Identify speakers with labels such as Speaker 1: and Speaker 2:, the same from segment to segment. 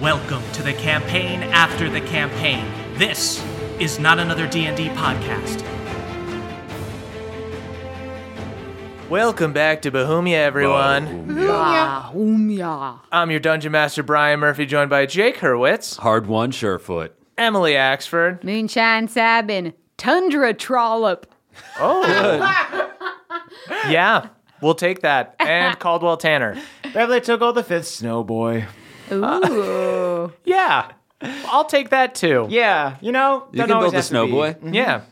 Speaker 1: Welcome to the campaign after the campaign. This is not another D&D podcast.
Speaker 2: Welcome back to Bohemia, everyone.
Speaker 3: Ah, Umya.
Speaker 2: I'm your Dungeon Master Brian Murphy, joined by Jake Hurwitz,
Speaker 4: Hard one, Surefoot.
Speaker 2: Emily Axford,
Speaker 3: Moonshine Sabin. Tundra Trollop.
Speaker 2: yeah, we'll take that, and Caldwell Tanner.
Speaker 5: Beverly took all the fifth snow boy.
Speaker 3: Ooh.
Speaker 2: Yeah, I'll take that too.
Speaker 5: Yeah, you know,
Speaker 4: You can build the snowboy.
Speaker 2: Yeah.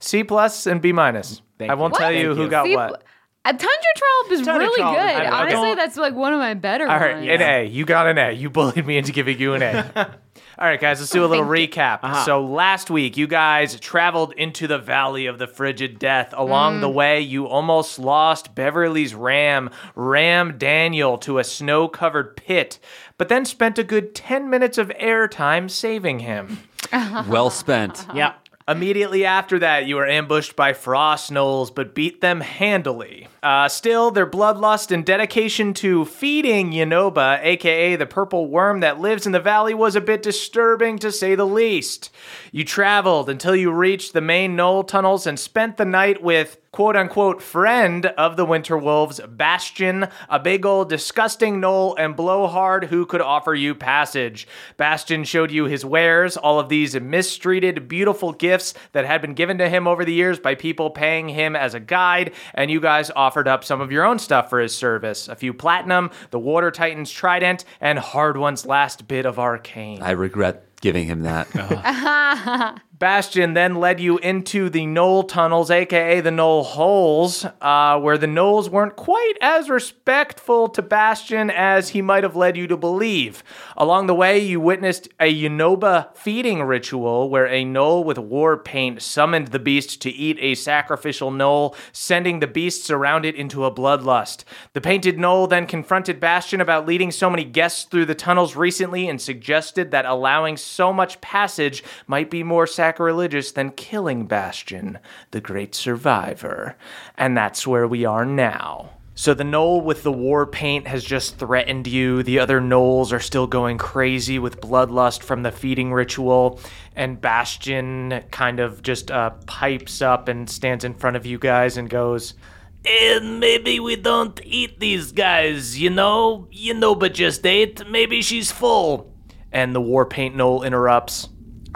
Speaker 2: C plus and B minus.
Speaker 5: Thank
Speaker 2: I won't
Speaker 5: you.
Speaker 2: tell
Speaker 5: What?
Speaker 2: you
Speaker 5: Thank
Speaker 2: who
Speaker 5: you.
Speaker 2: got
Speaker 3: See,
Speaker 2: what.
Speaker 3: A Tundra Trollop is
Speaker 2: Tundra
Speaker 3: really
Speaker 2: Trollop, I
Speaker 3: good.
Speaker 2: don't- I
Speaker 3: Honestly,
Speaker 2: don't-
Speaker 3: that's like one of my better
Speaker 2: All right,
Speaker 3: ones.
Speaker 2: an A. You got an A. You bullied me into giving you an A. All right, guys, let's do a little recap. So last week, you guys traveled into the Valley of the Frigid Death. Along the way, you almost lost Beverly's ram, Ram Daniel, to a snow-covered pit, but then spent a good 10 minutes of airtime saving him.
Speaker 4: Well spent.
Speaker 2: Yeah. Immediately after that, you were ambushed by Frost Knolls, but beat them handily. Uh, still, their bloodlust and dedication to feeding Yanoba, aka the purple worm that lives in the valley, was a bit disturbing to say the least. You traveled until you reached the main knoll tunnels and spent the night with quote unquote friend of the Winter Wolves, Bastion, a big old disgusting knoll and blowhard who could offer you passage. Bastion showed you his wares, all of these mistreated, beautiful gifts that had been given to him over the years by people paying him as a guide, and you guys offered up some of your own stuff for his service a few platinum, the Water Titan's trident, and Hard One's last bit of arcane.
Speaker 4: I regret giving him that.
Speaker 2: Uh-huh. Bastion then led you into the knoll tunnels, aka the knoll holes, uh, where the knolls weren't quite as respectful to Bastion as he might have led you to believe. Along the way, you witnessed a Yunoba feeding ritual where a knoll with war paint summoned the beast to eat a sacrificial knoll, sending the beasts around it into a bloodlust. The painted knoll then confronted Bastion about leading so many guests through the tunnels recently and suggested that allowing so much passage might be more sacrilegious than killing Bastion, the great survivor. And that's where we are now. So the knoll with the war paint has just threatened you. The other knolls are still going crazy with bloodlust from the feeding ritual. And Bastion kind of just uh, pipes up and stands in front of you guys and goes, and maybe we don't eat these guys, you know? You know, but just ate. Maybe she's full. And the war paint knoll interrupts.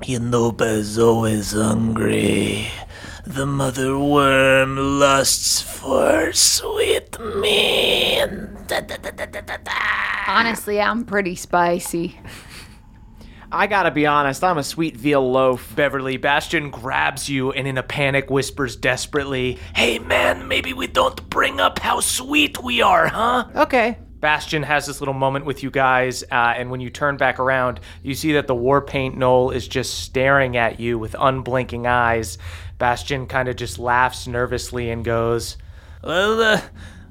Speaker 2: Yanoba's always hungry. The mother worm lusts for sweet meat.
Speaker 3: Honestly, I'm pretty spicy.
Speaker 5: I gotta be honest, I'm a sweet veal loaf.
Speaker 2: Beverly Bastion grabs you and in a panic whispers desperately, Hey man, maybe we don't bring up how sweet we are, huh?
Speaker 5: Okay.
Speaker 2: Bastion has this little moment with you guys, uh, and when you turn back around, you see that the war paint knoll is just staring at you with unblinking eyes. Bastion kind of just laughs nervously and goes, Well, uh,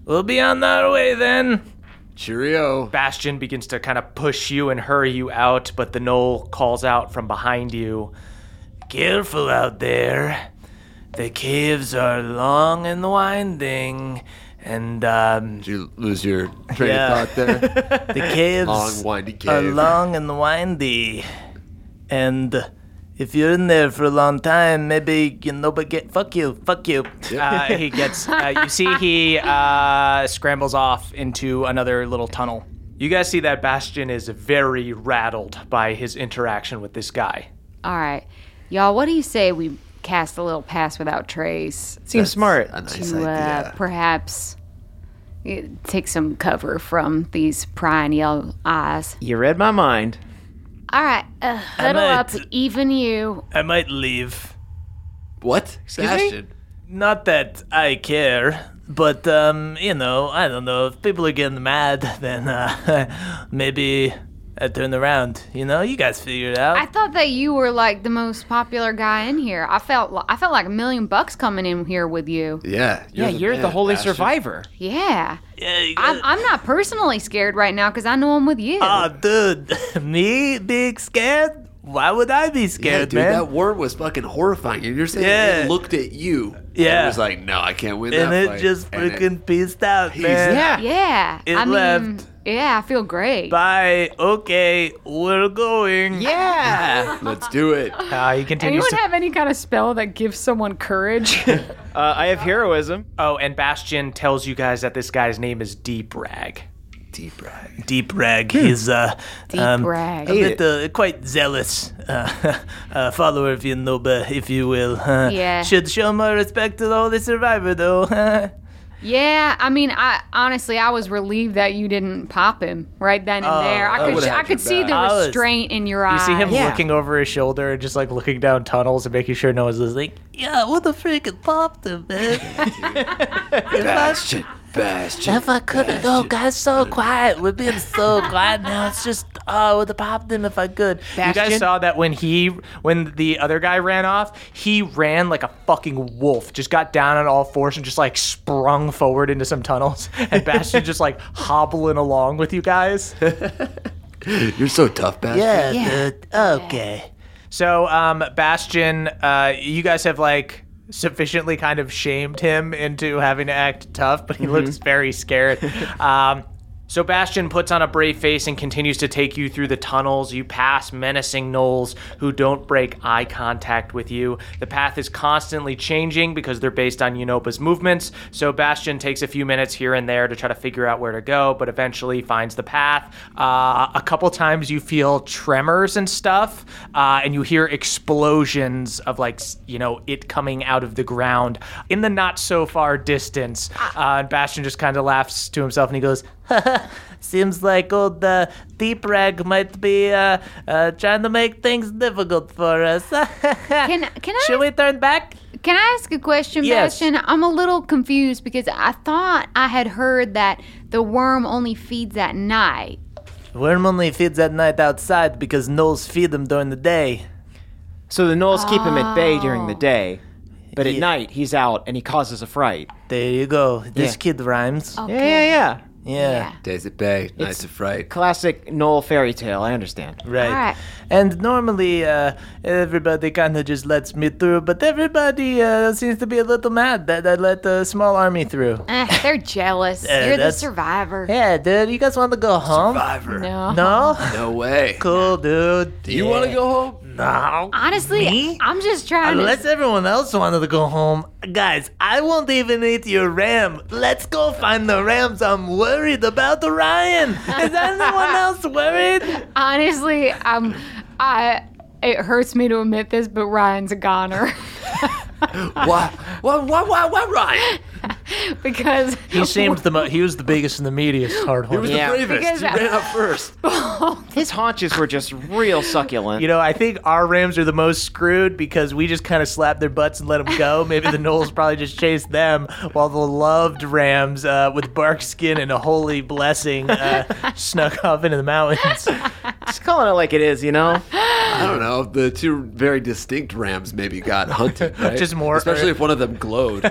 Speaker 2: We'll be on our way then.
Speaker 4: Cheerio.
Speaker 2: Bastion begins to kind of push you and hurry you out, but the knoll calls out from behind you Careful out there. The caves are long and winding, and um,
Speaker 4: Did you lose your train
Speaker 2: Yeah.
Speaker 4: of thought there?
Speaker 2: the caves
Speaker 4: Long, windy
Speaker 2: are
Speaker 4: cave.
Speaker 2: long and windy. And if you're in there for a long time, maybe you know. But get fuck you, fuck you. Uh, he gets. Uh, you see, he uh, scrambles off into another little tunnel. You guys see that Bastion is very rattled by his interaction with this guy.
Speaker 3: All right, y'all. What do you say we cast a little pass without trace
Speaker 6: Seems smart.
Speaker 4: A nice
Speaker 3: to uh,
Speaker 4: idea.
Speaker 3: perhaps eh, take some cover from these prying yellow eyes?
Speaker 6: You read my mind.
Speaker 3: All right, uh, huddle up,
Speaker 2: might-
Speaker 3: even you.
Speaker 2: I might leave.
Speaker 4: what? Bastion.
Speaker 2: Not that I care, but um, you know, I don't know. If people are getting mad, then uh, maybe I turn around. You know, you guys figure it out.
Speaker 3: I thought that you were like the most popular guy in here. I felt li- I felt like a million bucks coming in here with you.
Speaker 4: Yeah.
Speaker 5: Yeah, you're the
Speaker 4: man,
Speaker 5: holy
Speaker 4: Bastion.
Speaker 5: survivor.
Speaker 3: Yeah,
Speaker 2: Yeah, you
Speaker 3: I'm,
Speaker 2: guys-
Speaker 3: I'm not personally scared right now because I know I'm with you.
Speaker 2: Ah, dude, me being scared? Why would I be
Speaker 4: Yeah,
Speaker 2: scared,
Speaker 4: dude,
Speaker 2: man?
Speaker 4: that worm was fucking horrifying. And you're saying
Speaker 2: Yeah.
Speaker 4: it looked at you. And
Speaker 2: Yeah.
Speaker 4: it was like, no, I can't win
Speaker 2: and
Speaker 4: that
Speaker 2: it
Speaker 4: fight.
Speaker 2: just
Speaker 4: And it-
Speaker 2: freaking peaced out, man.
Speaker 5: Yeah.
Speaker 3: yeah,
Speaker 2: It
Speaker 3: I mean,
Speaker 2: left.
Speaker 3: yeah, I feel great.
Speaker 2: Bye. Okay, we're going.
Speaker 5: Yeah.
Speaker 4: Ah, Let's do it.
Speaker 2: Uh, he continues
Speaker 3: Anyone
Speaker 2: to
Speaker 3: have any kind of spell that gives someone courage?
Speaker 6: Uh, I have heroism.
Speaker 2: Oh, and Bastion tells you guys that this guy's name is Deep Rag.
Speaker 4: Deep rag.
Speaker 2: Deep Rag.
Speaker 4: Hmm.
Speaker 2: He's uh,
Speaker 3: Deep rag.
Speaker 2: a bit uh, quite zealous uh, uh, follower of Yanoba, if you will. Uh,
Speaker 3: Yeah.
Speaker 2: Should show my respect to the Holy Survivor, though.
Speaker 3: yeah, I mean, I honestly, I was relieved that you didn't pop him right then and
Speaker 2: Oh,
Speaker 3: there. I could,
Speaker 4: would've
Speaker 3: I
Speaker 4: had your
Speaker 3: could see
Speaker 4: back.
Speaker 3: the
Speaker 2: I was-
Speaker 3: restraint in your eyes.
Speaker 2: You see him
Speaker 5: Yeah.
Speaker 2: looking over his shoulder and just like looking down tunnels and making sure no one's listening. Yeah, what the freaking popped him, man.
Speaker 4: Bastion. Bastion.
Speaker 2: if I could have, oh, guys, so quiet. We're being so quiet now. It's just, oh, I would have popped him if I could. You guys
Speaker 5: Bastion?
Speaker 2: saw that when he, when the other guy ran off, he ran like a fucking wolf. Just got down on all fours and just like sprung forward into some tunnels. And Bastion just like hobbling along with you guys.
Speaker 4: You're so tough, Bastion.
Speaker 2: Yeah, dude. Okay. So, um, Bastion, uh, you guys have like sufficiently kind of shamed him into having to act tough, but he looks very scared. um, so Bastion puts on a brave face and continues to take you through the tunnels. You pass menacing gnolls who don't break eye contact with you. The path is constantly changing because they're based on Unopa's movements. So Bastion takes a few minutes here and there to try to figure out where to go, but eventually finds the path. Uh, a couple times you feel tremors and stuff, uh, and you hear explosions of like s- you know it coming out of the ground in the not so far distance. Uh, and Bastion just kind of laughs to himself and he goes. Seems like old uh, Deep Rag might be uh, uh, trying to make things difficult for us.
Speaker 3: Can can I
Speaker 2: Should we turn back?
Speaker 3: Can I ask a question,
Speaker 2: Yes.
Speaker 3: Bastion? I'm a little confused because I thought I had heard that the worm only feeds at night.
Speaker 2: Worm only feeds at night outside because gnolls feed them during the day.
Speaker 5: So the gnolls keep him at bay during the day, but at night he's out and he causes a fright.
Speaker 2: There you go. This
Speaker 5: Yeah.
Speaker 2: kid rhymes.
Speaker 5: Yeah, yeah, yeah.
Speaker 3: Yeah.
Speaker 4: Days at bay, nights of fright.
Speaker 5: Classic gnoll fairy tale. I understand.
Speaker 2: Right.
Speaker 3: All right.
Speaker 2: And normally uh, everybody kind of just lets me through, but everybody uh, seems to be a little mad that I let a small army through.
Speaker 3: Eh, they're jealous. You're the
Speaker 2: Eh, that's-
Speaker 3: survivor.
Speaker 2: Yeah, dude, you guys want to go home?
Speaker 4: Survivor. No,
Speaker 3: No.
Speaker 2: No?
Speaker 4: way.
Speaker 2: Cool, dude.
Speaker 4: Do you want to go home?
Speaker 2: No.
Speaker 3: Honestly,
Speaker 2: Me? Uh,
Speaker 3: I'm just trying
Speaker 2: Unless
Speaker 3: to.
Speaker 2: everyone else wanted to go home. Guys, I won't even eat your ram. Let's go find the rams. I'm worried about Ryan. Is anyone else worried?
Speaker 3: Honestly, I'm. I. It hurts me to admit this, but Ryan's a goner
Speaker 4: Why? Why? Why? Why? Why? Ryan?
Speaker 3: because
Speaker 2: He seemed the mo- he was the biggest and the meatiest hard
Speaker 4: He was
Speaker 2: one.
Speaker 5: Yeah.
Speaker 4: the bravest.
Speaker 3: Because-
Speaker 4: He ran up first.
Speaker 5: His haunches were just real succulent.
Speaker 2: You know, I think our Rams are the most screwed because we just kind of slapped their butts and let them go. Maybe the Knolls probably just chased them, while the loved Rams uh, with bark skin and a holy blessing uh, snuck off into the mountains.
Speaker 5: just calling it like it is. You know.
Speaker 4: I don't know. The two very distinct rams maybe got hunted. Right?
Speaker 2: Just more-
Speaker 4: especially if one of them glowed.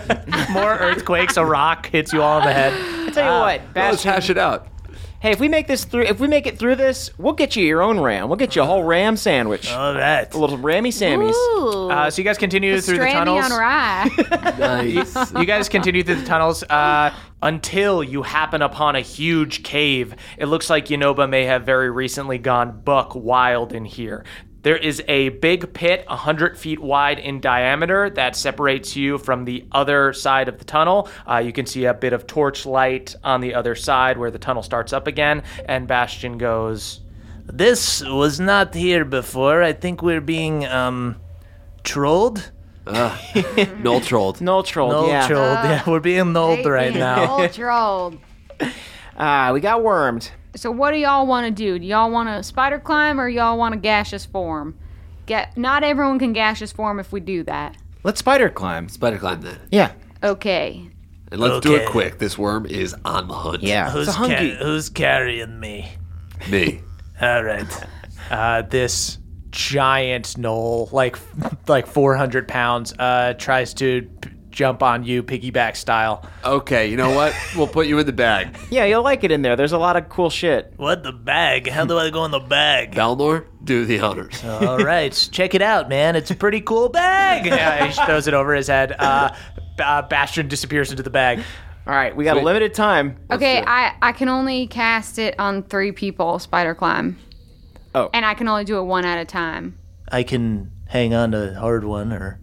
Speaker 2: More earthquakes, a rock hits you all in the head.
Speaker 7: tell you what,
Speaker 4: Well, let's
Speaker 7: Bastion.
Speaker 4: hash it out.
Speaker 7: Ah. Hey, if we make this through, if we make it through this, we'll get you your own ram. We'll get you a whole ram sandwich,
Speaker 2: All right.
Speaker 7: a little rammy sammies.
Speaker 3: Ooh.
Speaker 2: Uh, so you guys continue through the
Speaker 3: Strandy
Speaker 2: tunnels.
Speaker 3: on rye.
Speaker 4: Nice.
Speaker 2: you guys continue through the tunnels uh, until you happen upon a huge cave. It looks like Yonoba may have very recently gone buck wild in here. There is a big pit, 100 feet wide in diameter, that separates you from the other side of the tunnel. Uh, you can see a bit of torchlight on the other side where the tunnel starts up again, and Bastion goes, This was not here before. I think we're being, um, trolled?
Speaker 4: Null trolled.
Speaker 7: Null troll, yeah.
Speaker 2: yeah, we're being nulled
Speaker 3: Old trolled.
Speaker 7: Ah, we got wormed.
Speaker 3: So what do y'all want to do? Do y'all want to spider climb or y'all want a gaseous form? Get not everyone can gaseous form if we do that.
Speaker 7: Let's spider climb.
Speaker 4: Spider climb that.
Speaker 7: Yeah,
Speaker 3: Okay.
Speaker 4: And let's do it
Speaker 6: Okay.
Speaker 4: quick. This worm is on the hunt.
Speaker 7: yeah.
Speaker 6: Who's,
Speaker 7: it's a hunky.
Speaker 6: ca- who's carrying me?
Speaker 4: Me.
Speaker 6: All right.
Speaker 2: uh, this giant knoll, like like 400 pounds, uh, tries to p- jump on you piggyback style.
Speaker 4: Okay, you know what? We'll put you in the bag.
Speaker 7: yeah, you'll like it in there. There's a lot of cool shit.
Speaker 6: What the bag? How do I go in the bag?
Speaker 4: Balnor, do the honors.
Speaker 6: All right, check it out, man. It's a pretty cool bag.
Speaker 2: Yeah, he throws it over his head. Uh, B- uh, Bastion disappears into the bag.
Speaker 7: All right, we got a limited time.
Speaker 3: Okay, I, I can only cast it on three people, spider climb.
Speaker 7: Oh.
Speaker 3: And I can only do it one at a time.
Speaker 6: I can hang on to a hard one, or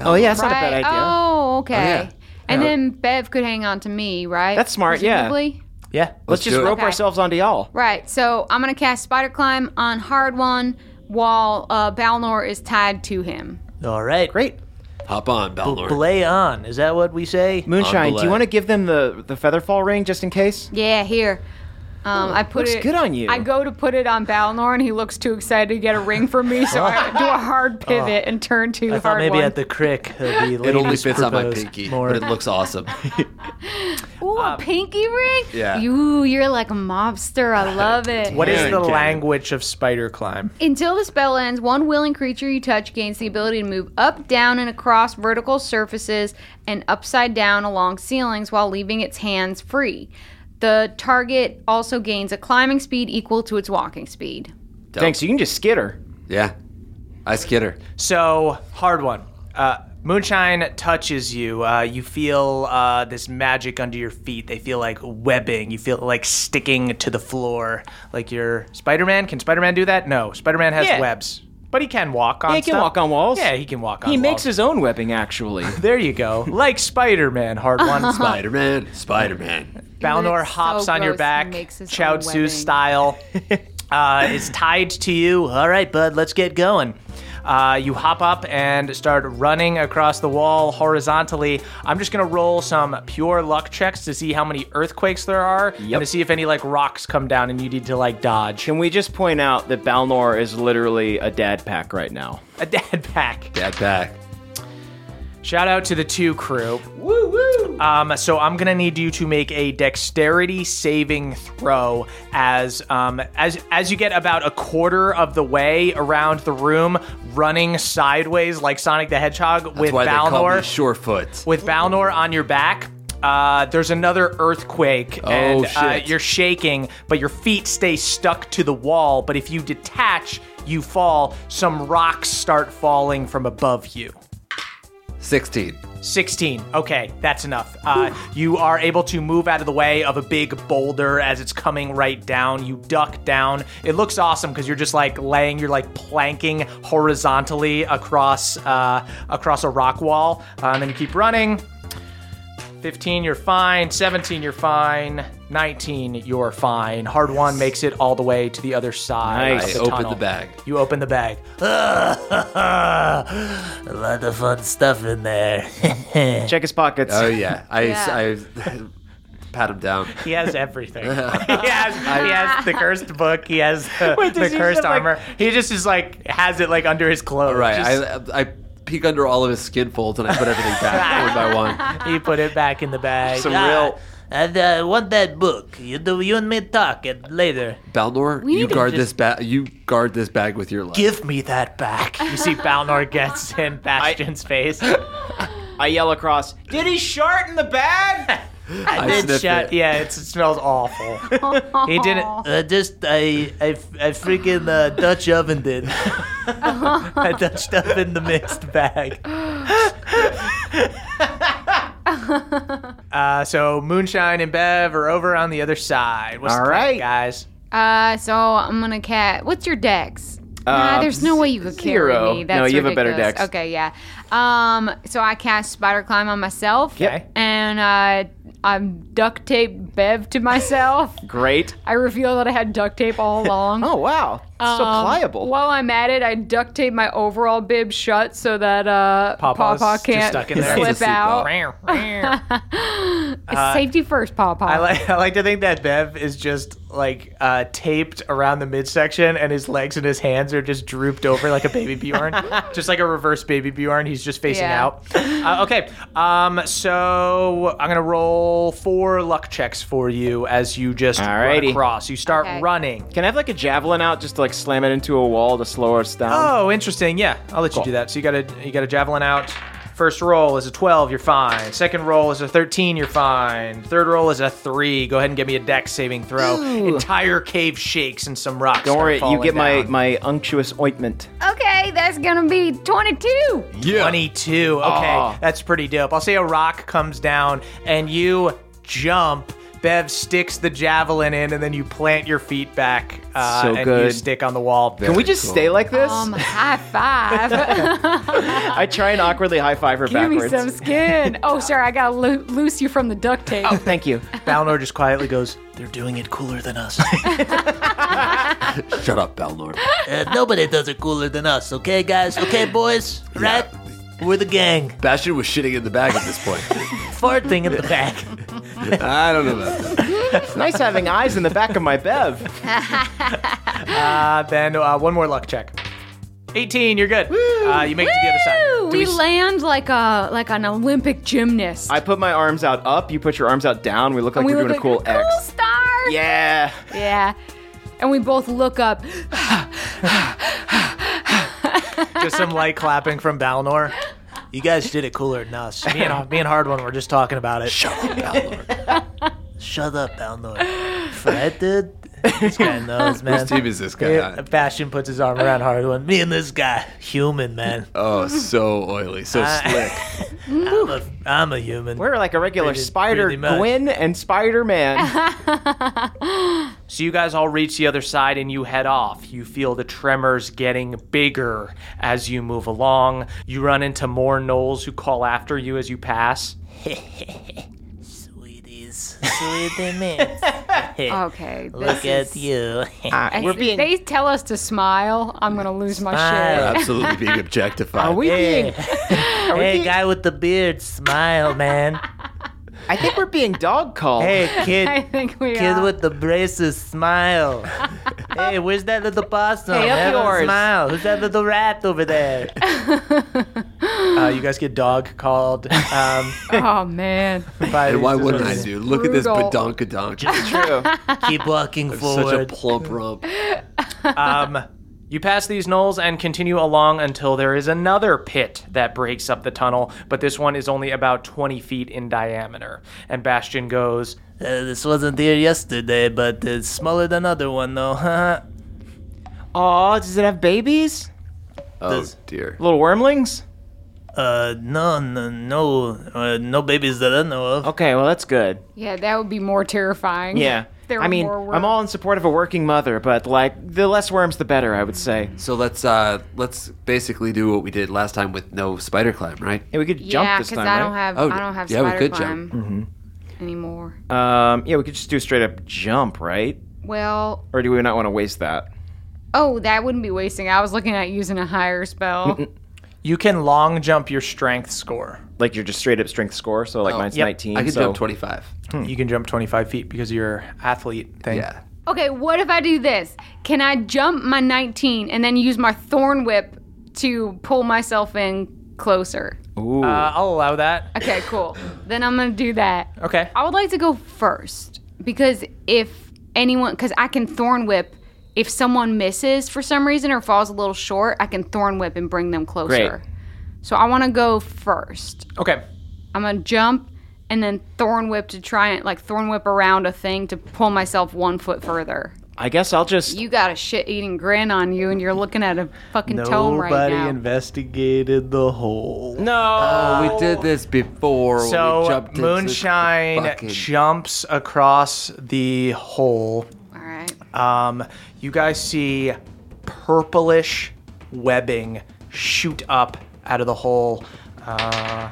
Speaker 7: Oh yeah, that's not a
Speaker 3: Right.
Speaker 7: bad idea.
Speaker 3: Oh, okay.
Speaker 4: yeah.
Speaker 3: And then Bev could hang on to me, right?
Speaker 7: That's smart, yeah.
Speaker 3: Presumably?
Speaker 2: Yeah.
Speaker 7: Let's just
Speaker 4: do it.
Speaker 7: rope
Speaker 3: Okay.
Speaker 7: ourselves onto y'all.
Speaker 3: Right. So I'm gonna cast spider climb on hard one while uh, Balnor is tied to him.
Speaker 6: all right,
Speaker 7: Great.
Speaker 4: Hop on, Balnor.
Speaker 6: Play on. Is that what we say?
Speaker 7: Moonshine, do
Speaker 4: delay.
Speaker 7: you want to give them the the featherfall ring just in case?
Speaker 3: Yeah, here. Um, I put
Speaker 7: looks
Speaker 3: it.
Speaker 7: good on you.
Speaker 3: I go to put it on Balnor, and he looks too excited to get a ring from me, so I do a hard pivot and turn to
Speaker 6: I
Speaker 3: hard
Speaker 6: thought maybe
Speaker 3: one.
Speaker 6: at the crick.
Speaker 4: it only fits on my pinky, but it looks awesome.
Speaker 3: Ooh, a pinky ring.
Speaker 4: yeah.
Speaker 3: You, you're like a mobster. I love it.
Speaker 2: What is
Speaker 4: Yeah,
Speaker 2: the
Speaker 4: okay.
Speaker 2: language of spider climb?
Speaker 3: Until the spell ends, one willing creature you touch gains the ability to move up, down, and across vertical surfaces and upside down along ceilings while leaving its hands free. The target also gains a climbing speed equal to its walking speed.
Speaker 7: Thanks. You can just skitter.
Speaker 4: yeah. I skitter.
Speaker 2: Uh. So hard one. Uh, Moonshine touches you. Uh, you feel uh, this magic under your feet. They feel like webbing. You feel like sticking to the floor. Like you're Spider Man. Can Spider Man do that? No. Spider Man has
Speaker 7: Yeah.
Speaker 2: webs, but he can walk on.
Speaker 7: Yeah, he can
Speaker 2: stuff.
Speaker 7: walk on walls.
Speaker 2: uh, Yeah, he can walk on.
Speaker 7: He makes
Speaker 2: walls.
Speaker 7: his own webbing actually.
Speaker 2: There you go. Like Spider Man. Hard one. Spider.
Speaker 4: Spider Man, Spider Man.
Speaker 2: Balnor
Speaker 3: It's so
Speaker 2: hops on your
Speaker 3: gross. He
Speaker 2: back,
Speaker 3: makes his
Speaker 2: Chao
Speaker 3: own
Speaker 2: Tzu
Speaker 3: webbing.
Speaker 2: style, uh, is tied to you. All right, bud, let's get going. Uh, you hop up and start running across the wall horizontally. I'm just gonna roll some pure luck checks to see how many earthquakes there are, and to see if any like rocks come down and you need to like dodge.
Speaker 7: Can we just point out that Balnor is literally a dad pack right now?
Speaker 2: A dad pack.
Speaker 4: Dad back.
Speaker 2: Shout out to the two crew. Woo woo! Um, so I'm gonna need you to make a dexterity saving throw as um, as as you get about a quarter of the way around the room, running sideways like Sonic the Hedgehog with
Speaker 4: That's why they call me
Speaker 2: Balnor
Speaker 4: Surefoot.
Speaker 2: with Balnor on your back. Uh, there's another earthquake, and Uh,
Speaker 4: Oh, shit.
Speaker 2: you're shaking, but your feet stay stuck to the wall. But if you detach, you fall. Some rocks start falling from above you.
Speaker 4: 16.
Speaker 2: 16. Okay, that's enough. Uh, you are able to move out of the way of a big boulder as it's coming right down. You duck down. It looks awesome because you're just like laying, you're like planking horizontally across uh, across a rock wall. Uh, and then you keep running. 15, you're fine. 17, you're fine. 19, you're fine. Hard one makes it all the way to the other side.
Speaker 7: Nice.
Speaker 2: of
Speaker 4: I open
Speaker 2: tunnel.
Speaker 4: the bag.
Speaker 2: You open the bag.
Speaker 6: a lot of fun stuff in there.
Speaker 7: Check his pockets.
Speaker 4: Oh, yeah. I,
Speaker 3: Yeah.
Speaker 4: I pat him down.
Speaker 2: He has everything. he has he has the cursed book. He has the, the
Speaker 7: does he
Speaker 2: cursed
Speaker 7: just, like-
Speaker 2: armor. he just is like has it like under his clothes.
Speaker 4: Right.
Speaker 2: Just-
Speaker 4: I, I peek under all of his skin folds and I put everything back one by one.
Speaker 2: he put it back in the bag. Ah, uh,
Speaker 4: Some real.
Speaker 6: And I want that book. You do. You and me talk it later.
Speaker 4: Balnor, you
Speaker 3: need to
Speaker 4: guard this
Speaker 3: just-
Speaker 4: bag. You guard this bag with your life.
Speaker 6: Give me that back.
Speaker 2: You see Balnor gets in Bastion's face.
Speaker 7: I yell across. Did he shart in the bag?
Speaker 4: I sniffed
Speaker 2: Shut.
Speaker 4: it.
Speaker 2: Yeah, it's, it smells awful. he didn't.
Speaker 6: I Uh, just I I, I freaking uh, Dutch oven did. I Dutch oven the mixed bag.
Speaker 2: Uh, so moonshine and Bev are over on the other side. What's
Speaker 7: All
Speaker 2: the plan,
Speaker 7: right.
Speaker 2: guys.
Speaker 3: Uh, so I'm gonna cat. What's your dex? nah, there's no way you could carry
Speaker 8: Uh, zero.
Speaker 3: me. That's
Speaker 8: No, you have a better dex.
Speaker 3: ridiculous. Okay, yeah. Um, so I cast Spider Climb on myself.
Speaker 2: Yep. Okay.
Speaker 3: And I, I'm duct tape Bev to myself.
Speaker 8: Great.
Speaker 3: I reveal that I had duct tape all along.
Speaker 7: Oh wow, it's so
Speaker 3: Um,
Speaker 7: pliable.
Speaker 3: While I'm at it, I duct tape my overall bib shut so that uh,
Speaker 2: Pawpaw's
Speaker 3: Pawpaw
Speaker 2: just
Speaker 3: can't
Speaker 2: stuck in there.
Speaker 3: slip
Speaker 4: He's asleep,
Speaker 3: out.
Speaker 2: I
Speaker 3: It's safety first, Pawpaw.
Speaker 2: like Uh, I like to think that Bev is just like uh, taped around the midsection, and his legs and his hands are just drooped over like a baby Bjorn, just like a reverse baby Bjorn. He's just facing
Speaker 3: Yeah.
Speaker 2: out. Uh, okay, um, so I'm gonna roll four luck checks for you as you just run
Speaker 7: Alrighty.
Speaker 2: across. You start
Speaker 3: Okay.
Speaker 2: running.
Speaker 7: Can I have like a javelin out just to like slam it into a wall to slow us down?
Speaker 2: Oh, interesting. Yeah, I'll let you do that. So you got a you got a javelin out. First roll is a 12, you're fine. Second roll is a 13, you're fine. Third roll is a 3. Go ahead and give me a dex saving throw. Entire cave shakes and some rocks.
Speaker 7: Don't
Speaker 2: start
Speaker 7: worry, you
Speaker 2: falling
Speaker 7: get my
Speaker 2: down.
Speaker 7: my unctuous ointment.
Speaker 3: okay, that's gonna be 22.
Speaker 4: Yeah.
Speaker 2: 22. Okay,
Speaker 7: Aw.
Speaker 2: that's pretty dope. I'll say a rock comes down and you jump. Bev sticks the javelin in and then you plant your feet back uh,
Speaker 7: So
Speaker 2: and you
Speaker 7: good.
Speaker 2: stick on the wall.
Speaker 7: Can we just stay like this?
Speaker 3: Um, high five.
Speaker 7: I try and awkwardly high five her
Speaker 3: Give me
Speaker 7: backwards.
Speaker 3: some skin. Oh, sorry, I gotta lo- loose you from the duct tape.
Speaker 7: Thank you.
Speaker 2: Balnor just quietly goes,
Speaker 6: They're doing it cooler than us.
Speaker 4: Shut up, Balnor.
Speaker 6: Uh, nobody does it cooler than us. Okay, guys. Okay, boys. Right? We're the gang.
Speaker 4: Bastion was shitting in the bag at this point.
Speaker 6: Farting in the back.
Speaker 4: I don't know about that.
Speaker 7: It's nice having eyes in the back of my bev.
Speaker 2: Uh, then uh, one more luck check. 18, you're good. Uh, you make it to the other side.
Speaker 3: Woo! We, land like a like an Olympic gymnast.
Speaker 7: I put my arms out up. You put your arms out down. We look like
Speaker 3: we
Speaker 7: are
Speaker 3: look
Speaker 7: doing
Speaker 3: like
Speaker 7: a cool X.
Speaker 3: cool stars.
Speaker 7: Yeah.
Speaker 3: Yeah. And we both look up.
Speaker 2: Just some light clapping from Balnor.
Speaker 6: You guys did it cooler than us.
Speaker 2: Me and, me and Hard One were just talking about it.
Speaker 4: Shut up, Balnor.
Speaker 6: Shut up, Balnor. Fred, dude. This guy knows, man.
Speaker 4: Whose team is this guy on?
Speaker 2: Bastion puts his arm around Hard One.
Speaker 6: Me and this guy, human, man.
Speaker 4: Oh, so oily, so slick.
Speaker 6: I'm a, I'm a human.
Speaker 7: We're like a regular
Speaker 6: Pretty-
Speaker 7: Spider
Speaker 6: pretty much.
Speaker 7: Gwen and Spider Man.
Speaker 2: So you guys all reach the other side and you head off. You feel the tremors getting bigger as you move along. You run into more gnolls who call after you as you pass.
Speaker 6: Sweeties. Sweetie man.
Speaker 3: Okay. This
Speaker 6: Look
Speaker 3: is,
Speaker 6: at you.
Speaker 3: I-
Speaker 7: We're being-
Speaker 3: They tell us to smile. I'm gonna lose my
Speaker 6: Smile.
Speaker 3: shit.
Speaker 4: Absolutely being objectified.
Speaker 7: Are we being?
Speaker 6: hey, guy with the beard, smile, man.
Speaker 7: I think we're being dog called.
Speaker 6: Hey, kid.
Speaker 3: I think we
Speaker 6: Kid
Speaker 3: are.
Speaker 6: with the braces, smile. hey, where's that little possum?
Speaker 7: Hey, up
Speaker 6: Have a
Speaker 7: yours.
Speaker 6: Smile. Who's that little rat over there?
Speaker 2: Uh, you guys get dog called. Um,
Speaker 3: oh man.
Speaker 2: by
Speaker 4: And why wouldn't I do? Look at this
Speaker 3: Brutal.
Speaker 4: badonkadonk.
Speaker 7: True.
Speaker 6: Keep walking
Speaker 4: Such a
Speaker 6: forward.
Speaker 4: plump rump.
Speaker 2: Um, you pass these knolls and continue along until there is another pit that breaks up the tunnel, but this one is only about 20 feet in diameter. And Bastion goes,
Speaker 6: Uh, this wasn't here yesterday, but it's smaller than other one though. huh?
Speaker 7: Aw, does it have babies?
Speaker 4: Oh, dear.
Speaker 7: Little wormlings?
Speaker 6: uh, no, no, no, uh, no babies that I know of.
Speaker 7: Okay, well that's good.
Speaker 3: Yeah, that would be more terrifying.
Speaker 7: Yeah.
Speaker 3: There
Speaker 7: I
Speaker 3: were
Speaker 7: mean,
Speaker 3: more worms.
Speaker 7: I'm all in support of a working mother, but like the less worms, the better. I would say.
Speaker 4: So let's uh let's basically do what we did last time with no spider climb, right?
Speaker 7: Hey, we could
Speaker 3: yeah,
Speaker 7: jump this
Speaker 3: because
Speaker 7: time,
Speaker 3: I don't
Speaker 7: right?
Speaker 3: have
Speaker 4: Oh,
Speaker 3: I don't have
Speaker 4: yeah, we
Speaker 3: spider
Speaker 4: could
Speaker 3: climb
Speaker 4: jump. Mm-hmm.
Speaker 3: anymore.
Speaker 7: Um, yeah, we could just do a straight up jump, right?
Speaker 3: Well,
Speaker 7: Or do we not want to waste that?
Speaker 3: oh, that wouldn't be wasting. I was looking at using a higher spell.
Speaker 2: You can long jump your strength score.
Speaker 7: Like you're just straight up strength score, so like mine's
Speaker 2: yep.
Speaker 7: 19.
Speaker 4: Oh, I could
Speaker 7: so
Speaker 4: jump 25.
Speaker 2: You can jump 25 feet because of your athlete thing.
Speaker 4: Yeah.
Speaker 3: okay, what if I do this? Can I jump my 19 and then use my thorn whip to pull myself in closer?
Speaker 7: Ooh.
Speaker 2: Uh, I'll allow that.
Speaker 3: Okay, cool. then I'm gonna do that.
Speaker 2: Okay.
Speaker 3: I would like to go first because if anyone, because I can thorn whip. If someone misses for some reason or falls a little short, I can thorn whip and bring them closer.
Speaker 7: Great.
Speaker 3: So I want to go first.
Speaker 2: Okay.
Speaker 3: I'm gonna jump and then thorn whip to try and like thorn whip around a thing to pull myself one foot further.
Speaker 7: I guess I'll just.
Speaker 3: You got a shit eating grin on you, and you're looking at a fucking tome
Speaker 6: Nobody
Speaker 3: right now.
Speaker 6: investigated the hole.
Speaker 7: no.
Speaker 4: Oh, we did this before. we
Speaker 2: So
Speaker 4: jumped into the
Speaker 2: moonshine
Speaker 4: fucking-
Speaker 2: jumps across the hole.
Speaker 3: All right.
Speaker 2: Um, you guys see purplish webbing shoot up out of the hole. Uh,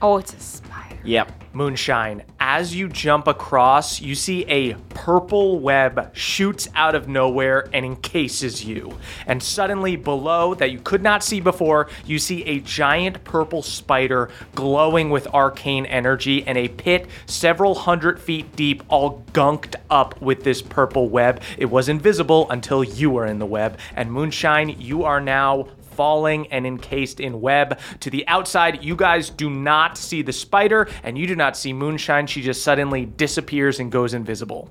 Speaker 3: Oh, it's a spider.
Speaker 7: yep.
Speaker 2: moonshine. As you jump across, you see a purple web shoots out of nowhere and encases you. And suddenly, below that you could not see before, you see a giant purple spider glowing with arcane energy and a pit several hundred feet deep, all gunked up with this purple web. It was invisible until you were in the web. And Moonshine, you are now falling and encased in web. To the outside, you guys do not see the spider and you do not see Moonshine. She just suddenly disappears and goes invisible.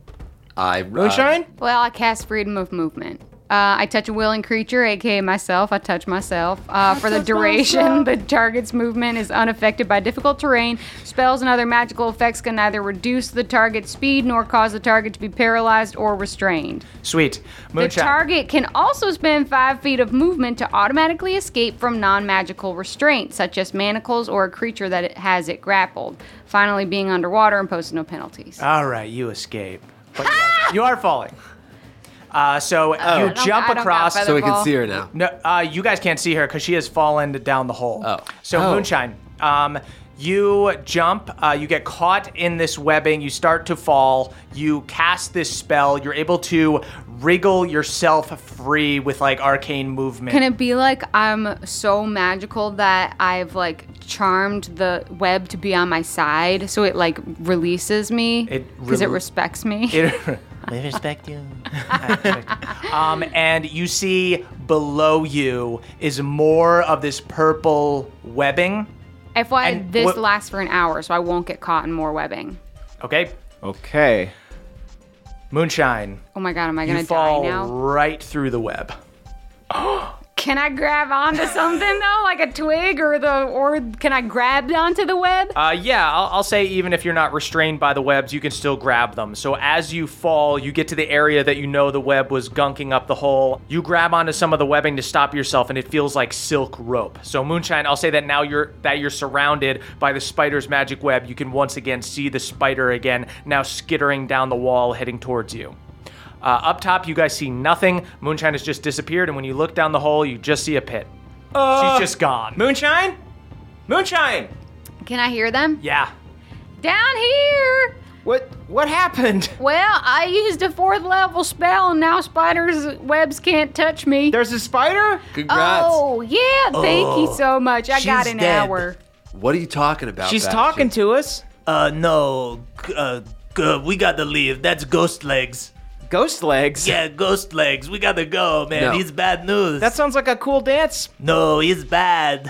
Speaker 4: I, uh,
Speaker 2: Moonshine?
Speaker 3: Well, I cast freedom of movement. Uh, I touch a willing creature, aka myself. I touch myself. Uh, for the duration, the target's movement is unaffected by difficult terrain. Spells and other magical effects can neither reduce the target's speed nor cause the target to be paralyzed or restrained.
Speaker 2: Sweet.
Speaker 3: The
Speaker 2: Moonshine.
Speaker 3: target can also spend five feet of movement to automatically escape from non magical restraints, such as manacles or a creature that it has it grappled. Finally, being underwater imposes no penalties.
Speaker 2: All right, you escape. But you, are, you are falling. Uh, so
Speaker 3: I
Speaker 2: you
Speaker 3: don't-
Speaker 2: jump
Speaker 3: I don't got
Speaker 2: across.
Speaker 3: feather
Speaker 4: so we
Speaker 3: ball.
Speaker 4: can see her now.
Speaker 2: No, uh, you guys can't see her because she has fallen down the hole.
Speaker 4: Oh.
Speaker 2: So,
Speaker 4: Oh.
Speaker 2: Moonshine, um, you jump, uh, you get caught in this webbing, you start to fall, you cast this spell, you're able to wriggle yourself free with like arcane movement.
Speaker 3: Can it be like I'm so magical that I've like charmed the web to be on my side so it like releases me
Speaker 2: It
Speaker 3: because it
Speaker 2: rele-
Speaker 3: respects me?
Speaker 2: It-
Speaker 6: We respect you.
Speaker 2: um, and you see below you is more of this purple webbing.
Speaker 3: FYI,
Speaker 2: and
Speaker 3: this
Speaker 2: what-
Speaker 3: lasts for an hour so I won't get caught in more webbing.
Speaker 2: Okay,
Speaker 7: Okay.
Speaker 2: Moonshine,
Speaker 3: Oh my god, am I
Speaker 2: you
Speaker 3: gonna die
Speaker 2: fall
Speaker 3: now?
Speaker 2: right through the web.
Speaker 3: Can I grab onto something though, like a twig or the or can I grab onto the web?
Speaker 2: Uh, yeah, I'll, I'll say even if you're not restrained by the webs, you can still grab them. So as you fall, you get to the area that you know the web was gunking up the hole. You grab onto some of the webbing to stop yourself, and it feels like silk rope. So moonshine, I'll say that now you're that you're surrounded by the spider's magic web. You can once again see the spider again now skittering down the wall, heading towards you. Uh, up top, you guys see nothing. Moonshine has just disappeared, and when you look down the hole, you just see a pit. She's just gone.
Speaker 7: Uh, Moonshine? Moonshine!
Speaker 3: Can I hear them?
Speaker 2: yeah.
Speaker 3: Down here.
Speaker 7: What what happened?
Speaker 3: Well, I used a fourth level spell and now spiders webs can't touch me.
Speaker 7: There's a spider?
Speaker 4: Congrats.
Speaker 3: Oh yeah, thank you
Speaker 2: Oh,
Speaker 3: so much. I got
Speaker 6: she's
Speaker 3: an
Speaker 6: dead.
Speaker 3: hour.
Speaker 4: What are you talking about?
Speaker 7: She's
Speaker 4: Bastion?
Speaker 7: talking to us.
Speaker 6: Uh, no. g- Uh, g- we gotta leave. That's ghost legs.
Speaker 7: Ghost legs.
Speaker 6: Yeah, ghost legs. We gotta go, man.
Speaker 4: No.
Speaker 6: He's bad news.
Speaker 7: That sounds like a cool dance.
Speaker 6: no, he's bad.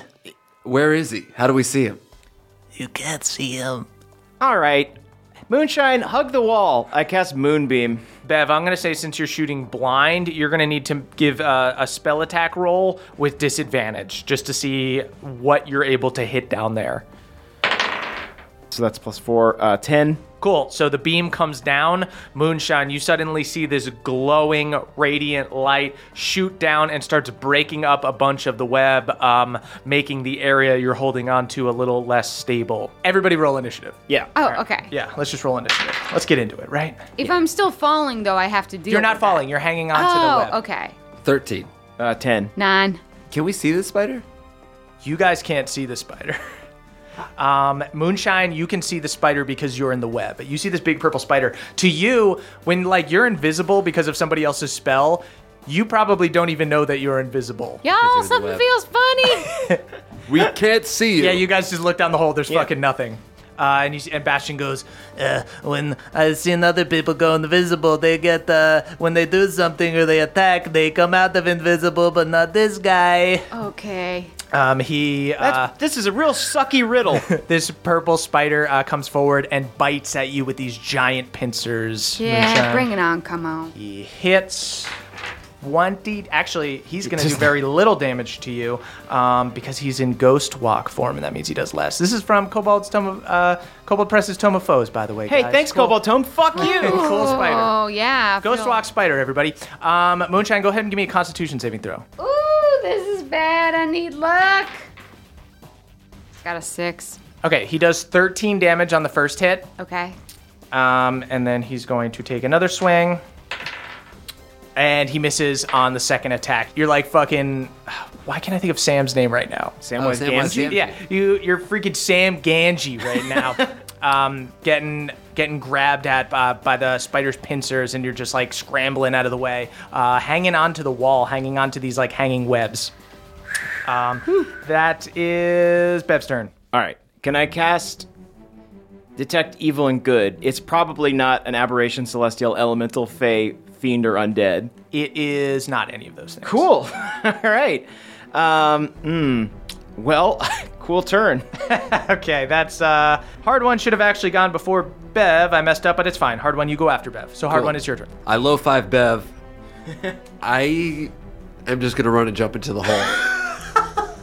Speaker 4: Where is he? How do we see him?
Speaker 6: You can't see him.
Speaker 7: All right. Moonshine, hug the wall. I cast Moonbeam.
Speaker 2: Bev, I'm going to say since you're shooting blind, you're going to need to give uh, a spell attack roll with disadvantage just to see what you're able to hit down there.
Speaker 7: So that's plus four, uh, ten.
Speaker 2: Cool. So the beam comes down. Moonshine, you suddenly see this glowing, radiant light shoot down and starts breaking up a bunch of the web, um, making the area you're holding onto a little less stable. Everybody roll initiative.
Speaker 7: Yeah.
Speaker 3: Oh, okay.
Speaker 2: Yeah, let's just roll initiative. Let's get into it, right?
Speaker 3: If I'm still falling though, I have to deal.
Speaker 2: You're not
Speaker 3: with that.
Speaker 2: falling, you're hanging on to the
Speaker 3: Oh,
Speaker 2: web.
Speaker 3: okay.
Speaker 4: 13.
Speaker 7: Uh, ten.
Speaker 3: Nine.
Speaker 4: Can we see this spider?
Speaker 2: You guys can't see the spider. Um, Moonshine, you can see the spider because you're in the web. You see this big purple spider. To you, when like you're invisible because of somebody else's spell, you probably don't even know that you're invisible.
Speaker 3: Y'all,
Speaker 4: you're the
Speaker 3: something
Speaker 4: web.
Speaker 3: feels funny.
Speaker 4: We can't see you.
Speaker 2: Uh, Yeah, you guys just look down the hole. There's fucking nothing. Uh, and, you, see- and Bastion goes,
Speaker 6: Uh, when I've seen other people go invisible, they get uh, when they do something or they attack, they come out of invisible, but not this guy.
Speaker 3: okay.
Speaker 2: um, he, uh,
Speaker 7: this is a real sucky riddle.
Speaker 2: this purple spider uh, comes forward and bites at you with these giant pincers.
Speaker 3: Yeah,
Speaker 2: Moonshine.
Speaker 3: bring it on. Come on.
Speaker 2: He hits 20. Actually, he's going to do very little damage to you um, because he's in ghost walk form, and that means he does less. This is from Cobalt's Tome of, uh, Cobalt Press's Tome of Foes, by the way.
Speaker 9: Hey,
Speaker 2: guys.
Speaker 9: thanks,
Speaker 2: Cool-
Speaker 9: Cobalt Tome. Fuck you.
Speaker 2: Cool spider.
Speaker 3: Oh yeah. I
Speaker 2: Ghost
Speaker 3: feel-
Speaker 2: walk spider, everybody. Um, Moonshine, go ahead and give me a Constitution saving throw.
Speaker 3: Ooh, this is bad. I need luck. Got a six.
Speaker 2: Okay, he does 13 damage on the first hit.
Speaker 3: Okay.
Speaker 2: Um, and then he's going to take another swing. And he misses on the second attack. You're like fucking. Why can't I think of Sam's name right now?
Speaker 7: Samwise
Speaker 4: Samwise
Speaker 7: Gamgee?
Speaker 4: Gamgee.
Speaker 2: Uh, Yeah, you you're freaking Sam Ganji right now. um, getting getting grabbed at uh, by the spider's pincers, and you're just like scrambling out of the way, uh, hanging onto the wall, hanging onto these like hanging webs. Um, that is Bev's turn.
Speaker 7: All right. Can I cast Detect Evil and Good? It's probably not an aberration, celestial, elemental, fey, fiend, or undead.
Speaker 2: It is not any of those things.
Speaker 7: Cool. All right. Um, mm, well, cool turn.
Speaker 2: Okay, that's uh, hard one. Should have actually gone before Bev. I messed up, but it's fine. Hard one, you go after Bev. So hard
Speaker 4: Cool.
Speaker 2: one, it's your turn.
Speaker 4: I low five Bev. I am just gonna run and jump into the hole.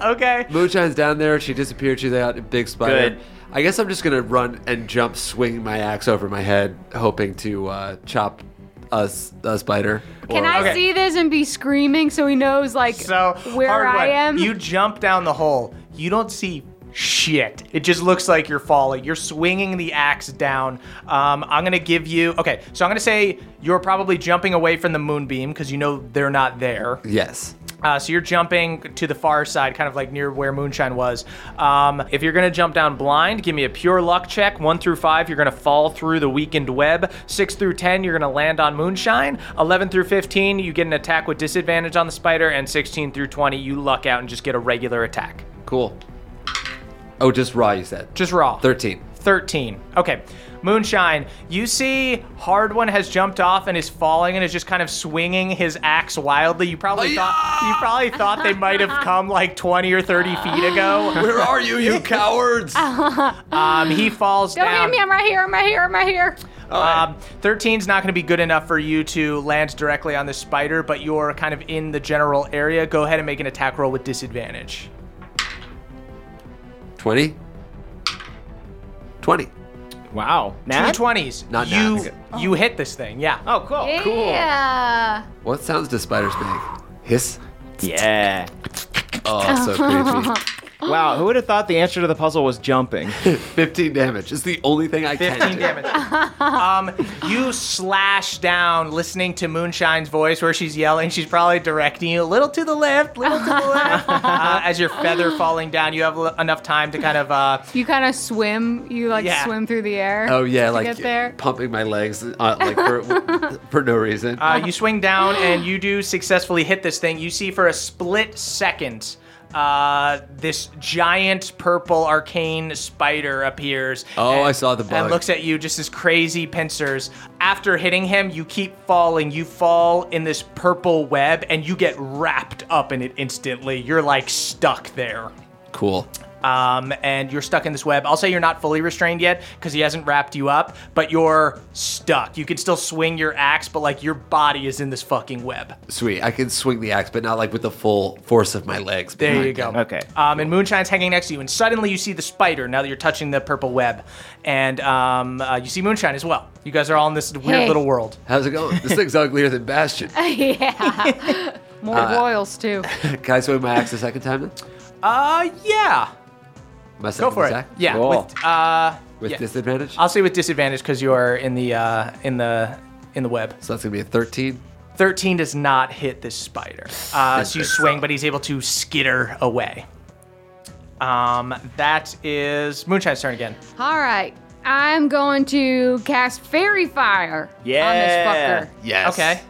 Speaker 2: Okay.
Speaker 4: Moonshine's down there. She disappeared. She's out. Big spider.
Speaker 7: Good.
Speaker 4: I guess I'm just gonna run and jump, swing my axe over my head, hoping to uh, chop us a spider.
Speaker 3: Can I
Speaker 2: Okay.
Speaker 3: see this and be screaming so he knows like
Speaker 2: So
Speaker 3: where
Speaker 2: hard
Speaker 3: I
Speaker 2: one.
Speaker 3: am?
Speaker 2: You jump down the hole. You don't see shit. It just looks like you're falling. You're swinging the axe down. Um, I'm gonna give you. Okay, so I'm gonna say you're probably jumping away from the moonbeam because you know they're not there.
Speaker 4: Yes.
Speaker 2: Uh, so you're jumping to the far side, kind of like near where Moonshine was. Um, if you're going to jump down blind, give me a pure luck check. One through five, you're going to fall through the weakened web. Six through 10, you're going to land on Moonshine. 11 through 15, you get an attack with disadvantage on the spider. And 16 through 20, you luck out and just get a regular attack.
Speaker 4: Cool. Oh, just raw. You said.
Speaker 2: Just raw.
Speaker 4: Thirteen.
Speaker 2: 13. Okay. Moonshine, you see Hard One has jumped off and is falling and is just kind of swinging his axe wildly. You probably thought you probably thought they might have come like 20 or 30 feet ago.
Speaker 4: Where are you, you cowards?
Speaker 3: Ah.
Speaker 2: Um, he falls
Speaker 3: Don't
Speaker 2: down.
Speaker 3: hit me. I'm right here. I'm right here. I'm right here.
Speaker 2: Um, 13's not going to be good enough for you to land directly on the spider, but you're kind of in the general area. Go ahead and make an attack roll with disadvantage.
Speaker 4: Twenty. Twenty.
Speaker 7: Wow.
Speaker 2: Two
Speaker 7: Nat?
Speaker 2: 20s.
Speaker 4: Not nat,
Speaker 2: you
Speaker 4: okay.
Speaker 2: you hit this thing. Yeah.
Speaker 7: Oh, cool.
Speaker 3: Yeah.
Speaker 4: What sounds do spiders make? Hiss.
Speaker 7: Yeah.
Speaker 4: Oh, so creepy.
Speaker 7: Wow. Who would have thought the answer to the puzzle was jumping?
Speaker 4: 15 damage. It's the only thing I can
Speaker 2: 15
Speaker 4: do.
Speaker 2: damage. um, you slash down, listening to Moonshine's voice where she's yelling. She's probably directing you a little to the left, little to the left. uh, as your feather falling down, you have l- enough time to kind of. Uh,
Speaker 3: You kind of swim. You like
Speaker 2: Yeah.
Speaker 3: swim through the air.
Speaker 4: Oh yeah,
Speaker 3: to
Speaker 4: like
Speaker 3: get there.
Speaker 4: pumping my legs uh, like for, for no reason.
Speaker 2: uh, you swing down and you do successfully hit this thing. You see for a split second. Uh, this giant purple arcane spider appears.
Speaker 4: Oh, I saw the
Speaker 2: And
Speaker 4: bug.
Speaker 2: looks at you just as crazy pincers. After hitting him, you keep falling. You fall in this purple web and you get wrapped up in it instantly. You're like stuck there.
Speaker 4: cool.
Speaker 2: Um, and you're stuck in this web. I'll say you're not fully restrained yet because he hasn't wrapped you up, but you're stuck. You can still swing your axe, but like your body is in this fucking web.
Speaker 4: Sweet. I can swing the axe, but not like with the full force of my legs.
Speaker 2: There
Speaker 4: behind
Speaker 2: you go.
Speaker 4: it.
Speaker 7: Okay.
Speaker 2: Um, and Moonshine's hanging next to you, and suddenly you see the spider now that you're touching the purple web. And um, uh, you see Moonshine as well. You guys are all in this weird
Speaker 3: Hey.
Speaker 2: little world.
Speaker 4: How's it going? This thing's uglier than Bastion.
Speaker 3: yeah. More
Speaker 4: Uh,
Speaker 3: boils too.
Speaker 4: Can I swing my axe a second time? Then?
Speaker 2: Uh, yeah.
Speaker 4: My
Speaker 2: Go
Speaker 4: second
Speaker 2: for it.
Speaker 4: attack?
Speaker 2: Yeah.
Speaker 7: Cool.
Speaker 2: With, uh,
Speaker 4: With
Speaker 2: yeah.
Speaker 4: disadvantage.
Speaker 2: I'll say with disadvantage because you are in the uh, in the in the web.
Speaker 4: so that's gonna be a 13.
Speaker 2: 13 does not hit this spider. Uh, so you swing, but he's able to skitter away. Um, that is Moonshine's turn again.
Speaker 3: All right. I'm going to cast fairy fire
Speaker 7: Yeah.
Speaker 3: on this fucker.
Speaker 4: Yes.
Speaker 2: Okay.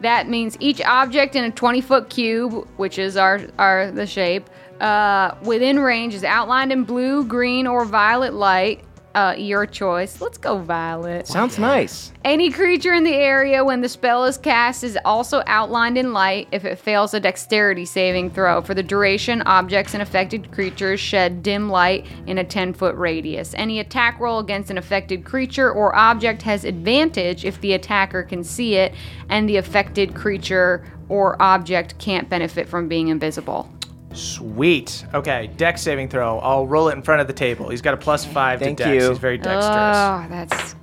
Speaker 3: That means each object in a 20 foot cube, which is our, our the shape, uh, within range is outlined in blue, green, or violet light. uh, your choice. Let's go violet.
Speaker 7: Sounds nice.
Speaker 3: Any creature in the area when the spell is cast is also outlined in light if it fails a dexterity saving throw. For the duration, objects and affected creatures shed dim light in a 10 foot radius. Any attack roll against an affected creature or object has advantage if the attacker can see it and the affected creature or object can't benefit from being invisible.
Speaker 2: Sweet. Okay, deck saving throw. I'll roll it in front of the table. He's got a plus five
Speaker 7: Thank
Speaker 2: to dex.
Speaker 7: you.
Speaker 2: He's very dexterous.
Speaker 3: Oh, that's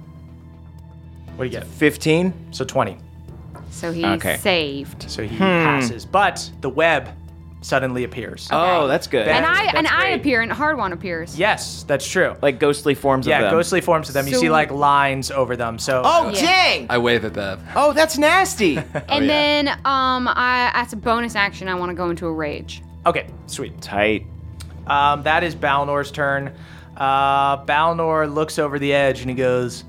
Speaker 2: what do you get?
Speaker 7: 15?
Speaker 2: So 20.
Speaker 3: so he
Speaker 7: Okay.
Speaker 3: saved.
Speaker 2: So he
Speaker 7: Hmm.
Speaker 2: passes. But the web suddenly appears.
Speaker 7: Oh, that's good.
Speaker 3: And I
Speaker 2: That's
Speaker 3: and I
Speaker 2: great.
Speaker 3: appear and Hardwan appears.
Speaker 2: Yes, that's true.
Speaker 7: like ghostly forms
Speaker 2: yeah,
Speaker 7: of them.
Speaker 2: ghostly forms of them. you
Speaker 3: So-
Speaker 2: see like lines over them. So
Speaker 7: Oh,
Speaker 3: Yeah.
Speaker 7: dang!
Speaker 4: I wave at the.
Speaker 7: Oh, that's nasty.
Speaker 3: And then um I as a bonus action I want to go into a rage.
Speaker 2: okay, sweet.
Speaker 7: Tight.
Speaker 2: Um, that is Balnor's turn. Uh, Balnor looks over the edge and he goes,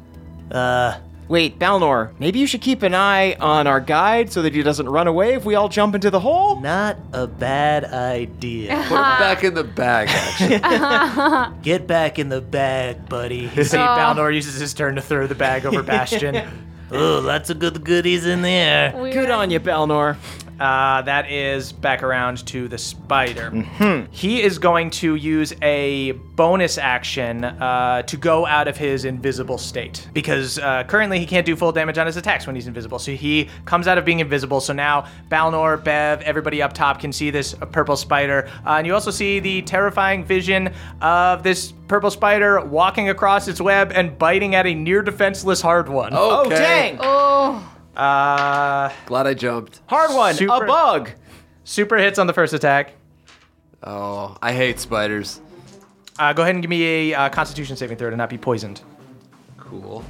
Speaker 2: uh,
Speaker 7: Wait, Balnor, maybe you should keep an eye on our guide so that he doesn't run away if we all jump into the hole?
Speaker 6: Not a bad idea.
Speaker 4: Put him back in the bag, actually.
Speaker 6: Get back in the bag, buddy.
Speaker 2: see, Balnor uses his turn to throw the bag over Bastion.
Speaker 6: Oh, lots of good goodies in there.
Speaker 7: Good on you, Balnor.
Speaker 2: Uh, that is back around to the spider.
Speaker 7: Mm-hmm.
Speaker 2: He is going to use a bonus action uh, to go out of his invisible state because uh, currently he can't do full damage on his attacks when he's invisible. So he comes out of being invisible. So now Balnor, Bev, everybody up top can see this uh, purple spider. Uh, and you also see the terrifying vision of this purple spider walking across its web and biting at a near defenseless hard one.
Speaker 4: Okay.
Speaker 7: Oh, dang!
Speaker 3: Oh,
Speaker 2: Uh,
Speaker 4: Glad I jumped.
Speaker 7: Hard one,
Speaker 2: Super-
Speaker 7: a bug.
Speaker 2: super hits on the first attack.
Speaker 4: Oh, I hate spiders.
Speaker 2: Uh, go ahead and give me a uh, Constitution saving throw to not be poisoned.
Speaker 4: Cool.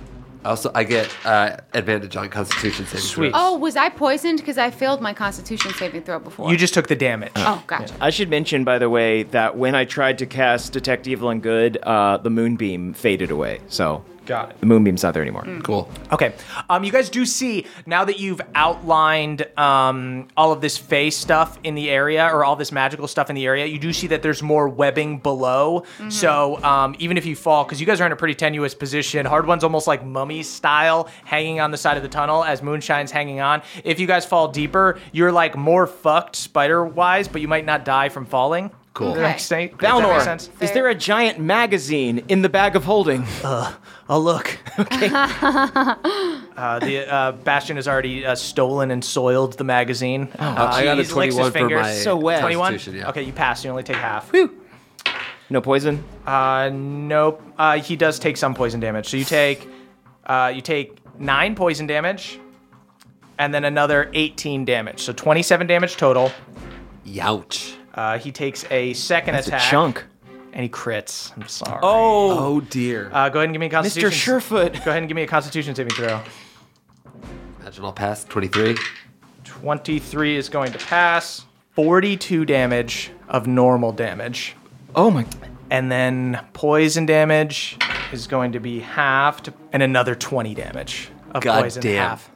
Speaker 4: Also, I get uh, advantage on Constitution saving
Speaker 2: Sweet.
Speaker 4: throws.
Speaker 3: oh, was I poisoned because I failed my Constitution saving throw before?
Speaker 2: You just took the damage.
Speaker 3: oh, gotcha.
Speaker 7: I should mention, by the way, that when I tried to cast Detect Evil and Good, uh, the moonbeam faded away. So
Speaker 2: Got it.
Speaker 7: the moonbeam's not there anymore.
Speaker 2: Mm,
Speaker 4: Cool.
Speaker 2: Okay. Um, you guys do see now that you've outlined um, all of this phase stuff in the area, or all this magical stuff in the area. You do see that there's more webbing below.
Speaker 3: Mm-hmm.
Speaker 2: So um, even if you fall, because you guys are in a pretty tenuous position, hard one's almost like mummy style, hanging on the side of the tunnel as moonshine's hanging on. If you guys fall deeper, you're like more fucked spider wise, but you might not die from falling. Cool.
Speaker 3: Okay.
Speaker 2: Does that make
Speaker 7: Balnor,
Speaker 2: sense?
Speaker 7: is there a giant magazine in the bag of holding?
Speaker 6: Oh, look.
Speaker 2: Uh, the uh, Bastion has already uh, stolen and soiled the magazine. Oh, uh,
Speaker 4: I
Speaker 2: he
Speaker 4: got a
Speaker 2: licks his
Speaker 4: 21 for
Speaker 2: fingers.
Speaker 4: my
Speaker 7: So wet.
Speaker 2: 21?
Speaker 4: Constitution, yeah.
Speaker 2: Okay, you pass. You only take half.
Speaker 7: No poison?
Speaker 2: Uh, nope. Uh, he does take some poison damage. So you take, uh, you take nine poison damage, and then another 18 damage. So 27 damage total.
Speaker 4: Youch.
Speaker 2: Uh, he takes a second
Speaker 7: That's
Speaker 2: attack.
Speaker 7: a chunk.
Speaker 2: And he crits. I'm sorry.
Speaker 7: Oh,
Speaker 4: Oh dear.
Speaker 2: Uh, go ahead and give me a
Speaker 7: Mr.
Speaker 2: Constitution.
Speaker 7: Surefoot.
Speaker 2: Go ahead and give me a Constitution saving throw.
Speaker 4: Imagine I'll pass 23.
Speaker 2: 23 is going to pass. 42 damage of normal damage.
Speaker 7: Oh my.
Speaker 2: And then poison damage is going to be halved, and another 20 damage of
Speaker 4: God
Speaker 2: poison
Speaker 4: damn.
Speaker 2: half.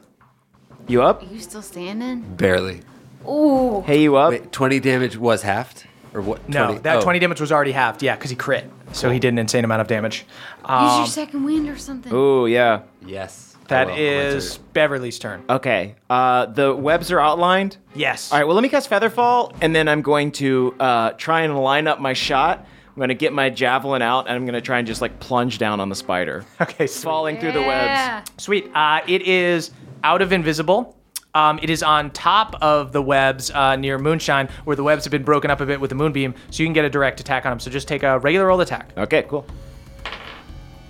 Speaker 7: You up?
Speaker 3: you still standing?
Speaker 4: Barely.
Speaker 3: Ooh.
Speaker 7: Hey, you up?
Speaker 4: Wait, 20 damage was halved? Or what?
Speaker 2: No,
Speaker 4: 20?
Speaker 2: that
Speaker 4: Oh.
Speaker 2: 20 damage was already halved. Yeah, because he crit. So he did an insane amount of damage.
Speaker 3: Use your second wind or something.
Speaker 7: Oh, yeah.
Speaker 4: Yes. Oh,
Speaker 2: That
Speaker 4: I will.
Speaker 2: is
Speaker 4: My
Speaker 2: Beverly's turn.
Speaker 7: Okay. Uh, the webs are outlined.
Speaker 2: Yes.
Speaker 7: All right, well, let me cast Featherfall, and then I'm going to uh, try and line up my shot. I'm going to get my javelin out, and I'm going to try and just like plunge down on the spider,
Speaker 2: Okay, sweet.
Speaker 7: falling through the webs.
Speaker 3: Yeah.
Speaker 2: Sweet. Uh, it is out of invisible. Um, it is on top of the webs uh, near Moonshine, where the webs have been broken up a bit with the moonbeam, so you can get a direct attack on him. So just take a regular old attack.
Speaker 7: Okay, cool.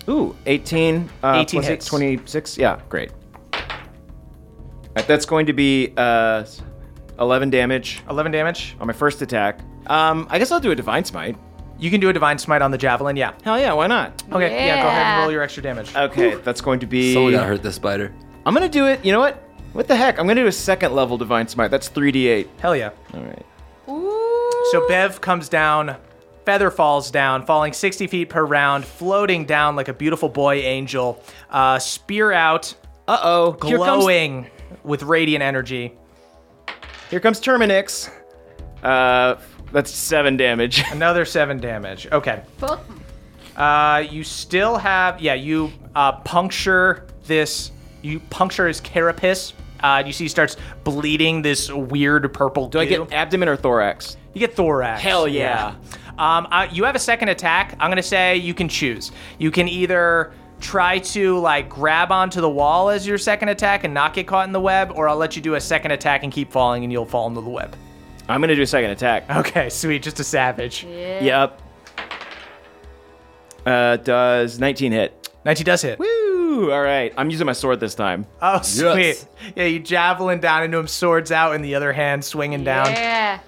Speaker 7: Ooh, 18. Uh,
Speaker 2: 18
Speaker 7: plus eight,
Speaker 2: hits.
Speaker 7: 26. Yeah, great. All right, that's going to be uh, 11 damage
Speaker 2: 11 damage.
Speaker 7: on my first attack. Um, I guess I'll do a Divine Smite.
Speaker 2: You can do a divine smite on the javelin. Yeah.
Speaker 7: Hell yeah, why not?
Speaker 2: Okay. Yeah. go ahead and
Speaker 3: Yeah.
Speaker 2: roll your extra damage.
Speaker 7: Okay, that's going to be.
Speaker 4: Someone got hurt this spider.
Speaker 7: I'm going to do it. You know what? What the heck? I'm going to do a second level Divine Smite. That's 3d8.
Speaker 2: Hell yeah.
Speaker 7: All right.
Speaker 3: Ooh.
Speaker 2: So Bev comes down, Feather falls down, falling 60 feet per round, floating down like a beautiful boy angel, uh, spear out,
Speaker 7: Uh oh. Here comes,
Speaker 2: glowing with radiant energy.
Speaker 7: here comes Terminix. Uh, that's seven damage.
Speaker 2: Another seven damage. Okay.
Speaker 3: Both-
Speaker 2: Uh, you still have, yeah, you uh, puncture this, you puncture his carapace. Uh, and you see he starts bleeding this weird purple
Speaker 7: Do I
Speaker 2: goo.
Speaker 7: get abdomen or thorax?
Speaker 2: you get thorax.
Speaker 7: Hell yeah.
Speaker 2: Um, uh, you have a second attack. I'm gonna say you can choose. You can either try to like grab onto the wall as your second attack and not get caught in the web, or I'll let you do a second attack and keep falling, and you'll fall into the web.
Speaker 7: I'm gonna do a second attack.
Speaker 2: Okay, sweet. Just a savage.
Speaker 7: Yep. Uh, does 19 hit?
Speaker 2: 19 does hit.
Speaker 7: Woo! All right, I'm using my sword this time.
Speaker 2: Oh, sweet. Yeah, you javelin down into him, swords out, and the other hand swinging down.
Speaker 3: Yeah.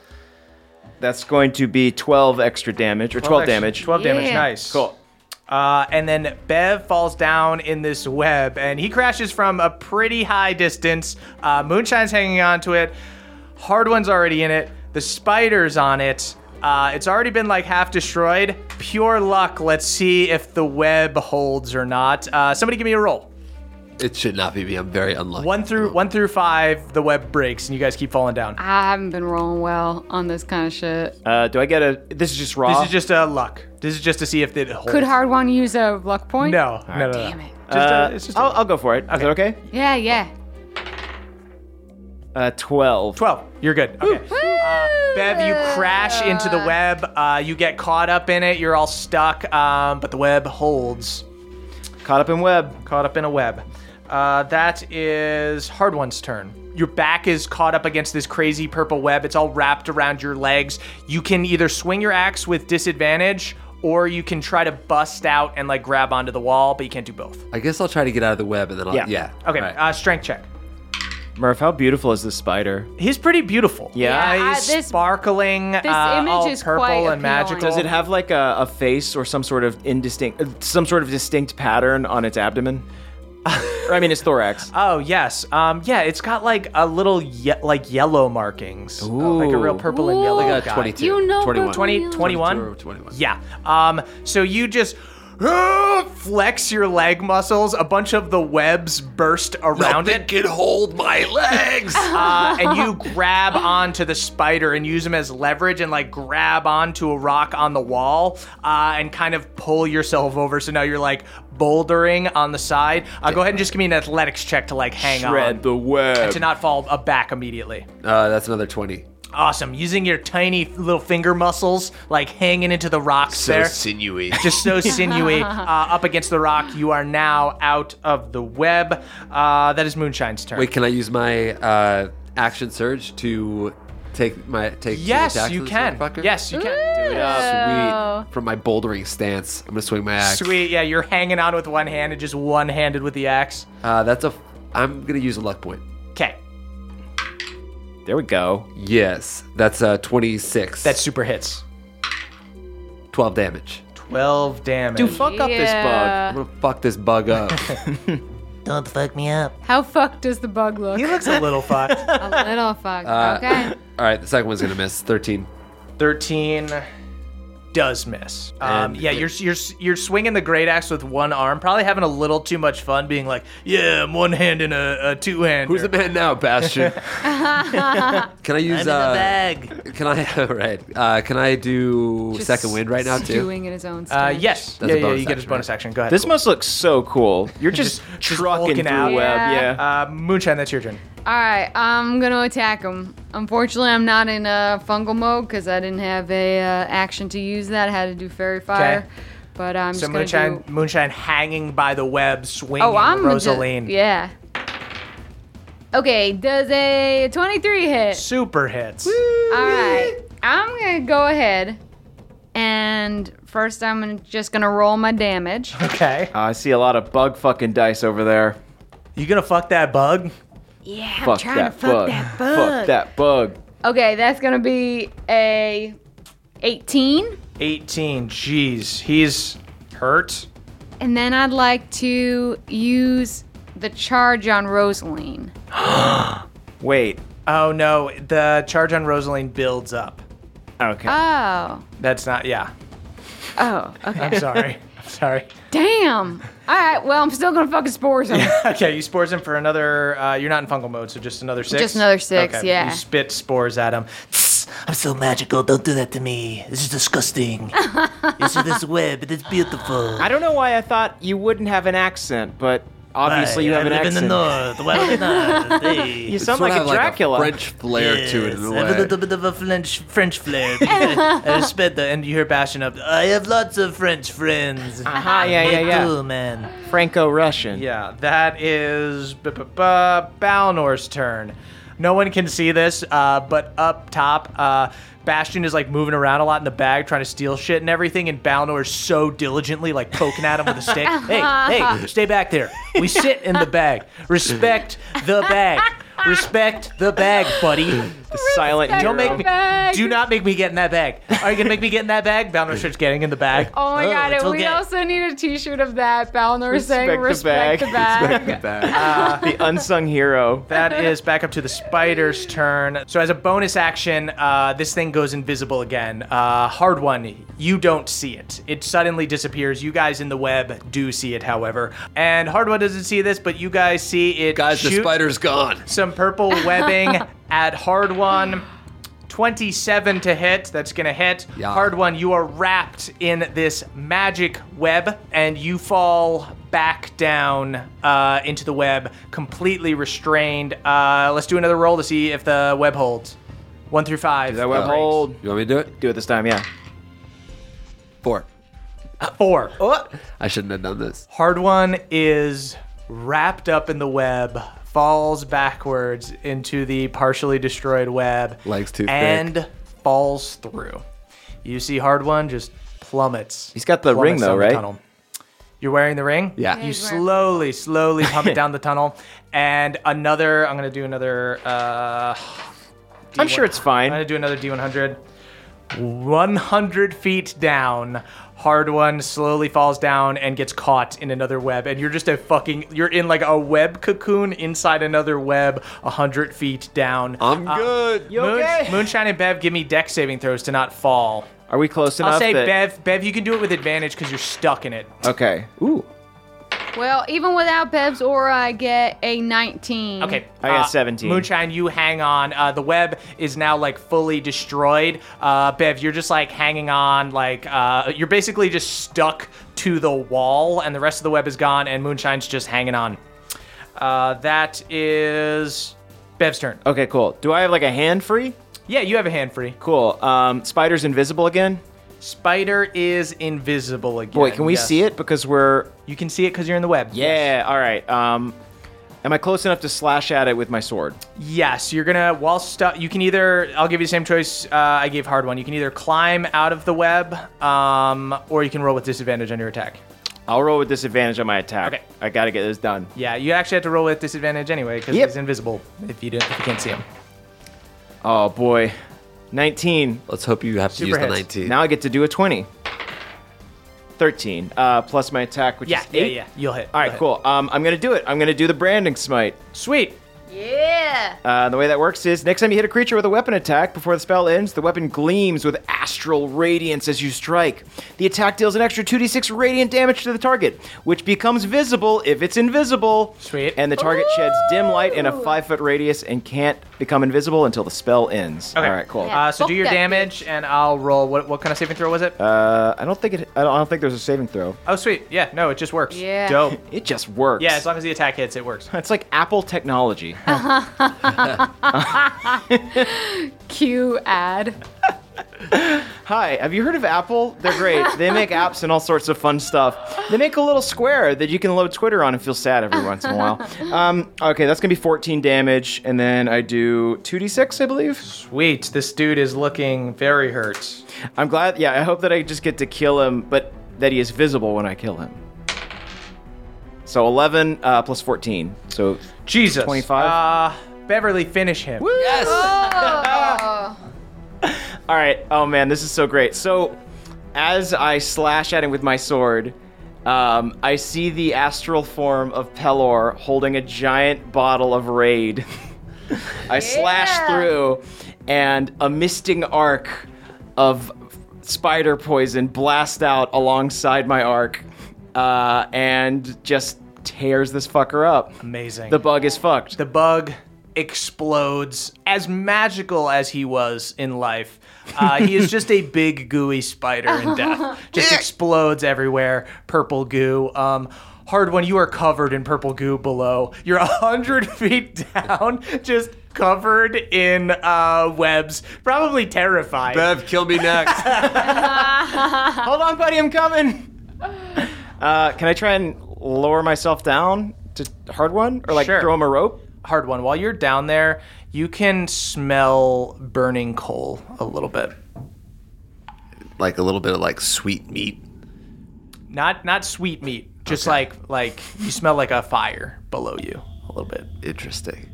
Speaker 7: That's going to be 12 extra damage or 12,
Speaker 2: extra-
Speaker 7: damage.
Speaker 2: 12 damage.
Speaker 3: Yeah.
Speaker 2: Nice.
Speaker 7: Cool.
Speaker 2: Uh, and then Bev falls down in this web, and he crashes from a pretty high distance. Uh, Moonshine's hanging on to it. Hard one's already in it. The spider's on it. Uh, it's already been like half destroyed. Pure luck. Let's see if the web holds or not. Uh, somebody give me a roll.
Speaker 4: It should not be me. I'm very unlucky.
Speaker 2: One through one through five, the web breaks, and you guys keep falling down.
Speaker 3: I haven't been rolling well on this kind of shit.
Speaker 7: Uh, do I get a? This is just raw.
Speaker 2: This is just a luck. This is just to see if it holds.
Speaker 3: Could hard one use a luck point?
Speaker 2: No, no, no, no.
Speaker 3: Damn it.
Speaker 7: Uh, I'll, I'll go for it. Is that okay?
Speaker 3: Yeah, yeah.
Speaker 7: Uh, 12.
Speaker 2: 12. You're good. Okay. Uh, Bev, you crash into the web. Uh, you get caught up in it. You're all stuck, um, but the web holds.
Speaker 7: Caught up in web.
Speaker 2: Caught up in a web. Uh, that is Hard One's turn. Your back is caught up against this crazy purple web. It's all wrapped around your legs. You can either swing your axe with disadvantage, or you can try to bust out and like grab onto the wall, but you can't do both.
Speaker 4: I guess I'll try to get out of the web and then I'll.
Speaker 7: Yeah.
Speaker 4: Yeah.
Speaker 2: Okay,
Speaker 4: All right.
Speaker 2: uh, strength check.
Speaker 7: Murph, how beautiful is this spider?
Speaker 2: He's pretty beautiful.
Speaker 7: Yeah.
Speaker 2: Uh,
Speaker 3: Yeah,
Speaker 2: he's
Speaker 3: I- this-
Speaker 2: sparkling. This
Speaker 3: image
Speaker 2: all
Speaker 3: is
Speaker 2: purple
Speaker 3: quite
Speaker 2: and
Speaker 3: appealing.
Speaker 2: magical.
Speaker 7: Does it have like a, a face or some sort of indistinct, uh, some sort of distinct pattern on its abdomen? or, I mean, its thorax.
Speaker 2: Oh yes, um, yeah. It's got like a little ye- like yellow markings, Ooh. like a real purple and yellow.
Speaker 3: Ooh.
Speaker 4: I
Speaker 2: guy.
Speaker 4: got 22.
Speaker 3: You know
Speaker 4: 21.
Speaker 3: what
Speaker 2: 20,
Speaker 3: we Really?
Speaker 2: 21?
Speaker 4: 22 or 21.
Speaker 2: Yeah. Um, so you just flex your leg muscles. A bunch of the webs burst
Speaker 7: Oh
Speaker 2: around
Speaker 4: Nothing
Speaker 2: it,
Speaker 4: can hold my legs.
Speaker 2: uh, and you grab onto the spider and use them as leverage, and like grab onto a rock on the wall, uh, and kind of pull yourself over. So now you're like bouldering on the side. Uh, go ahead and just give me an athletics check to like hang
Speaker 7: Shred
Speaker 2: on.
Speaker 7: the web.
Speaker 2: to not fall uh, back immediately.
Speaker 4: uh, that's another 20.
Speaker 2: Awesome. Using your tiny little finger muscles, like hanging into the rocks
Speaker 4: So
Speaker 2: there.
Speaker 4: sinewy.
Speaker 2: just so sinewy uh, up against the rock. You are now out of the web. Uh, that is Moonshine's turn.
Speaker 4: Wait, can I use my uh, action surge to take my take? some
Speaker 2: yes,
Speaker 4: attacks
Speaker 2: you
Speaker 4: on this
Speaker 2: can.
Speaker 4: motherfucker?
Speaker 2: Yes, you can. Uh,
Speaker 4: Sweet.
Speaker 3: Oh.
Speaker 4: From my bouldering stance, I'm gonna swing my axe.
Speaker 2: Sweet. Yeah, you're hanging on with one hand and just one handed with the axe.
Speaker 4: Uh, that's a. I'm gonna use a luck point.
Speaker 2: Okay.
Speaker 7: there we go.
Speaker 4: Yes, that's uh 26.
Speaker 2: That super hits.
Speaker 4: 12 damage.
Speaker 2: 12 damage.
Speaker 7: Dude, fuck up this bug.
Speaker 3: Yeah.
Speaker 4: I'm gonna fuck this bug up.
Speaker 6: Don't fuck me up.
Speaker 3: How fucked does the bug look?
Speaker 2: he looks a little fucked.
Speaker 3: a little fucked. okay.
Speaker 4: All right, the second one's gonna miss. 13.
Speaker 2: 13 does miss. Um, yeah, you're you're you're swinging the great axe with one arm, probably having a little too much fun, being like, "Yeah, I'm one hand and a, a two hand."
Speaker 4: Who's the man now, Bastion? can I
Speaker 6: I'm
Speaker 4: use
Speaker 6: in a
Speaker 4: uh?
Speaker 6: bag.
Speaker 4: Can I? All right. Uh, can I do
Speaker 3: Just
Speaker 4: second wind right now too?
Speaker 3: Doing it his own
Speaker 2: Uh,
Speaker 3: style.
Speaker 2: yes,
Speaker 4: That's
Speaker 2: yeah,
Speaker 4: a
Speaker 2: yeah,
Speaker 4: bonus
Speaker 2: you get his
Speaker 4: action,
Speaker 2: bonus
Speaker 4: right?
Speaker 2: action. Go ahead.
Speaker 7: This must look so cool. You're just,
Speaker 2: just
Speaker 7: trucking
Speaker 2: hulking
Speaker 7: through
Speaker 2: out.
Speaker 7: web. Yeah.
Speaker 3: Yeah.
Speaker 2: uh, Moonshine, that's your turn.
Speaker 3: All right, I'm gonna attack him. Unfortunately, I'm not in uh, fungal mode because I didn't have a uh, action to use that. I had to do fairy fire,
Speaker 2: Okay.
Speaker 3: but I'm
Speaker 2: So
Speaker 3: just gonna
Speaker 2: Moonshine,
Speaker 3: do.
Speaker 2: Moonshine hanging by the web, swinging
Speaker 3: Oh, I'm gonna do-
Speaker 2: Rosaline.
Speaker 3: yeah. Okay, does a 23 hit?
Speaker 2: Super hits.
Speaker 3: All right, I'm gonna go ahead, and first I'm gonna, just gonna roll my damage.
Speaker 2: Okay.
Speaker 7: I see a lot of bug fucking dice over there.
Speaker 2: You gonna fuck that bug?
Speaker 3: Yeah, I'm
Speaker 7: Fuck
Speaker 3: trying
Speaker 7: that,
Speaker 3: to fuck
Speaker 7: bug.
Speaker 3: that
Speaker 7: Fuck
Speaker 3: bug.
Speaker 7: that bug.
Speaker 3: Okay, that's gonna be a 18.
Speaker 2: 18. Jeez, he's hurt.
Speaker 3: And then I'd like to use the charge on Rosaline.
Speaker 7: Wait.
Speaker 2: Oh no, the charge on Rosaline builds up.
Speaker 7: Okay.
Speaker 3: Oh.
Speaker 2: That's not. Yeah,
Speaker 3: Oh, okay.
Speaker 2: I'm sorry. I'm sorry.
Speaker 3: Damn. All right, well, I'm still going to fucking spores him.
Speaker 2: Okay, you spores him for another. Uh, you're not in fungal mode, so just another six.
Speaker 3: Just another six,
Speaker 2: Okay,
Speaker 3: yeah.
Speaker 2: You spit spores at him.
Speaker 6: this. I'm so magical. Don't do that to me. This is disgusting. you see this web? It is beautiful.
Speaker 7: I don't know why I thought you wouldn't have an accent, but obviously
Speaker 6: I-
Speaker 7: you have
Speaker 6: I
Speaker 7: an
Speaker 6: live
Speaker 7: accent.
Speaker 6: in the north. Why not? Hey.
Speaker 7: You sound
Speaker 4: Sort
Speaker 7: like a
Speaker 4: of
Speaker 7: Dracula.
Speaker 4: French flair to it in a
Speaker 6: I have a
Speaker 4: way.
Speaker 6: little bit of a French French flair. I respect that. And you hear Bastion up. I have lots of French friends.
Speaker 7: Aha, Uh-huh. Ah, yeah, yeah, yeah.
Speaker 6: Cool, man.
Speaker 7: Franco-Russian.
Speaker 2: Yeah, that is b- b- b- Balnor's turn. No one can see this, uh, but up top, uh, Bastion is like moving around a lot in the bag, trying to steal shit and everything, and Balnor is so diligently like poking at him with a stick. hey, hey, stay back there. We sit in the bag. Respect the bag. Respect the bag, buddy.
Speaker 7: The silent hero.
Speaker 2: Don't make me.
Speaker 3: Bag.
Speaker 2: Do not make me get in that bag. Are you gonna make me get in that bag? Balnor starts getting in the bag.
Speaker 3: Oh my
Speaker 6: Oh,
Speaker 3: god,
Speaker 6: it's
Speaker 3: and we
Speaker 6: okay.
Speaker 3: also need a t shirt of that. Balnor saying respect
Speaker 7: Respect the
Speaker 3: the bag.
Speaker 7: the unsung hero.
Speaker 2: That is back up to the spider's turn. So, as a bonus action, uh, this thing goes invisible again. Uh, hard one. You don't see it. It suddenly disappears. You guys in the web do see it, however. And hard one doesn't see this, but you guys see it.
Speaker 4: Guys, the
Speaker 2: shoot
Speaker 4: spider's gone.
Speaker 2: Some purple webbing at hard one. 27 to hit. That's going to hit.
Speaker 4: Yeah.
Speaker 2: Hard one, you are wrapped in this magic web and you fall back down uh, into the web, completely restrained. Uh, let's do another roll to see if the web holds. One through five.
Speaker 7: That web hold.
Speaker 4: You want me to do it?
Speaker 7: Do it this time, yeah.
Speaker 4: Four.
Speaker 2: Four.
Speaker 7: Oh!
Speaker 4: I shouldn't have done this.
Speaker 2: Hard one is wrapped up in the web, falls backwards into the partially destroyed web,
Speaker 4: Legs too thick.
Speaker 2: and falls through. You see, hard one just plummets.
Speaker 7: He's got the ring,
Speaker 2: plummets
Speaker 7: though,
Speaker 2: down the
Speaker 7: right?
Speaker 2: tunnel. You're wearing the ring?
Speaker 4: Yeah.
Speaker 2: You
Speaker 3: he's wearing-
Speaker 2: slowly, slowly pump it down the tunnel, and another. I'm gonna do another. Uh,
Speaker 7: I'm sure it's
Speaker 2: I'm gonna
Speaker 7: fine.
Speaker 2: do another D100. 100 feet down, hard one slowly falls down and gets caught in another web. And you're just a fucking, you're in like a web cocoon inside another web, 100 feet down.
Speaker 4: I'm good.
Speaker 2: Moon- Moonshine and Bev, give me deck saving throws to not fall.
Speaker 7: Are we close enough?
Speaker 2: I'll say
Speaker 7: that-
Speaker 2: Bev, Bev, you can do it with advantage because you're stuck in it.
Speaker 7: Okay. Ooh.
Speaker 3: Well, even without Bev's aura, I get a 19.
Speaker 2: Okay.
Speaker 7: Mm-hmm.
Speaker 2: uh,
Speaker 7: I got 17.
Speaker 2: Moonshine, you hang on. Uh, the web is now like fully destroyed. Uh, Bev, you're just like hanging on. Like uh, you're basically just stuck to the wall, and the rest of the web is gone, and Moonshine's just hanging on. Uh, that is Bev's turn.
Speaker 7: Okay, cool. Do I have like a hand free?
Speaker 2: Yeah, you have a hand free.
Speaker 7: Cool. Um, spider's invisible again.
Speaker 2: Spider is invisible again.
Speaker 7: Boy, can we
Speaker 2: Yes.
Speaker 7: see it? Because we're
Speaker 2: You can see it because you're in the web.
Speaker 7: yeah. All right. Um, am I close enough to slash at it with my sword?
Speaker 2: Yes, you're gonna while stuck. You can either I'll give you the same choice uh, I gave hard one. You can either climb out of the web, um, or you can roll with disadvantage on your attack.
Speaker 7: I'll roll with disadvantage on my attack.
Speaker 2: Okay.
Speaker 7: I gotta get this done.
Speaker 2: Yeah, you actually have to roll with disadvantage anyway because
Speaker 7: Yep.
Speaker 2: he's invisible if you do if you can't see him.
Speaker 7: Oh boy, 19.
Speaker 4: Let's hope you have to
Speaker 2: Super
Speaker 4: use the
Speaker 2: hits.
Speaker 4: 19.
Speaker 7: Now I get to do a 20. 13. Uh, plus my attack, which
Speaker 2: Yeah,
Speaker 7: is
Speaker 2: yeah,
Speaker 7: eight.
Speaker 2: yeah. You'll hit.
Speaker 7: All
Speaker 2: You'll
Speaker 7: right,
Speaker 2: hit.
Speaker 7: cool. Um, I'm gonna do it. I'm gonna do the branding smite.
Speaker 2: Sweet.
Speaker 3: Yeah.
Speaker 7: Uh, the way that works is next time you hit a creature with a weapon attack before the spell ends, the weapon gleams with astral radiance as you strike. The attack deals an extra 2d6 radiant damage to the target, which becomes visible if it's invisible.
Speaker 2: Sweet.
Speaker 7: And the target sheds dim light in a 5 foot radius and can't become invisible until the spell ends.
Speaker 2: Okay.
Speaker 7: All right, cool.
Speaker 3: Yeah.
Speaker 2: Uh, so
Speaker 3: Fuck
Speaker 2: do your
Speaker 3: that
Speaker 2: damage, and I'll roll. What what kind of saving throw was it?
Speaker 7: Uh, I don't think it I don't, I don't think there's a saving throw.
Speaker 2: oh, sweet. Yeah, no, it just works.
Speaker 3: Yeah.
Speaker 2: Dope.
Speaker 7: It just works.
Speaker 2: Oh. Yeah, as long as the attack hits, it works.
Speaker 7: it's like Apple technology.
Speaker 3: Q ad.
Speaker 7: Hi, have you heard of Apple? They're great. They make apps and all sorts of fun stuff. They make a little square that you can load Twitter on and feel sad every once in a while. Um, okay, that's gonna be 14 damage, and then I do 2d6, I believe.
Speaker 2: Sweet. This dude is looking very hurt.
Speaker 7: I'm glad. Yeah, I hope that I just get to kill him, but that he is visible when I kill him. So 11 uh, plus 14, so
Speaker 2: Jesus.
Speaker 7: 25?
Speaker 2: Uh, Beverly, finish him.
Speaker 7: All right. Oh man, this is so great. So, as I slash at him with my sword, um, I see the astral form of Pelor holding a giant bottle of Raid. I slash through, and a misting arc of spider poison blasts out alongside my arc, uh, and just tears this fucker up.
Speaker 2: Amazing.
Speaker 7: The bug is fucked.
Speaker 2: The bug explodes. As magical as he was in life, uh, he is just a big gooey spider in death. Just explodes everywhere, purple goo. Um, hard one, you are covered in purple goo below. You're a hundred feet down, just covered in uh, webs. Probably terrified.
Speaker 4: Bev, kill me next.
Speaker 7: Hold on, buddy, I'm coming. Uh, can I try and lower myself down to hard one, or like
Speaker 2: Sure.
Speaker 7: throw him a rope?
Speaker 2: hard one. While you're down there, you can smell burning coal a little bit.
Speaker 4: like a little bit of like sweet meat.
Speaker 2: Not not sweet meat, just
Speaker 4: Okay.
Speaker 2: like like you smell like a fire below you a little bit.
Speaker 4: Interesting.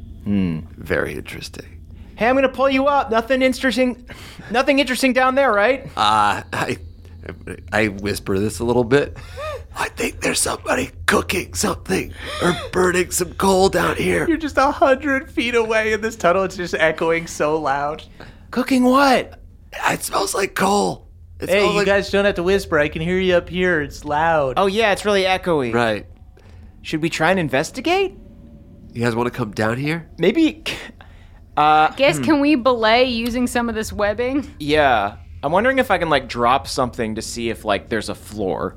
Speaker 4: Very interesting.
Speaker 7: Hey, I'm gonna pull you up. Nothing interesting, nothing interesting down there, right?
Speaker 4: Uh, I I whisper this a little bit. I think there's somebody cooking something or burning some coal down here.
Speaker 2: You're just a hundred feet away in this tunnel. It's just echoing so loud.
Speaker 7: Cooking what?
Speaker 4: It smells like coal. It
Speaker 2: Hey,
Speaker 4: smells
Speaker 2: you
Speaker 4: like-
Speaker 2: guys don't have to whisper. I can hear you up here. It's loud.
Speaker 7: Oh yeah, it's really echoey.
Speaker 4: Right.
Speaker 7: Should we try and investigate?
Speaker 4: You guys want to come down here?
Speaker 7: Maybe.
Speaker 3: Guess can we belay using some of this webbing?
Speaker 7: Yeah. I'm wondering if I can like drop something to see if like there's a floor.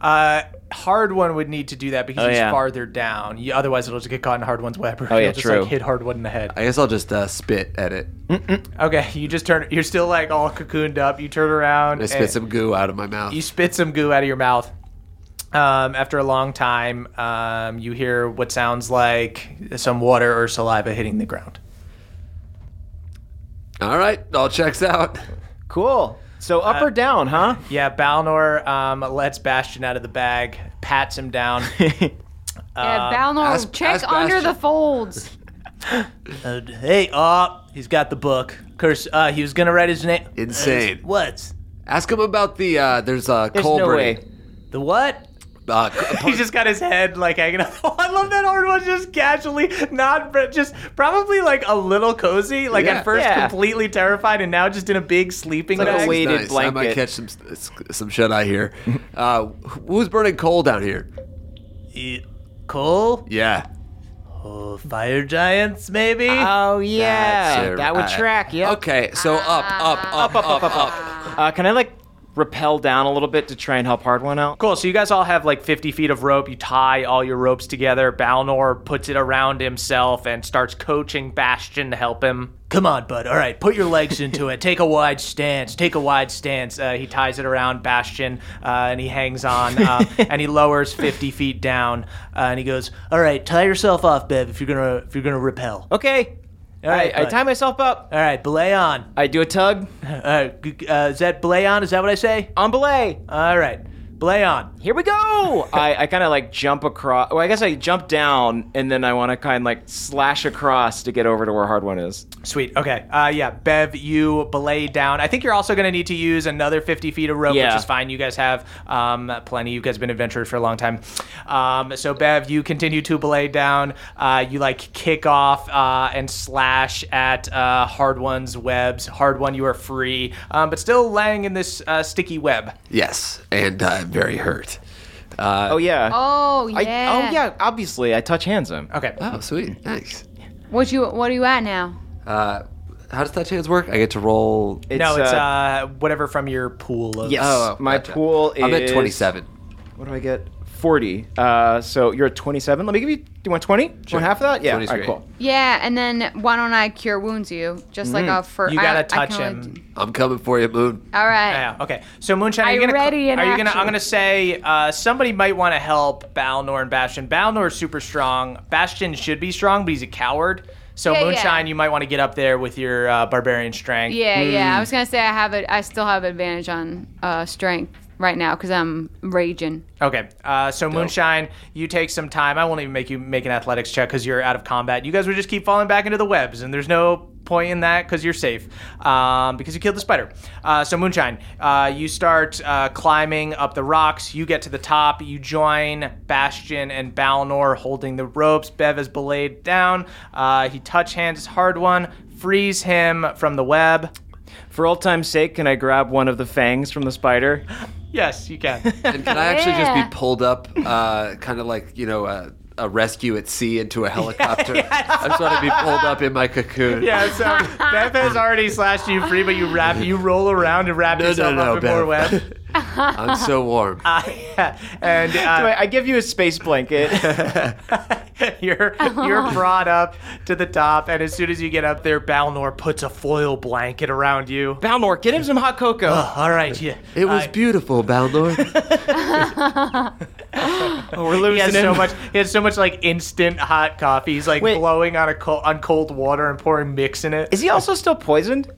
Speaker 2: Uh, hard one would need to do that because
Speaker 7: Oh,
Speaker 2: he's
Speaker 7: yeah. Oh,
Speaker 2: farther down. You, otherwise, it'll just get caught in hard one's web. Or
Speaker 7: yeah,
Speaker 2: you'll just
Speaker 7: true.
Speaker 2: like hit hard one in the head.
Speaker 4: I guess I'll just uh, spit at it.
Speaker 2: Okay, you just turn. You're still like all cocooned up. You turn around.
Speaker 4: I spit
Speaker 2: and-
Speaker 4: some goo out of my mouth.
Speaker 2: you spit some goo out of your mouth. Um, after a long time, um, you hear what sounds like some water or saliva hitting the ground.
Speaker 4: All right, all checks out.
Speaker 7: Cool. Uh, So up or down, huh?
Speaker 2: Yeah, Balnor um, lets Bastion out of the bag, pats him down.
Speaker 3: yeah, Balnor,
Speaker 4: ask-
Speaker 3: check
Speaker 4: ask
Speaker 3: under
Speaker 4: Bastion.
Speaker 3: the folds.
Speaker 2: Uh, hey, uh, he's got the book. Curse, uh, he was gonna write his name.
Speaker 4: Insane.
Speaker 2: What?
Speaker 4: Ask him about the uh, there's uh, coal
Speaker 7: no
Speaker 4: burning.
Speaker 7: way.
Speaker 2: The what?
Speaker 4: Uh, c-
Speaker 2: He's just got his head like hanging out. Oh, I love that hard one. Just casually, not br- just probably like a little cozy. Like
Speaker 4: Yeah.
Speaker 2: at first,
Speaker 7: Yeah.
Speaker 2: completely terrified, and now just in a big sleeping
Speaker 7: Like a
Speaker 2: bag.
Speaker 7: weight- weighted
Speaker 4: I might
Speaker 7: blanket.
Speaker 4: catch some some shut eye here. Uh, who's burning coal down here?
Speaker 2: Eh, Coal?
Speaker 4: Yeah.
Speaker 2: Oh, fire giants, maybe?
Speaker 6: Uh,
Speaker 7: Oh
Speaker 4: That's
Speaker 7: yeah,
Speaker 4: a-
Speaker 7: that would
Speaker 4: uh,
Speaker 7: track. Yeah.
Speaker 4: Okay, so up, up, up, up, up, up.
Speaker 7: Uh, can I like rappel down a little bit to try and help hard one out?
Speaker 6: Cool. So you guys all have like 50 feet of rope. You tie all your ropes together. Balnor puts it around himself and starts coaching Bastion to help him.
Speaker 2: Come on, bud. All right, put your legs into it. Take a wide stance. Take a wide stance. Uh, he ties it around Bastion uh, and he hangs on uh, and he lowers 50 feet down uh, and he goes, "All right, tie yourself off, Bev, if you're gonna if you're gonna repel."
Speaker 7: Okay.
Speaker 2: All right,
Speaker 7: I, I
Speaker 2: bud.
Speaker 7: tie myself up.
Speaker 2: All right, belay on.
Speaker 7: I do a tug.
Speaker 2: All right, g- uh, is that belay on? Is that what I say?
Speaker 7: On belay.
Speaker 2: All right, belay on.
Speaker 7: Here we go. I, I kind of like jump across. Well, I guess I jump down and then I want to kind of like slash across to get over to where hard one is.
Speaker 2: Sweet. Okay. Uh, yeah, Bev, you belay down. I think you're also going to need to use another 50 feet of rope,
Speaker 7: Yeah.
Speaker 2: which is fine. You guys have um, plenty. You guys have been adventurers for a long time. Um, so, Bev, you continue to belay down. Uh, you like kick off uh, and slash at uh, Hard One's webs. Hard One, you are free, um, but still laying in this uh, sticky web.
Speaker 4: Yes, and I'm very hurt.
Speaker 7: Oh yeah.
Speaker 3: Oh
Speaker 7: I,
Speaker 3: yeah.
Speaker 7: Oh yeah. Obviously, I touch hands him.
Speaker 2: Okay.
Speaker 4: Oh, sweet, nice.
Speaker 3: What you what are you at now?
Speaker 4: Uh, how does that chance work? I get to roll.
Speaker 2: no, it's uh, whatever from your pool of.
Speaker 7: yes.
Speaker 4: Oh,
Speaker 7: my
Speaker 4: gotcha.
Speaker 7: pool is.
Speaker 4: I'm at 27.
Speaker 7: What do I get? Forty. Uh, so you're at twenty-seven. Let me give you. Do you want twenty? Do you
Speaker 4: Sure.
Speaker 7: want half of that? Yeah. All
Speaker 4: 20 is
Speaker 7: right.
Speaker 4: great.
Speaker 7: Cool.
Speaker 3: Yeah, and then why don't I cure wounds you? Just like a for
Speaker 2: Mm. You gotta
Speaker 3: I- I
Speaker 2: touch
Speaker 3: can
Speaker 2: him.
Speaker 3: only do-
Speaker 4: I'm coming for you, Moon.
Speaker 3: All right.
Speaker 2: Yeah. Okay. So Moonshine, are you
Speaker 3: I'm
Speaker 2: gonna?
Speaker 3: ready in
Speaker 2: are you gonna?
Speaker 3: action.
Speaker 2: I'm gonna say uh, somebody might want to help Balnor and Bastion. Balnor is super strong. Bastion should be strong, but he's a coward. So
Speaker 3: Yeah, yeah.
Speaker 2: Moonshine, you might want to get up there with your uh, barbarian strength.
Speaker 3: Yeah,
Speaker 2: Mm.
Speaker 3: yeah. I was gonna say I have it. I still have advantage on uh, strength right now because I'm raging.
Speaker 2: Okay. Uh, so Moonshine, you take some time. I won't even make you make an athletics check because you're out of combat. You guys would just keep falling back into the webs, and there's no point in that because you're safe um, because you killed the spider. Uh, so Moonshine, uh, you start uh, climbing up the rocks. You get to the top. You join Bastion and Balnor holding the ropes. Bev is belayed down. Uh, he touch hands his hard one, frees him from the web.
Speaker 7: For old time's sake, can I grab one of the fangs from the spider?
Speaker 2: Yes, you can.
Speaker 4: And can I actually just
Speaker 3: Yeah.
Speaker 4: be pulled up, uh, kind of like, you know, uh, a rescue at sea into a helicopter. I just want to be pulled up in my cocoon.
Speaker 2: Yeah, so Beth has already slashed you free, but you wrap, you roll around and wrap
Speaker 4: No, no,
Speaker 2: yourself
Speaker 4: no,
Speaker 2: up in more
Speaker 4: Beth.
Speaker 2: web.
Speaker 4: I'm so warm.
Speaker 2: and
Speaker 7: So
Speaker 2: uh,
Speaker 7: I I give you a space blanket.
Speaker 2: you're you're brought up to the top, and as soon as you get up there, Balnor puts a foil blanket around you.
Speaker 7: Balnor, get him some hot cocoa.
Speaker 2: All right, yeah.
Speaker 4: it was
Speaker 2: I-
Speaker 4: beautiful, Balnor.
Speaker 7: We're
Speaker 2: He
Speaker 7: losing
Speaker 2: has
Speaker 7: him.
Speaker 2: so much. He has so much like instant hot coffee. He's like
Speaker 7: Wait.
Speaker 2: blowing on a cold, on cold water and pouring mix in it.
Speaker 7: Is he also still poisoned?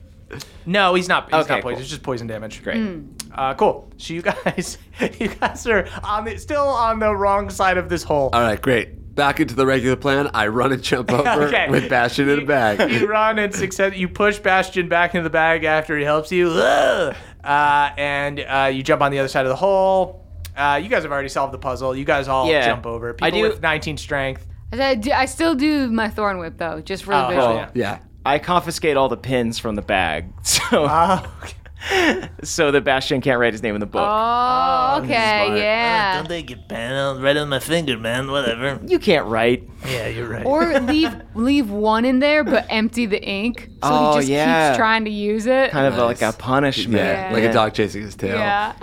Speaker 2: No, he's not. He's
Speaker 7: Okay,
Speaker 2: not poison.
Speaker 7: cool.
Speaker 2: It's just poison damage.
Speaker 7: Great.
Speaker 2: Uh, cool. So you guys, you guys are on the, still on the wrong side of this hole.
Speaker 4: All right, great. Back into the regular plan. I run and jump over
Speaker 2: Okay.
Speaker 4: with Bastion in a
Speaker 2: you
Speaker 4: bag.
Speaker 2: run and success. You push Bastion back into the bag after he helps you, Ugh. uh, and uh, you jump on the other side of the hole. Uh, you guys have already solved the puzzle. You guys all
Speaker 7: Yeah.
Speaker 2: jump over. People
Speaker 7: I do-
Speaker 2: with 19 strength.
Speaker 3: I, do- I still do my thorn whip though, just for the
Speaker 2: Oh,
Speaker 3: visual.
Speaker 7: yeah.
Speaker 4: Yeah.
Speaker 7: I confiscate all the pins from the bag, so
Speaker 2: Ah.
Speaker 7: so that Bastion can't write his name in the book.
Speaker 3: Oh, okay,
Speaker 4: smart.
Speaker 6: Oh,
Speaker 3: yeah.
Speaker 2: they get panel right on my finger, man? Whatever.
Speaker 7: you can't write.
Speaker 2: Yeah, you're right.
Speaker 3: or leave leave one in there, but empty the ink, so
Speaker 7: Oh,
Speaker 3: he just
Speaker 7: yeah.
Speaker 3: keeps trying to use it.
Speaker 7: Kind of
Speaker 4: Nice.
Speaker 7: like a punishment.
Speaker 4: Yeah, like a dog chasing his tail.
Speaker 3: yeah.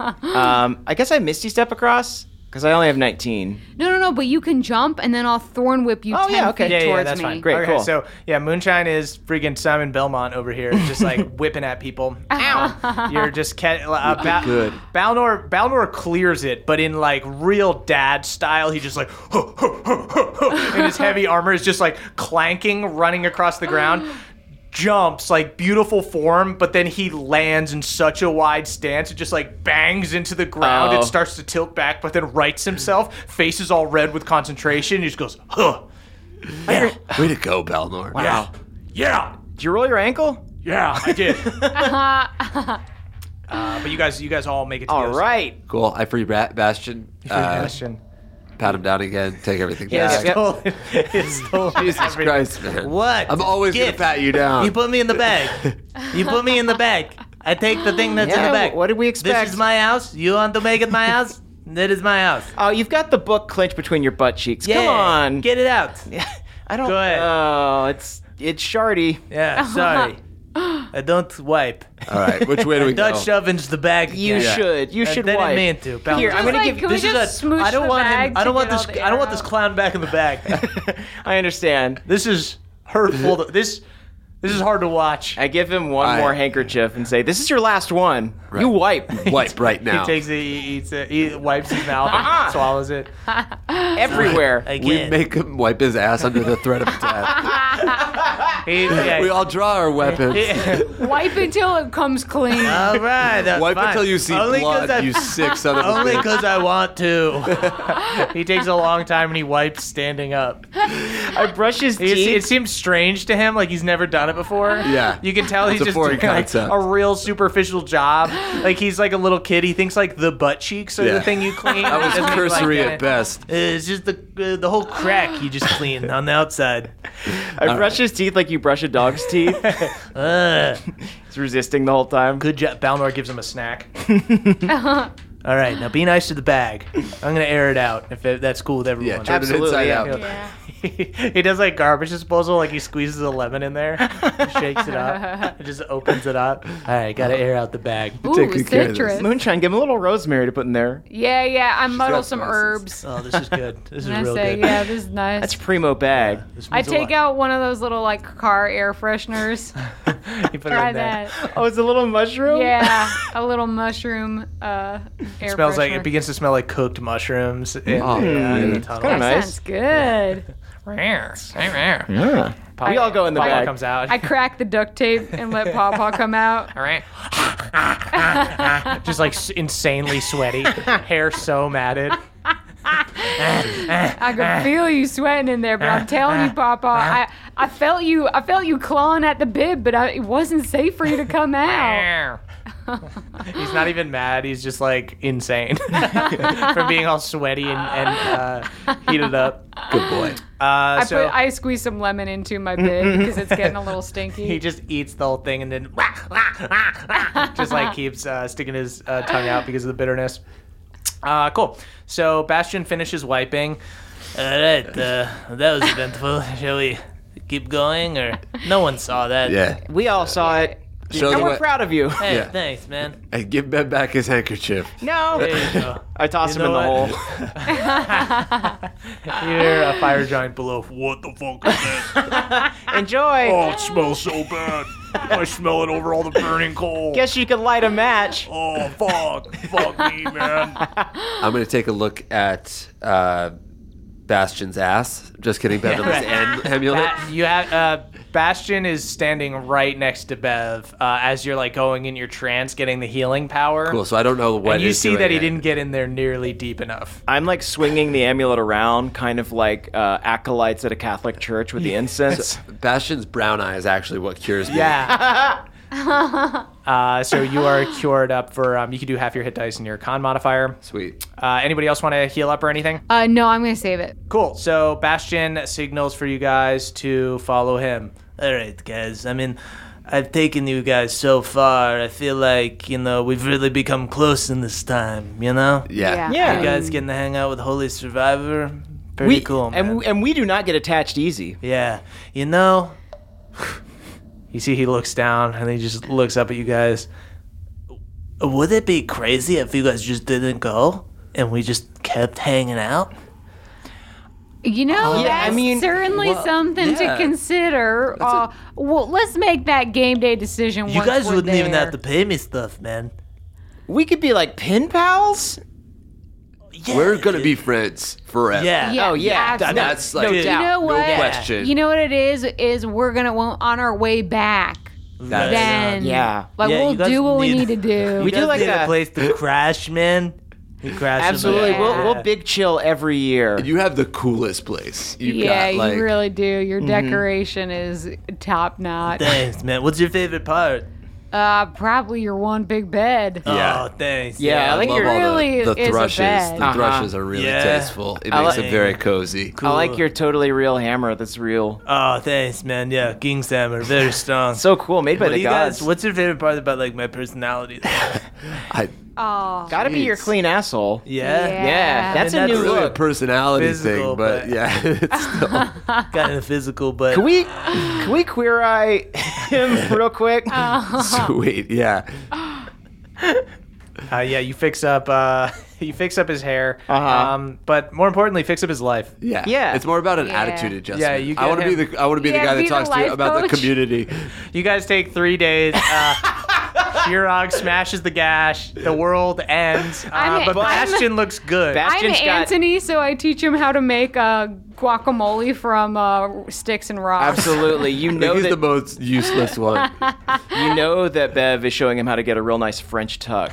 Speaker 7: Um, I guess I misty step across because I only have 19.
Speaker 3: no, no, no. But you can jump, and then I'll thorn whip you
Speaker 7: Oh,
Speaker 3: ten
Speaker 7: yeah, okay.
Speaker 3: feet
Speaker 7: Yeah, yeah,
Speaker 3: towards
Speaker 2: that's
Speaker 3: me.
Speaker 2: fine.
Speaker 7: Great,
Speaker 2: okay,
Speaker 7: cool.
Speaker 2: so yeah, Moonshine is freaking Simon Belmont over here, just like whipping at people.
Speaker 3: Uh-huh.
Speaker 2: Ow! You're just ca- uh, ba-
Speaker 4: good.
Speaker 2: Balnor. Balnor clears it, but in like real dad style, he just like "Huh, huh, huh, huh, huh," and his heavy armor is just like clanking, running across the ground. Jumps like beautiful form, but then he lands in such a wide stance it just like bangs into the ground
Speaker 7: Oh.
Speaker 2: and starts to tilt back, but then rights himself, faces all red with concentration. He just goes, huh. Yeah.
Speaker 4: Way to go, Balnor.
Speaker 2: Wow. Yeah.
Speaker 7: Did you roll your ankle?
Speaker 2: Yeah, I did. uh, but you guys, you guys all make it. To the
Speaker 7: All
Speaker 2: other
Speaker 7: right.
Speaker 4: Cool. I free Bra- Bastion.
Speaker 2: side.
Speaker 4: Uh,
Speaker 2: Question.
Speaker 4: pat him down again. Take everything
Speaker 7: Yeah.
Speaker 4: back.
Speaker 7: Yep.
Speaker 2: Stolen. It's stolen.
Speaker 4: Jesus
Speaker 2: everything.
Speaker 4: Christ, man.
Speaker 2: What?
Speaker 4: I'm always going to
Speaker 2: Gift.
Speaker 4: pat you down.
Speaker 2: You put me in the bag. You put me in the bag. I take the thing that's in
Speaker 7: Yeah,
Speaker 2: the bag.
Speaker 7: what did we expect?
Speaker 2: This is my house. You want to make it my house? That is my house.
Speaker 7: Oh, you've got the book clenched between your butt cheeks.
Speaker 2: Yeah.
Speaker 7: Come on.
Speaker 2: Get it out.
Speaker 7: I don't.
Speaker 2: Go ahead.
Speaker 7: Oh, it's it's shardy.
Speaker 2: Yeah, sorry. I don't wipe.
Speaker 4: All right, which way do we go?
Speaker 2: Dutch ovens the bag.
Speaker 7: You
Speaker 2: again.
Speaker 7: should. You
Speaker 2: I
Speaker 7: should
Speaker 2: didn't
Speaker 7: wipe.
Speaker 2: mean to.
Speaker 7: Here,
Speaker 3: Just
Speaker 7: I'm gonna
Speaker 3: like,
Speaker 7: give.
Speaker 3: can we
Speaker 2: this is
Speaker 3: just
Speaker 2: a.
Speaker 3: smoosh
Speaker 2: I don't
Speaker 3: the
Speaker 2: want
Speaker 3: bag
Speaker 2: him. I
Speaker 3: to
Speaker 2: don't want
Speaker 3: get
Speaker 2: this.
Speaker 3: all the
Speaker 2: I don't want
Speaker 3: air
Speaker 2: this
Speaker 3: out?
Speaker 2: clown back in the bag.
Speaker 7: I understand.
Speaker 2: this is hurtful. to- this this is hard to watch.
Speaker 7: I give him one
Speaker 4: I-
Speaker 7: more handkerchief and say, "This is your last one. You wipe.
Speaker 4: Wipe right now.
Speaker 2: He takes it. He eats it. He wipes his mouth.
Speaker 4: Uh-uh.
Speaker 2: and swallows it.
Speaker 7: everywhere."
Speaker 4: we make him wipe his ass under the threat of death.
Speaker 2: He, yeah.
Speaker 4: we all draw our weapons.
Speaker 3: Wipe until it comes clean.
Speaker 2: all right. uh,
Speaker 4: Wipe
Speaker 2: fine.
Speaker 4: until you see
Speaker 2: Only 'cause
Speaker 4: blood,
Speaker 2: I-
Speaker 4: you sick son of a
Speaker 2: Only
Speaker 4: bitch.
Speaker 2: because I want to. he takes a long time and he wipes standing up.
Speaker 7: I brush his
Speaker 2: It, it
Speaker 7: teeth.
Speaker 2: seems strange to him, like he's never done it before.
Speaker 4: Yeah.
Speaker 2: you can tell he's
Speaker 4: It's a
Speaker 2: just
Speaker 4: foreign
Speaker 2: doing like
Speaker 4: concept.
Speaker 2: a real superficial job. Like he's like a little kid. He thinks like the butt cheeks are
Speaker 4: Yeah.
Speaker 2: the thing you clean.
Speaker 4: That was
Speaker 2: Doesn't he,
Speaker 4: cursory
Speaker 2: like, uh,
Speaker 4: at best.
Speaker 2: Uh, it's just the uh, the whole crack you just clean on the outside.
Speaker 7: I brush his teeth like you brush a dog's teeth.
Speaker 2: Uh,
Speaker 7: He's resisting the whole time.
Speaker 2: good job. Balnor gives him a snack. All right, now be nice to the bag. I'm gonna air it out if it, that's cool with everyone.
Speaker 4: Yeah, turn
Speaker 7: Absolutely,
Speaker 4: it inside
Speaker 7: yeah.
Speaker 4: out.
Speaker 3: yeah.
Speaker 2: he does like garbage disposal, like he squeezes a lemon in there, shakes it up, and just opens it up. All right, gotta air out the bag.
Speaker 3: Ooh,
Speaker 4: taking care of this.
Speaker 3: citrus.
Speaker 7: Moonshine, give him a little rosemary to put in there.
Speaker 3: Yeah, yeah. I muddle
Speaker 4: got
Speaker 3: some
Speaker 4: glasses.
Speaker 3: herbs.
Speaker 2: Oh, this is good. This is
Speaker 3: And I
Speaker 2: real
Speaker 3: say,
Speaker 2: good.
Speaker 3: yeah, this is nice.
Speaker 7: That's primo bag.
Speaker 2: This
Speaker 3: I
Speaker 2: means a
Speaker 3: take
Speaker 2: lot.
Speaker 3: out one of those little like car air fresheners.
Speaker 2: You put it
Speaker 3: Try
Speaker 2: in there.
Speaker 3: that.
Speaker 7: Oh, it's a little mushroom.
Speaker 3: Yeah, a little mushroom uh, air
Speaker 2: smells
Speaker 3: freshener.
Speaker 2: like it begins to smell like cooked mushrooms. uh, And,
Speaker 4: Oh, man.
Speaker 2: it's
Speaker 7: kinda
Speaker 3: That
Speaker 7: nice.
Speaker 3: sounds good.
Speaker 7: Yeah. We all go in the bag.
Speaker 2: comes out.
Speaker 3: I crack the duct tape and let Pawpaw come out.
Speaker 2: All right. Just like s- insanely sweaty, hair so matted.
Speaker 3: I can feel you sweating in there, but I'm telling you, Pawpaw, I, I felt you I felt you clawing at the bib, but I, it wasn't safe for you to come out.
Speaker 2: He's not even mad. He's just like insane from being all sweaty and, and uh, heated up.
Speaker 4: Good boy.
Speaker 2: Uh,
Speaker 3: I
Speaker 2: so
Speaker 3: put I squeeze some lemon into my bib because it's getting a little stinky.
Speaker 2: he just eats the whole thing and then just like keeps uh, sticking his uh, tongue out because of the bitterness. Uh, cool. So Bastion finishes wiping. All right, uh, that was eventful. Shall we keep going, or no one saw that?
Speaker 4: Yeah.
Speaker 7: We all saw it.
Speaker 4: Show
Speaker 7: And
Speaker 4: them
Speaker 7: we're
Speaker 4: what,
Speaker 7: proud of you.
Speaker 2: Hey,
Speaker 4: Yeah.
Speaker 2: thanks, man.
Speaker 4: and give Ben back his handkerchief.
Speaker 3: Oh.
Speaker 7: No.
Speaker 2: There you go.
Speaker 7: I toss
Speaker 2: You
Speaker 7: him in
Speaker 2: know
Speaker 7: the
Speaker 2: what?
Speaker 7: hole.
Speaker 2: Here, a fire giant below. What the fuck is that?
Speaker 7: Enjoy.
Speaker 2: Oh, it smells so bad. I smell it over all the burning coal.
Speaker 7: Guess you could light a match.
Speaker 2: oh, fuck. Fuck me, man.
Speaker 4: I'm gonna take a look at uh, Bastion's ass. Just kidding, Ben. on his end amulet.
Speaker 2: Ba- you have uh, Bastion is standing right next to Bev uh, as you're like going in your trance, getting the healing power.
Speaker 4: Cool. So I don't know what.
Speaker 2: And you
Speaker 4: he's
Speaker 2: see
Speaker 4: doing
Speaker 2: that he
Speaker 4: yet.
Speaker 2: didn't get in there nearly deep enough.
Speaker 7: I'm like swinging the amulet around, kind of like uh, acolytes at a Catholic church with the incense.
Speaker 4: Bastion's brown eye is actually what cures me.
Speaker 2: Yeah. uh, so you are cured up for. Um, you can do half your hit dice and your con modifier.
Speaker 4: Sweet.
Speaker 2: Uh, anybody else want to heal up or anything?
Speaker 3: Uh, no, I'm gonna save it.
Speaker 2: Cool. So Bastion signals for you guys to follow him. All right, guys. I mean, I've taken you guys so far. I feel like you know we've really become close in this time. You know,
Speaker 4: Yeah.
Speaker 7: Yeah.
Speaker 2: you guys getting to hang out with Holy Survivor. Pretty
Speaker 7: we,
Speaker 2: cool, man.
Speaker 7: and we, and we do not get attached easy.
Speaker 2: Yeah, you know. You see, he looks down and he just looks up at you guys. Would it be crazy if you guys just didn't go and we just kept hanging out?
Speaker 3: You know,
Speaker 7: Yeah, I
Speaker 3: that's
Speaker 7: mean,
Speaker 3: certainly
Speaker 7: well,
Speaker 3: something
Speaker 7: yeah.
Speaker 3: to consider. Uh, well, let's make that game day decision.
Speaker 2: You
Speaker 3: once
Speaker 2: guys
Speaker 3: we're
Speaker 2: wouldn't even
Speaker 3: there.
Speaker 2: have to pay me stuff, man.
Speaker 7: We could be like pin pals.
Speaker 2: Yeah,
Speaker 4: We're gonna be friends forever.
Speaker 2: Yeah.
Speaker 3: Yeah,
Speaker 7: Oh, yeah.
Speaker 3: absolutely.
Speaker 4: That's like
Speaker 3: you know
Speaker 4: no
Speaker 3: what?
Speaker 4: question.
Speaker 3: You know what it is? Is we're gonna well, on our way back.
Speaker 4: That's-
Speaker 3: Then
Speaker 7: Yeah.
Speaker 3: like
Speaker 2: Yeah, you
Speaker 3: we'll
Speaker 2: guys
Speaker 3: do what we
Speaker 2: need-
Speaker 3: need to do.
Speaker 7: We do like
Speaker 2: a
Speaker 7: that.
Speaker 2: place to crash, man. We crash. in
Speaker 7: Absolutely.
Speaker 2: the-
Speaker 7: We'll, we'll big chill every year.
Speaker 4: You have the coolest place. You've
Speaker 3: yeah,
Speaker 4: got, like,
Speaker 3: you really do. Your decoration is top notch.
Speaker 2: Thanks, man. What's your favorite part?
Speaker 3: Uh, probably your one big bed.
Speaker 4: Yeah.
Speaker 2: Oh, thanks.
Speaker 7: Yeah, I
Speaker 4: I
Speaker 7: like
Speaker 4: love
Speaker 7: your-
Speaker 4: all the-
Speaker 3: Really
Speaker 4: the,
Speaker 3: is a
Speaker 4: thrushes.
Speaker 3: bed.
Speaker 4: The
Speaker 7: Uh-huh.
Speaker 4: thrushes are really
Speaker 2: Yeah.
Speaker 4: tasteful. It
Speaker 7: I
Speaker 4: makes
Speaker 7: like-
Speaker 4: it very cozy.
Speaker 7: I like your totally real hammer. That's real.
Speaker 2: Oh, thanks, man. Yeah, King's Hammer, very strong.
Speaker 7: So cool. Made by
Speaker 2: What do
Speaker 7: the
Speaker 2: you guys-
Speaker 7: gods.
Speaker 2: what's your favorite part about like my personality?
Speaker 4: I,
Speaker 3: Oh,
Speaker 7: Gotta be your clean asshole.
Speaker 2: Yeah,
Speaker 3: Yeah.
Speaker 7: Yeah. That's
Speaker 2: I mean,
Speaker 7: a
Speaker 2: that's
Speaker 7: new
Speaker 4: really a
Speaker 7: look.
Speaker 4: personality
Speaker 2: Physical,
Speaker 4: thing, but,
Speaker 2: but-
Speaker 4: yeah, it's still,
Speaker 2: kind of physical, but
Speaker 7: Can we can we queer eye him real quick?
Speaker 4: sweet. Yeah,
Speaker 2: uh, yeah, you fix up, uh, you fix up his hair,
Speaker 7: Uh-huh.
Speaker 2: um, but more importantly, fix up his life.
Speaker 4: yeah,
Speaker 7: Yeah.
Speaker 4: It's more about an
Speaker 3: Yeah.
Speaker 4: attitude adjustment.
Speaker 2: Yeah, you
Speaker 4: I want to
Speaker 2: get
Speaker 4: be the I want to be
Speaker 3: Yeah,
Speaker 4: the guy
Speaker 3: be
Speaker 4: that
Speaker 3: the
Speaker 4: talks to
Speaker 3: life
Speaker 4: you about
Speaker 3: coach.
Speaker 4: the community.
Speaker 2: You guys take three days. Uh, Shirog smashes the gash. The world ends, uh,
Speaker 3: I'm-
Speaker 2: but
Speaker 3: I'm-
Speaker 2: Bastion looks good.
Speaker 3: I'm
Speaker 7: Bastion's got-
Speaker 3: Anthony, so I teach him how to make uh, guacamole from uh, sticks and rocks.
Speaker 7: Absolutely. You
Speaker 4: Like,
Speaker 7: know
Speaker 4: he's
Speaker 7: that
Speaker 4: the most useless one.
Speaker 7: you know that Bev is showing him how to get a real nice French tuck.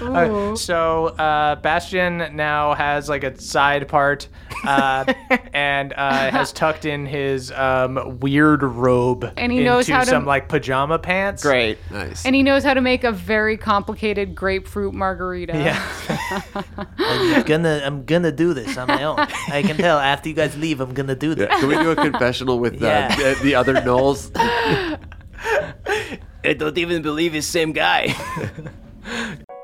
Speaker 2: Uh, so uh, Bastion now has like a side part, uh, and uh, has tucked in his um, weird robe,
Speaker 3: And he knows
Speaker 2: into
Speaker 3: how to-
Speaker 2: some like pajama pants.
Speaker 7: Great.
Speaker 4: Nice.
Speaker 3: And he knows how to make a very complicated grapefruit margarita.
Speaker 2: Yeah. I'm gonna I'm gonna do this on my own. I can tell after you guys leave I'm gonna do this.
Speaker 4: Yeah, Can we do a confessional with uh,
Speaker 2: Yeah.
Speaker 4: the, the other Knowles?
Speaker 7: I don't even believe his same guy.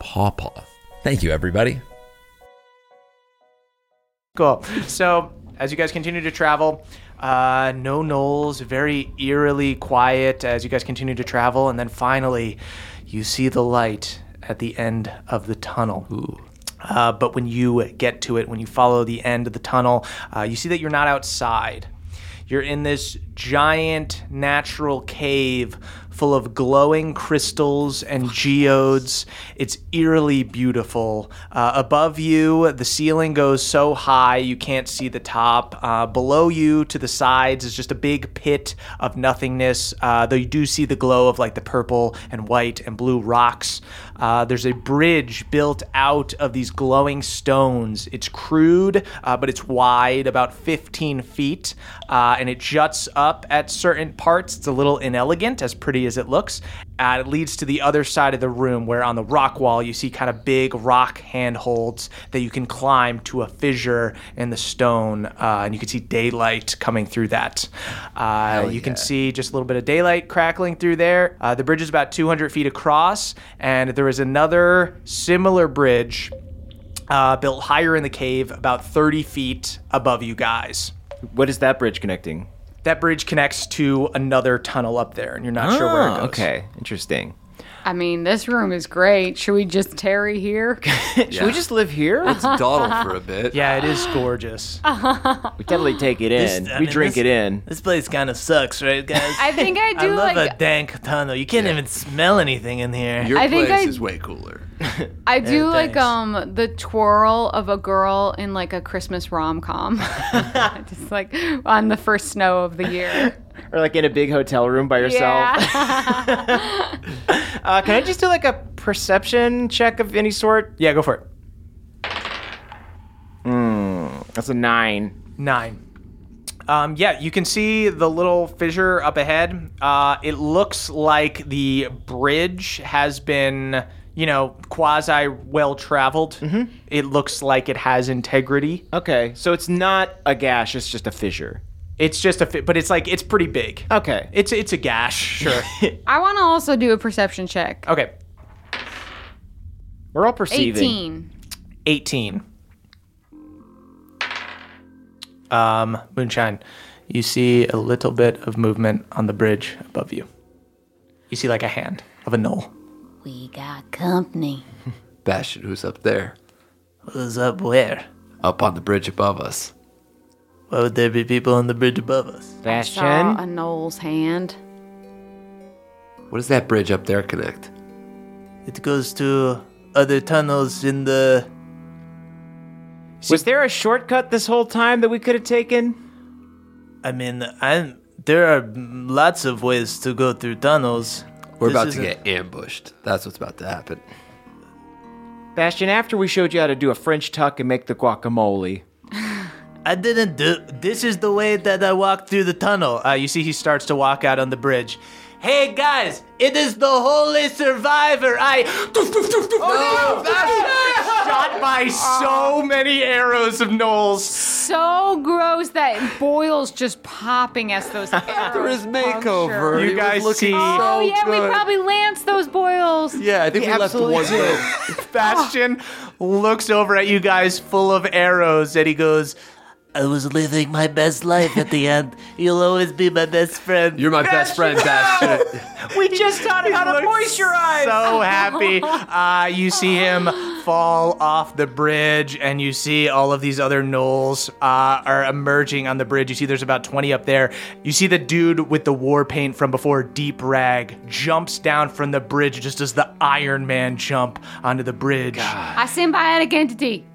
Speaker 6: pawpaw. Thank you, everybody.
Speaker 2: Cool. So, as you guys continue to travel, uh, no Knowles, very eerily quiet as you guys continue to travel, and then finally, you see the light at the end of the tunnel. Uh, but when you get to it, when you follow the end of the tunnel, uh, you see that you're not outside. You're in this giant natural cave full of glowing crystals and geodes. It's eerily beautiful. Uh, above you, the ceiling goes so high you can't see the top. Uh, below you, to the sides, is just a big pit of nothingness, uh, though you do see the glow of like the purple and white and blue rocks. Uh, there's a bridge built out of these glowing stones. It's crude, uh, but it's wide, about 15 feet, uh, and it juts up at certain parts. It's a little inelegant, as pretty as it looks. Uh, it leads to the other side of the room, where on the rock wall you see kind of big rock handholds that you can climb to a fissure in the stone, uh, and you can see daylight coming through that. Uh, you can see just a little bit of daylight crackling through there. Uh, the bridge is about 200 feet across, and there is another similar bridge uh, built higher in the cave, about 30 feet above you guys.
Speaker 7: What is that bridge connecting?
Speaker 2: That bridge connects to another tunnel up there, and you're not sure where it
Speaker 7: Ah,
Speaker 2: goes.
Speaker 7: okay, interesting.
Speaker 3: I mean, this room is great. Should we just tarry here?
Speaker 7: Should we just live here?
Speaker 4: Let's dawdle for a bit.
Speaker 2: Yeah, it is gorgeous.
Speaker 7: we definitely take it in. we
Speaker 2: I mean,
Speaker 7: drink
Speaker 2: this-
Speaker 7: it in.
Speaker 2: This place kind of sucks, right, guys?
Speaker 3: I think I do
Speaker 2: love
Speaker 3: like
Speaker 2: a dank tunnel. You can't even smell anything in here.
Speaker 4: Your
Speaker 3: I think
Speaker 4: place
Speaker 3: I-
Speaker 4: is way cooler.
Speaker 2: uh,
Speaker 3: I do like
Speaker 2: thanks.
Speaker 3: um the twirl of a girl in like a Christmas rom com, just like on the first snow of the year.
Speaker 7: Or like in a big hotel room by yourself.
Speaker 3: Yeah,
Speaker 7: Uh, can I just do like a perception check of any sort?
Speaker 2: yeah, go for it.
Speaker 7: That's a nine.
Speaker 2: Nine. Um, yeah, you can see the little fissure up ahead. Uh, it looks like the bridge has been, you know, quasi well traveled.
Speaker 7: Mm-hmm.
Speaker 2: It looks like it has integrity.
Speaker 7: Okay, so it's not a gash, it's just a fissure.
Speaker 2: It's just a, fi- but it's like it's pretty big.
Speaker 7: Okay.
Speaker 2: It's it's a gash, sure.
Speaker 3: I want to also do a perception check.
Speaker 2: okay,
Speaker 7: We're all perceiving.
Speaker 3: Eighteen.
Speaker 2: 18. Um, Moonshine, you see a little bit of movement on the bridge above you. You see like a hand of a knoll.
Speaker 10: We got company.
Speaker 4: Bastion, who's up there?
Speaker 2: Who's up where?
Speaker 4: Up on the bridge above us.
Speaker 2: Why would there be people on the bridge above us?
Speaker 3: Saw
Speaker 7: Bastion?
Speaker 3: a Noel's hand.
Speaker 4: What does that bridge up there connect?
Speaker 2: It goes to other tunnels in the.
Speaker 7: Was there a shortcut this whole time that we could have taken?
Speaker 2: I mean, I'm. There are lots of ways to go through tunnels.
Speaker 4: We're
Speaker 2: This
Speaker 4: about to
Speaker 2: isn't-
Speaker 4: get ambushed. That's what's about to happen.
Speaker 7: Bastion, after we showed you how to do a French tuck and make the guacamole.
Speaker 2: I didn't do. This is the way that I walked through the tunnel. Uh, you see, he starts to walk out on the bridge. Hey guys, it is the holy survivor. I. Oh, shot by
Speaker 4: Ah.
Speaker 2: so many arrows of Knowles.
Speaker 3: So gross that boils just popping us those. After
Speaker 4: his makeover.
Speaker 2: You
Speaker 4: He was
Speaker 2: guys
Speaker 4: looking
Speaker 2: see-
Speaker 4: so
Speaker 3: Oh yeah, we
Speaker 4: good.
Speaker 3: probably lanced those boils.
Speaker 4: Yeah, I think we left one little.
Speaker 2: Bastion looks over at you guys full of arrows and he goes, I was living my best life at the end. You'll always be my best friend.
Speaker 4: You're my best friend, Bastion.
Speaker 2: We just taught him how to moisturize. So happy. Uh, you see him fall off the bridge, and you see all of these other gnolls uh, are emerging on the bridge. You see there's about 20 up there. You see the dude with the war paint from before, Deep Rag, jumps down from the bridge just as the Iron Man jump onto the bridge.
Speaker 3: I symbiotic entity.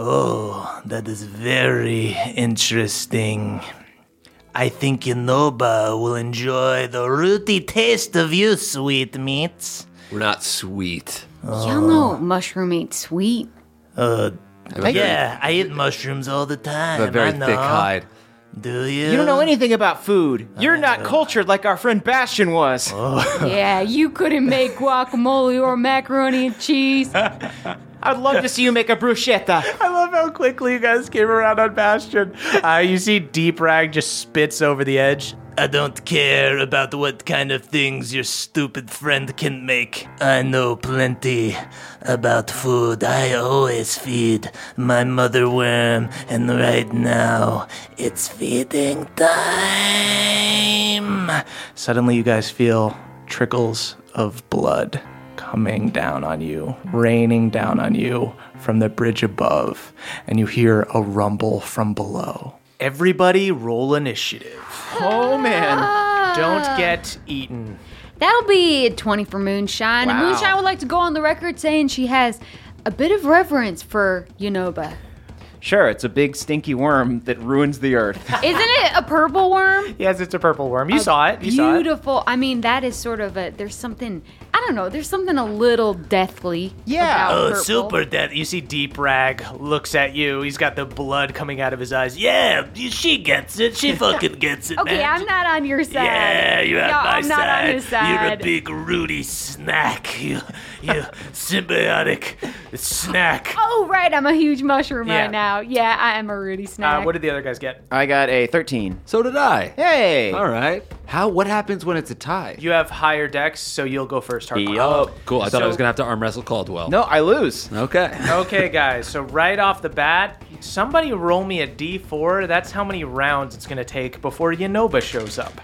Speaker 2: Oh, that is very interesting. I think Inoba will enjoy the rooty taste of you, sweet meats.
Speaker 4: We're not sweet.
Speaker 3: Y'all know mushroom ain't sweet.
Speaker 4: I have a very,
Speaker 2: Yeah, I eat mushrooms all the time.
Speaker 4: I have a very
Speaker 2: I know.
Speaker 4: thick hide.
Speaker 2: Do you?
Speaker 7: You don't know anything about food. You're not cultured like our friend Bastion was.
Speaker 3: yeah, you couldn't make guacamole or macaroni and cheese.
Speaker 7: I'd love to see you make a bruschetta.
Speaker 2: I love how quickly you guys came around on Bastion. Uh, you see Deep Rag just spits over the edge. I don't care about what kind of things your stupid friend can make. I know plenty about food. I always feed my mother worm, and right now it's feeding time. Suddenly, you guys feel trickles of blood coming down on you, raining down on you from the bridge above, and you hear a rumble from below. Everybody roll initiative. Oh man.
Speaker 3: Ah.
Speaker 2: Don't get eaten.
Speaker 3: That'll be 20 for Moonshine. And
Speaker 7: Wow.
Speaker 3: Moonshine would like to go on the record saying she has a bit of reverence for Yonoba.
Speaker 7: Sure, it's a big stinky worm that ruins the earth.
Speaker 3: Isn't it a purple worm?
Speaker 2: Yes, it's a purple worm. You saw it. You saw it.
Speaker 3: Beautiful. I mean, that is sort of a. There's something. I don't know. There's something a little deathly.
Speaker 7: Yeah.
Speaker 3: About
Speaker 2: Oh,
Speaker 3: purple.
Speaker 2: super dead. You see Deep Rag looks at you. He's got the blood coming out of his eyes. Yeah, she gets it. She fucking gets it,
Speaker 3: Okay,
Speaker 2: man.
Speaker 3: I'm not on your side.
Speaker 2: Yeah, you're on
Speaker 3: No,
Speaker 2: my
Speaker 3: I'm not on
Speaker 2: side.
Speaker 3: his
Speaker 2: You're a
Speaker 3: side.
Speaker 2: big Rudy snack. You, you symbiotic snack.
Speaker 3: Oh, right. I'm a huge mushroom
Speaker 2: Yeah.
Speaker 3: right now. Yeah, I am a Rudy snack.
Speaker 2: Uh, did the other guys get?
Speaker 7: I got a 13.
Speaker 4: So did I.
Speaker 7: Hey.
Speaker 4: All right. How? What happens when it's a tie?
Speaker 2: You have higher decks, so you'll go first. Hardcore. Oh,
Speaker 7: Yup.
Speaker 11: Cool. I thought I was
Speaker 2: So-
Speaker 11: going to have to arm wrestle Caldwell.
Speaker 7: No, I lose.
Speaker 11: Okay.
Speaker 2: Okay, guys. So right off the bat, somebody roll me a D4. That's how many rounds it's gonna take before Yanoba shows up.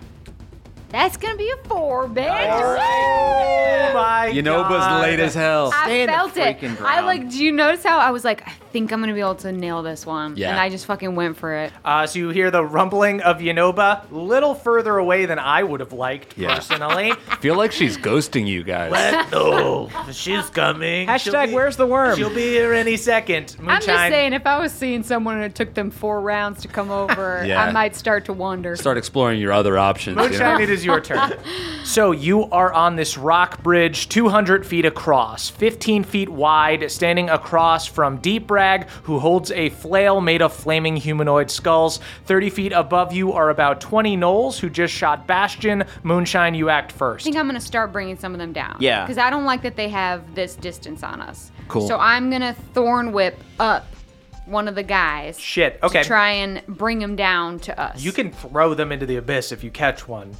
Speaker 3: That's going to be a four, bitch.
Speaker 2: Oh my God.
Speaker 11: hell.
Speaker 7: Stay
Speaker 3: I
Speaker 7: in the
Speaker 3: felt it.
Speaker 7: freaking
Speaker 3: I
Speaker 7: ground.
Speaker 3: like. Do you notice how I was like? I think I'm gonna be able to nail this one.
Speaker 11: Yeah.
Speaker 3: And I just fucking went for it.
Speaker 2: Uh, so you hear the rumbling of Yanoba, little further away than I would have liked
Speaker 11: Yeah.
Speaker 2: personally.
Speaker 11: feel like she's ghosting you guys.
Speaker 2: no, Oh, she's coming.
Speaker 7: Hashtag where's the worm?
Speaker 2: She'll be here any second. Moonshine.
Speaker 3: I'm just saying, if I was seeing someone and it took them four rounds to come over,
Speaker 11: Yeah.
Speaker 3: I might start to wonder.
Speaker 11: Start exploring your other options. you know?
Speaker 2: Moonshine, it is your turn. So you are on this rock bridge, 200 feet across, 15 feet wide, standing across from Deep Rag, who holds a flail made of flaming humanoid skulls. 30 feet above you are about 20 gnolls who just shot Bastion. Moonshine, you act
Speaker 3: I
Speaker 2: first.
Speaker 3: think I'm gonna start bringing some of them down.
Speaker 7: Yeah.
Speaker 3: Because I don't like that they have this distance on us.
Speaker 11: Cool.
Speaker 3: So I'm gonna thorn whip up one of the guys.
Speaker 2: Shit. Okay.
Speaker 3: To try and bring him down to us.
Speaker 2: You can throw them into the abyss if you catch one.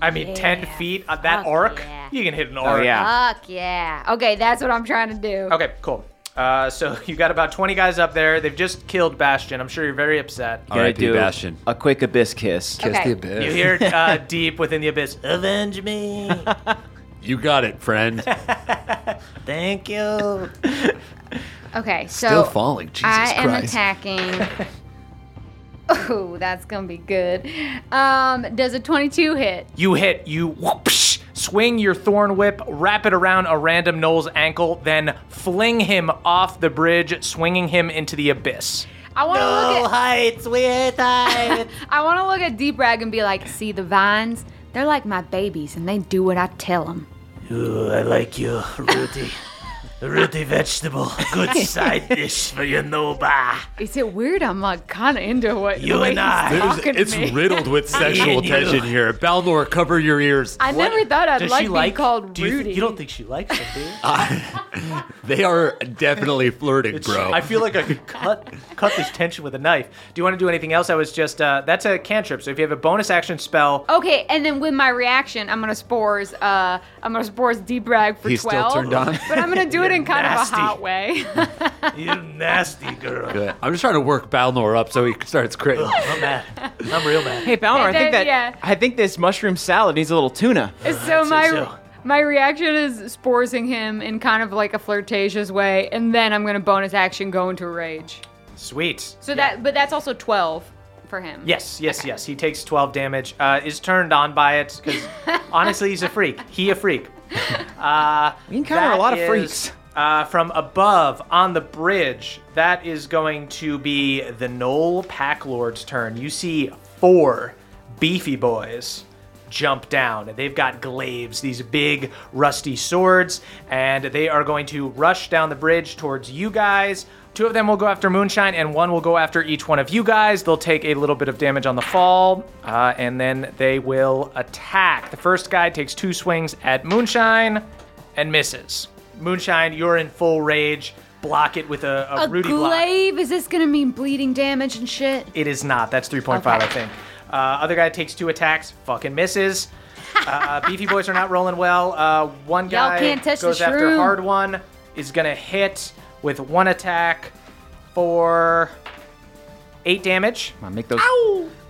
Speaker 2: I mean, 10
Speaker 3: Yeah.
Speaker 2: feet of that
Speaker 3: Fuck
Speaker 2: arc.
Speaker 3: yeah.
Speaker 2: You can hit an arc.
Speaker 7: yeah.
Speaker 3: Fuck yeah. Okay, that's what I'm trying to do.
Speaker 2: Okay, cool. Uh, so you got about 20 guys up there. They've just killed Bastion. I'm sure you're very upset.
Speaker 11: All right,
Speaker 7: Gotta do
Speaker 11: Bastion.
Speaker 7: a quick abyss kiss.
Speaker 4: Kiss the
Speaker 3: Okay.
Speaker 4: abyss.
Speaker 2: You hear uh, deep within the abyss, avenge me.
Speaker 11: You got it, friend.
Speaker 2: Thank you.
Speaker 3: Okay, so
Speaker 4: Still falling. Jesus
Speaker 3: I am
Speaker 4: Christ.
Speaker 3: attacking. oh, that's gonna be good. Um, does a 22 hit?
Speaker 2: You hit, you whoopsh, swing your thorn whip, wrap it around a random Knoll's ankle, then fling him off the bridge, swinging him into the abyss.
Speaker 3: I want to look
Speaker 2: heights, we hit heights.
Speaker 3: at I want to look at Deep Rag and be like, see the vines? They're like my babies, and they do what I tell them.
Speaker 2: Ooh, I like you, Rudy. Rudy vegetable, good side dish for your Noba.
Speaker 3: Is it weird? I'm like kind of into what
Speaker 2: You
Speaker 3: the way
Speaker 2: and
Speaker 3: he's
Speaker 2: I.
Speaker 11: There's-
Speaker 3: talking to
Speaker 11: it's
Speaker 3: me.
Speaker 11: riddled with sexual
Speaker 2: Me and you.
Speaker 11: tension here. Balnor, cover your ears.
Speaker 3: I never thought I'd like being called
Speaker 2: do you,
Speaker 3: Rudy.
Speaker 2: You don't think she likes him, do you?
Speaker 11: They are definitely flirting, bro.
Speaker 2: I feel like I could cut cut this tension with a knife. Do you want to do anything else? I was just uh, that's a cantrip. So if you have a bonus action spell,
Speaker 3: Okay, and then with my reaction, I'm gonna spores. Uh, I'm gonna spores Deep Rag for
Speaker 4: He's still
Speaker 3: 12.
Speaker 4: turned on.
Speaker 3: but I'm gonna do it in kind
Speaker 2: nasty.
Speaker 3: of a hot way.
Speaker 2: you nasty girl.
Speaker 11: Good. I'm just trying to work Balnor up so he starts critting.
Speaker 2: I'm mad. I'm real mad.
Speaker 7: Hey, Balnor, I think
Speaker 3: Then,
Speaker 7: that
Speaker 3: yeah.
Speaker 7: I think this mushroom salad needs a little tuna.
Speaker 3: so my
Speaker 2: so.
Speaker 3: My reaction is sporsing him in kind of like a flirtatious way, and then I'm gonna bonus action go into a rage.
Speaker 2: Sweet.
Speaker 3: So that, but that's also 12 for him.
Speaker 2: Yes, yes, yes. He takes 12 damage. Uh, is turned on by it because honestly, he's a freak. He a freak.
Speaker 5: We encounter a
Speaker 2: That
Speaker 5: lot of
Speaker 2: is,
Speaker 5: freaks.
Speaker 2: Uh, from above on the bridge, that is going to be the Knoll Pack Lord's turn. You see four beefy boys jump down, and they've got glaives, these big rusty swords, and they are going to rush down the bridge towards you guys. Two of them will go after Moonshine, and one will go after each one of you guys. They'll take a little bit of damage on the fall, uh, and then they will attack. The first guy takes two swings at Moonshine and misses. Moonshine, you're in full rage. Block it with a, a,
Speaker 3: A
Speaker 2: Rudy block.
Speaker 3: glaive? Is this gonna mean bleeding damage and shit?
Speaker 2: It is not. That's 3.5, I think. Uh, other guy takes two attacks, fucking misses. Uh, beefy boys are not rolling well. Uh, one
Speaker 3: Y'all
Speaker 2: guy
Speaker 3: can't touch the
Speaker 2: goes after
Speaker 3: shroom.
Speaker 2: hard one, is gonna hit with one attack for eight damage.
Speaker 7: Come on, make those.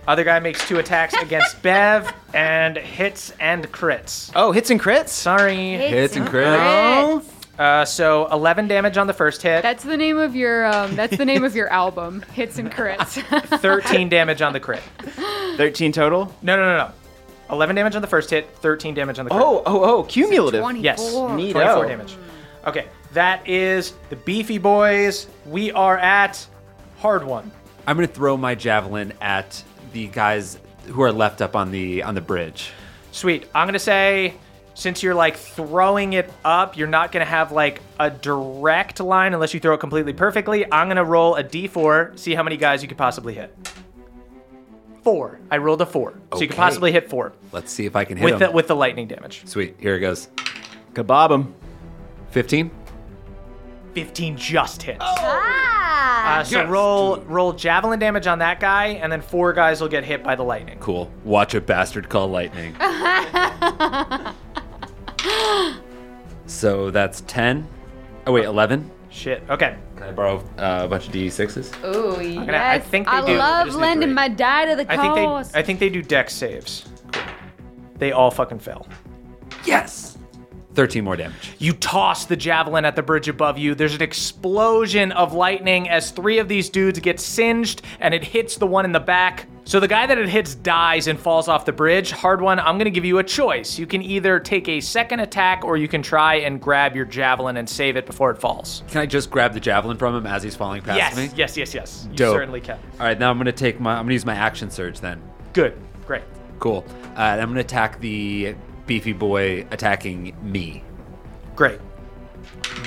Speaker 2: Other guy makes two attacks against Bev and hits and crits.
Speaker 7: Oh, hits and crits.
Speaker 2: Sorry.
Speaker 4: Hits and crits.
Speaker 3: crits.
Speaker 2: Uh, so 11 damage on the first hit.
Speaker 3: That's the name of your um, that's the name of your album, Hits and Crits.
Speaker 2: 13 damage on the crit.
Speaker 7: 13 total.
Speaker 2: No, no, no, no. 11 damage on the first hit, 13 damage on the crit.
Speaker 7: Oh, oh, oh, cumulative.
Speaker 3: 24.
Speaker 2: yes.
Speaker 7: Neat.
Speaker 2: 24 damage. Okay, that is the Beefy Boys. We are at hard one.
Speaker 4: I'm gonna throw my javelin at the guys who are left up on the on the bridge.
Speaker 2: Sweet. I'm gonna say since you're like throwing it up, you're not gonna have like a direct line unless you throw it completely perfectly. I'm gonna roll a d4, see how many guys you could possibly hit. Four. I rolled a four, so you could
Speaker 4: Okay.
Speaker 2: possibly hit four
Speaker 4: Let's see if I can hit
Speaker 2: with the,
Speaker 4: them.
Speaker 2: with the lightning damage.
Speaker 4: Sweet. Here it goes.
Speaker 7: Kabob him.
Speaker 4: 15.
Speaker 2: 15 just hits.
Speaker 3: Ah!
Speaker 2: Uh, so roll roll javelin damage on that guy, and then four guys will get hit by the lightning.
Speaker 4: Cool. Watch a bastard call lightning. so that's 10. Oh wait, 11.
Speaker 2: Shit. Okay.
Speaker 4: Can I borrow uh, a bunch of d6s?
Speaker 3: Ooh, yes.
Speaker 2: gonna- I think they
Speaker 3: I
Speaker 2: do. I
Speaker 3: love
Speaker 4: just need
Speaker 3: lending
Speaker 4: three.
Speaker 3: my die to the
Speaker 2: I think
Speaker 3: cause.
Speaker 2: they I think they do dex saves. They all fucking fail.
Speaker 4: Yes. 13 more damage.
Speaker 2: You toss the javelin at the bridge above you. There's an explosion of lightning as three of these dudes get singed and it hits the one in the back. So the guy that it hits dies and falls off the bridge. Hard one, I'm going to give you a choice. You can either take a second attack or you can try and grab your javelin and save it before it falls.
Speaker 4: Can I just grab the javelin from him as he's falling past
Speaker 2: Yes,
Speaker 4: me?
Speaker 2: yes, yes, yes. You
Speaker 4: Dope.
Speaker 2: certainly can.
Speaker 4: All right, now I'm gonna take my. I'm gonna use my action surge then.
Speaker 2: Good. Great.
Speaker 4: Cool. Uh, and I'm gonna attack the beefy boy attacking me.
Speaker 2: Great.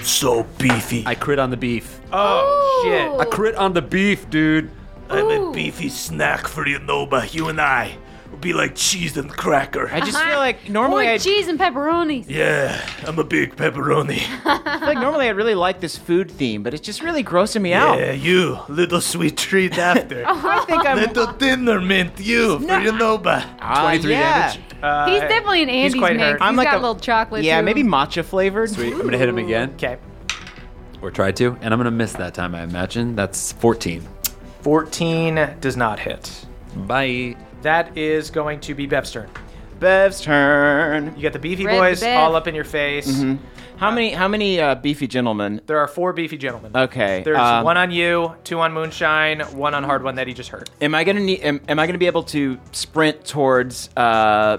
Speaker 1: So beefy.
Speaker 4: I crit on the beef.
Speaker 2: Oh, shit.
Speaker 4: I crit on the beef, dude.
Speaker 1: I'm a beefy snack for you, Noba. You and I would be like cheese and cracker.
Speaker 7: I just feel like normally
Speaker 3: With
Speaker 7: I
Speaker 3: cheese and pepperonis.
Speaker 1: yeah, I'm a big pepperoni.
Speaker 7: like normally I really like this food theme, but it's just really grossing me out.
Speaker 1: Yeah, you little sweet treat after.
Speaker 7: I think I'm
Speaker 1: little dinner mint, you for your Noba.
Speaker 7: Ah,
Speaker 4: 23
Speaker 7: yeah.
Speaker 4: damage.
Speaker 3: he's definitely an Andy's
Speaker 2: quite
Speaker 3: mix.
Speaker 2: hurt.
Speaker 3: He's
Speaker 7: I'm like
Speaker 3: got
Speaker 7: a-
Speaker 3: a little chocolate.
Speaker 7: Yeah,
Speaker 3: to
Speaker 7: maybe
Speaker 3: him.
Speaker 7: matcha flavored.
Speaker 4: Sweet. I'm gonna hit him again,
Speaker 2: Okay.
Speaker 4: or try to, and I'm gonna miss that time. I imagine that's 14.
Speaker 2: 14 does not hit.
Speaker 4: Bye.
Speaker 2: That is going to be Bev's turn.
Speaker 7: Bev's turn.
Speaker 2: You got the beefy
Speaker 3: Red
Speaker 2: boys
Speaker 3: Bev.
Speaker 2: all up in your face.
Speaker 7: Mm-hmm. How many? How many uh, beefy gentlemen?
Speaker 2: There are four beefy gentlemen.
Speaker 7: Okay.
Speaker 2: There's
Speaker 7: um,
Speaker 2: one on you, two on Moonshine, one on Hard One that he just hurt.
Speaker 7: Am I gonna need? Am, am I gonna be able to sprint towards? Uh,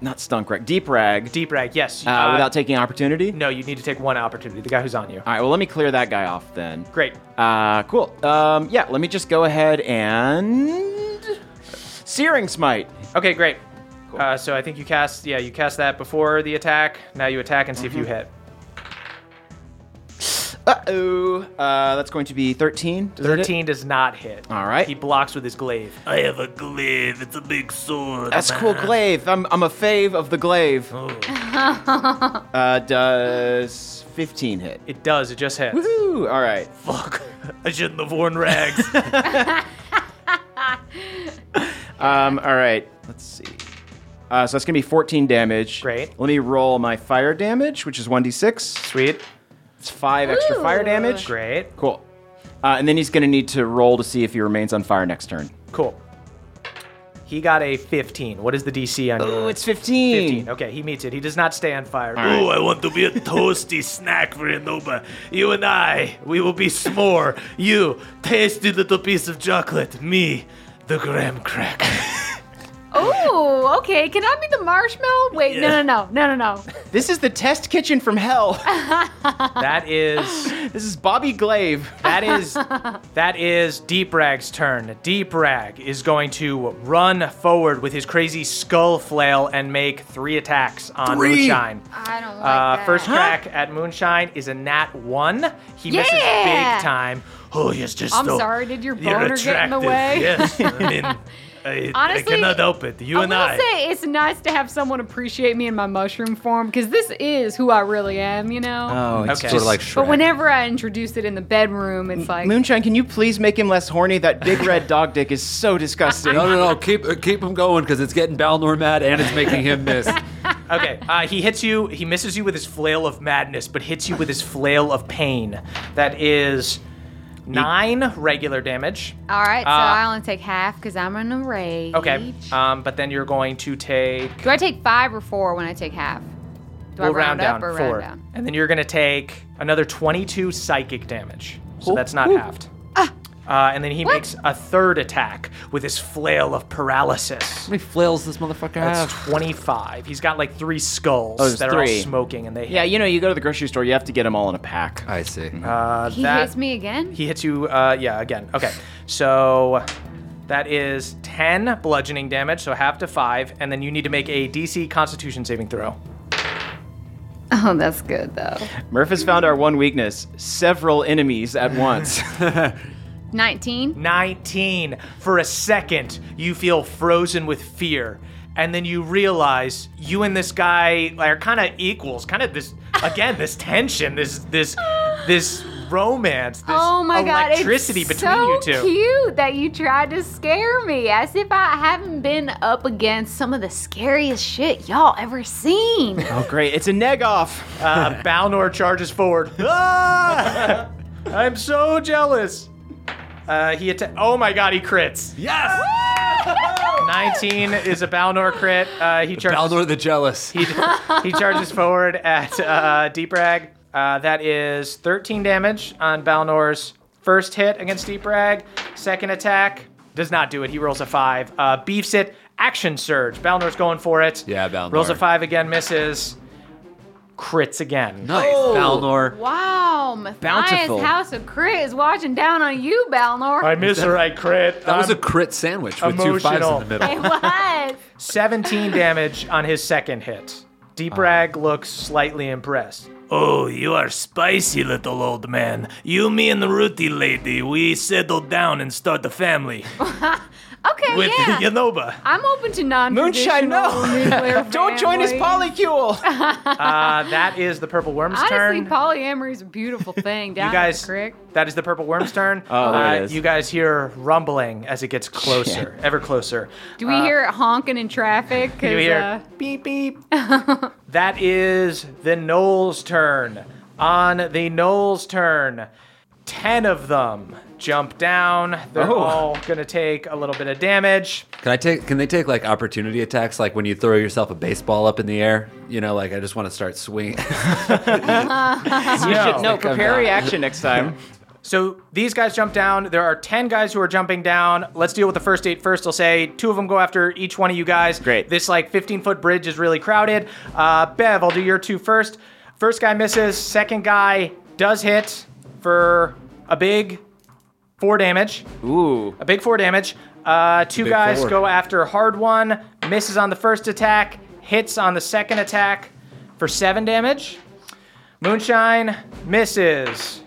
Speaker 7: not stunk rag. Deep rag.
Speaker 2: Deep Rag, yes.
Speaker 7: uh, without taking opportunity.
Speaker 2: No, you need to take one opportunity, the guy who's on you.
Speaker 7: All right. Well, let me clear that guy off then.
Speaker 2: Great.
Speaker 7: Uh, cool. Um, yeah. Let me just go ahead and searing smite.
Speaker 2: Okay, great. Uh, so I think you cast, yeah, you cast that before the attack. Now you attack and see
Speaker 7: Mm-hmm.
Speaker 2: if you hit.
Speaker 7: Uh-oh. Uh, that's going to be 13. Does that hit?
Speaker 2: 13 does not hit.
Speaker 7: All right.
Speaker 2: He blocks with his glaive.
Speaker 1: I have a glaive. It's a big sword.
Speaker 7: That's cool, glaive. I'm, I'm a fave of the glaive. uh, does 15 hit?
Speaker 2: It does, it just hits.
Speaker 7: Woohoo! All right.
Speaker 1: Fuck. I shouldn't have worn rags.
Speaker 7: Um, all right. Let's see. Uh, so that's gonna be 14 damage.
Speaker 2: Great.
Speaker 7: Let me roll my fire damage, which is 1d6.
Speaker 2: Sweet.
Speaker 7: It's five extra fire
Speaker 3: Ooh.
Speaker 7: damage.
Speaker 2: Great.
Speaker 7: Cool. Uh, and then he's gonna need to roll to see if he remains on fire next turn.
Speaker 2: Cool. He got a 15. What is the DC on
Speaker 7: Ooh,
Speaker 2: your?
Speaker 7: it's 15.
Speaker 2: 15. Okay, he meets it. He does not stay on fire.
Speaker 7: right.
Speaker 2: Ooh,
Speaker 7: Ooh,
Speaker 2: I want to be a toasty snack for Inoba. You and I, we will be s'more. You, tasty little piece of chocolate. Me, the graham crack.
Speaker 3: Oh, okay. Can I be the marshmallow? Wait, no, no, no, no, no, no.
Speaker 7: This is the test kitchen from hell.
Speaker 2: That is
Speaker 7: this is Bobby Glaive.
Speaker 2: that is that is Deep Rag's turn. Deep Rag is going to run forward with his crazy skull flail and make three attacks on Moonshine.
Speaker 3: I don't like
Speaker 2: Uh,
Speaker 3: that.
Speaker 2: first crack at Moonshine is a nat one. He misses
Speaker 3: Yeah!
Speaker 2: big time. Oh, he's just
Speaker 3: I'm
Speaker 2: so-
Speaker 3: sorry. Did your
Speaker 2: You're
Speaker 3: boner get in the
Speaker 2: attractive.
Speaker 3: way?
Speaker 2: Yes, I mean, I,
Speaker 3: Honestly,
Speaker 2: help it. You
Speaker 3: I will say it's nice to have someone appreciate me in my mushroom form because this is who I really am, you know.
Speaker 7: Oh, it's
Speaker 2: Okay.
Speaker 4: Sort
Speaker 7: just-
Speaker 4: of like
Speaker 3: but
Speaker 4: Shrek.
Speaker 3: whenever I introduce it in the bedroom, it's like
Speaker 7: Moonshine, can you please make him less horny? That big red dog dick is so disgusting.
Speaker 4: no, no, no. Keep uh, keep him going because it's getting Balnor mad and it's making him miss.
Speaker 2: okay, uh, he hits you. He misses you with his flail of madness, but hits you with his flail of pain. That is nine regular damage.
Speaker 3: all right. So
Speaker 2: Uh,
Speaker 3: I only take half because I'm in a rage.
Speaker 2: Okay, um, but then you're going to take.
Speaker 3: Do I take five or four when I take half? Do I
Speaker 2: we'll
Speaker 3: round,
Speaker 2: down
Speaker 3: up or
Speaker 2: four,
Speaker 3: round down?
Speaker 2: and then you're going to take another 22 psychic damage. So that's not halved.
Speaker 3: Ah.
Speaker 2: Uh, and then he makes a third attack with his flail of paralysis.
Speaker 4: many flails this motherfucker
Speaker 2: That's 25. He's got like three skulls
Speaker 7: Oh, there's
Speaker 2: that are all
Speaker 7: three.
Speaker 2: smoking, and they
Speaker 7: yeah, you know, you go to the grocery store, you have to get them all in a pack.
Speaker 4: I see.
Speaker 3: He
Speaker 2: Uh, that-
Speaker 3: hits me again.
Speaker 2: He hits you, uh, yeah, again. Okay. So that is 10 bludgeoning damage, so half to 5, and then you need to make a DC Constitution saving throw.
Speaker 3: oh, that's good though.
Speaker 7: Murph has found our one weakness several enemies at once.
Speaker 3: Nineteen.
Speaker 2: 19. For a second, you feel frozen with fear. And then you realize you and this guy are kind of equals, kind of this again, this tension, this this this romance, this
Speaker 3: Oh my god!
Speaker 2: electricity
Speaker 3: it's
Speaker 2: between
Speaker 3: so
Speaker 2: you two.
Speaker 3: cute that you tried to scare me, as if I haven't been up against some of the scariest shit y'all ever seen.
Speaker 7: oh, great. It's a neg off.
Speaker 2: Uh, Balnor charges forward. Ah! I'm so jealous. Uh, he atta- Oh my god, he crits.
Speaker 4: yes.
Speaker 2: 19 is a Balnor crit. Uh, he charges.
Speaker 4: Balnor the jealous.
Speaker 2: he charges forward at uh, Deep Rag. Uh, that is 13 damage on Balnor's first hit against Deep Rag. Second attack does not do it. He rolls a five. Uh, beefs it. Action surge. Balnor's going for it.
Speaker 4: Yeah, Balnor.
Speaker 2: Rolls a five again, misses. Crits again.
Speaker 4: nice, Balnor.
Speaker 3: Wow, Matthias
Speaker 7: Bountiful.
Speaker 3: House of Crit is watching down on you, Balnor.
Speaker 2: I miss her. I crit.
Speaker 4: That was a crit sandwich with two fives in
Speaker 2: emotional.
Speaker 4: the middle.
Speaker 3: It was.
Speaker 2: 17 damage on his second hit. Deep Rag looks slightly impressed.
Speaker 1: Oh, you are spicy, little old man. You, me, and the Ruti lady, we settle down and start a family
Speaker 3: Okay,
Speaker 1: with
Speaker 3: Oh, yeah.
Speaker 1: Yanoba.
Speaker 3: I'm open to non-traditional
Speaker 7: Moonshine, no.
Speaker 3: nuclear
Speaker 7: Don't join his
Speaker 3: families.
Speaker 7: polycule.
Speaker 2: Uh, that is the Purple Worm's
Speaker 3: Honestly,
Speaker 2: turn.
Speaker 3: polyamory is a beautiful thing. Down
Speaker 2: you guys,
Speaker 3: at the creek.
Speaker 2: that is the Purple Worm's turn.
Speaker 7: Oh, there it
Speaker 2: Uh,
Speaker 7: is.
Speaker 2: You guys hear rumbling as it gets closer, ever closer.
Speaker 3: Do we hear it honking in traffic? 'Cause,
Speaker 2: uh, You hear
Speaker 3: uh,
Speaker 2: beep beep. that is the Knowles' turn. On the Knowles' turn, ten of them jump down. They're
Speaker 7: Oh.
Speaker 2: all gonna take a little bit of damage.
Speaker 4: Can I take? Can they take like opportunity attacks, like when you throw yourself a baseball up in the air? You know, like I just want to start swinging.
Speaker 2: Uh,
Speaker 7: You should no, prepare
Speaker 4: down.
Speaker 7: a reaction next time.
Speaker 2: So these guys jump down. There are 10 guys who are jumping down. Let's deal with the first eight first. I'll say two of them go after each one of you guys.
Speaker 7: Great.
Speaker 2: This like 15 foot bridge is really crowded. Uh, Bev, I'll do your two first. First guy misses. Second guy does hit for a big four damage.
Speaker 7: Ooh.
Speaker 2: A big four damage. Uh, two guys
Speaker 4: four.
Speaker 2: go after hard one. Misses on the first attack. Hits on the second attack for seven damage. Moonshine misses.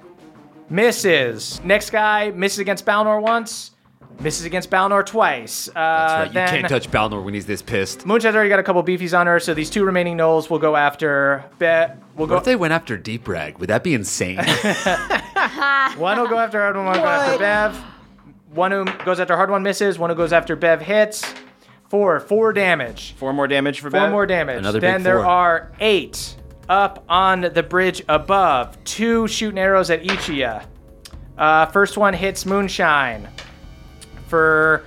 Speaker 2: Misses. Next guy misses against Balnor once. Misses against Balnor twice. Uh,
Speaker 4: That's right.
Speaker 2: then-
Speaker 4: You can't touch Balnor when he's this pissed.
Speaker 2: Moonshine's already got a couple beefies on her, so these two remaining Knolls will go after. Bet will
Speaker 4: What
Speaker 2: go.
Speaker 4: if they went after Deep Rag? Would that be insane?
Speaker 2: One will go after hard one, one will go after Bev. One who goes after hard one misses, one who goes after Bev hits. Four, four damage.
Speaker 7: Four more damage for
Speaker 2: Four
Speaker 7: Bev.
Speaker 2: more damage.
Speaker 4: Another big
Speaker 2: then there
Speaker 4: four.
Speaker 2: are eight up on the bridge above. Two shooting arrows at each of ya. Uh, first one hits Moonshine for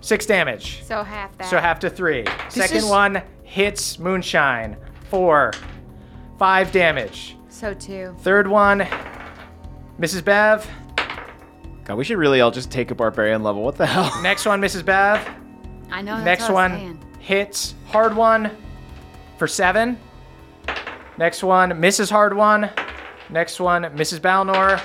Speaker 2: Six damage.
Speaker 3: So half that.
Speaker 2: So half to three. Second
Speaker 7: is-
Speaker 2: one hits Moonshine. Four. Five damage.
Speaker 3: So two.
Speaker 2: Third one, Mrs. Bev.
Speaker 7: God, we should really all just take a barbarian level. What the hell?
Speaker 2: Next one, Mrs. Bev.
Speaker 3: I know. That's
Speaker 2: Next
Speaker 3: what I was
Speaker 2: one
Speaker 3: saying.
Speaker 2: hits hard one for seven. Next one misses hard one. Next one Mrs. Balnor.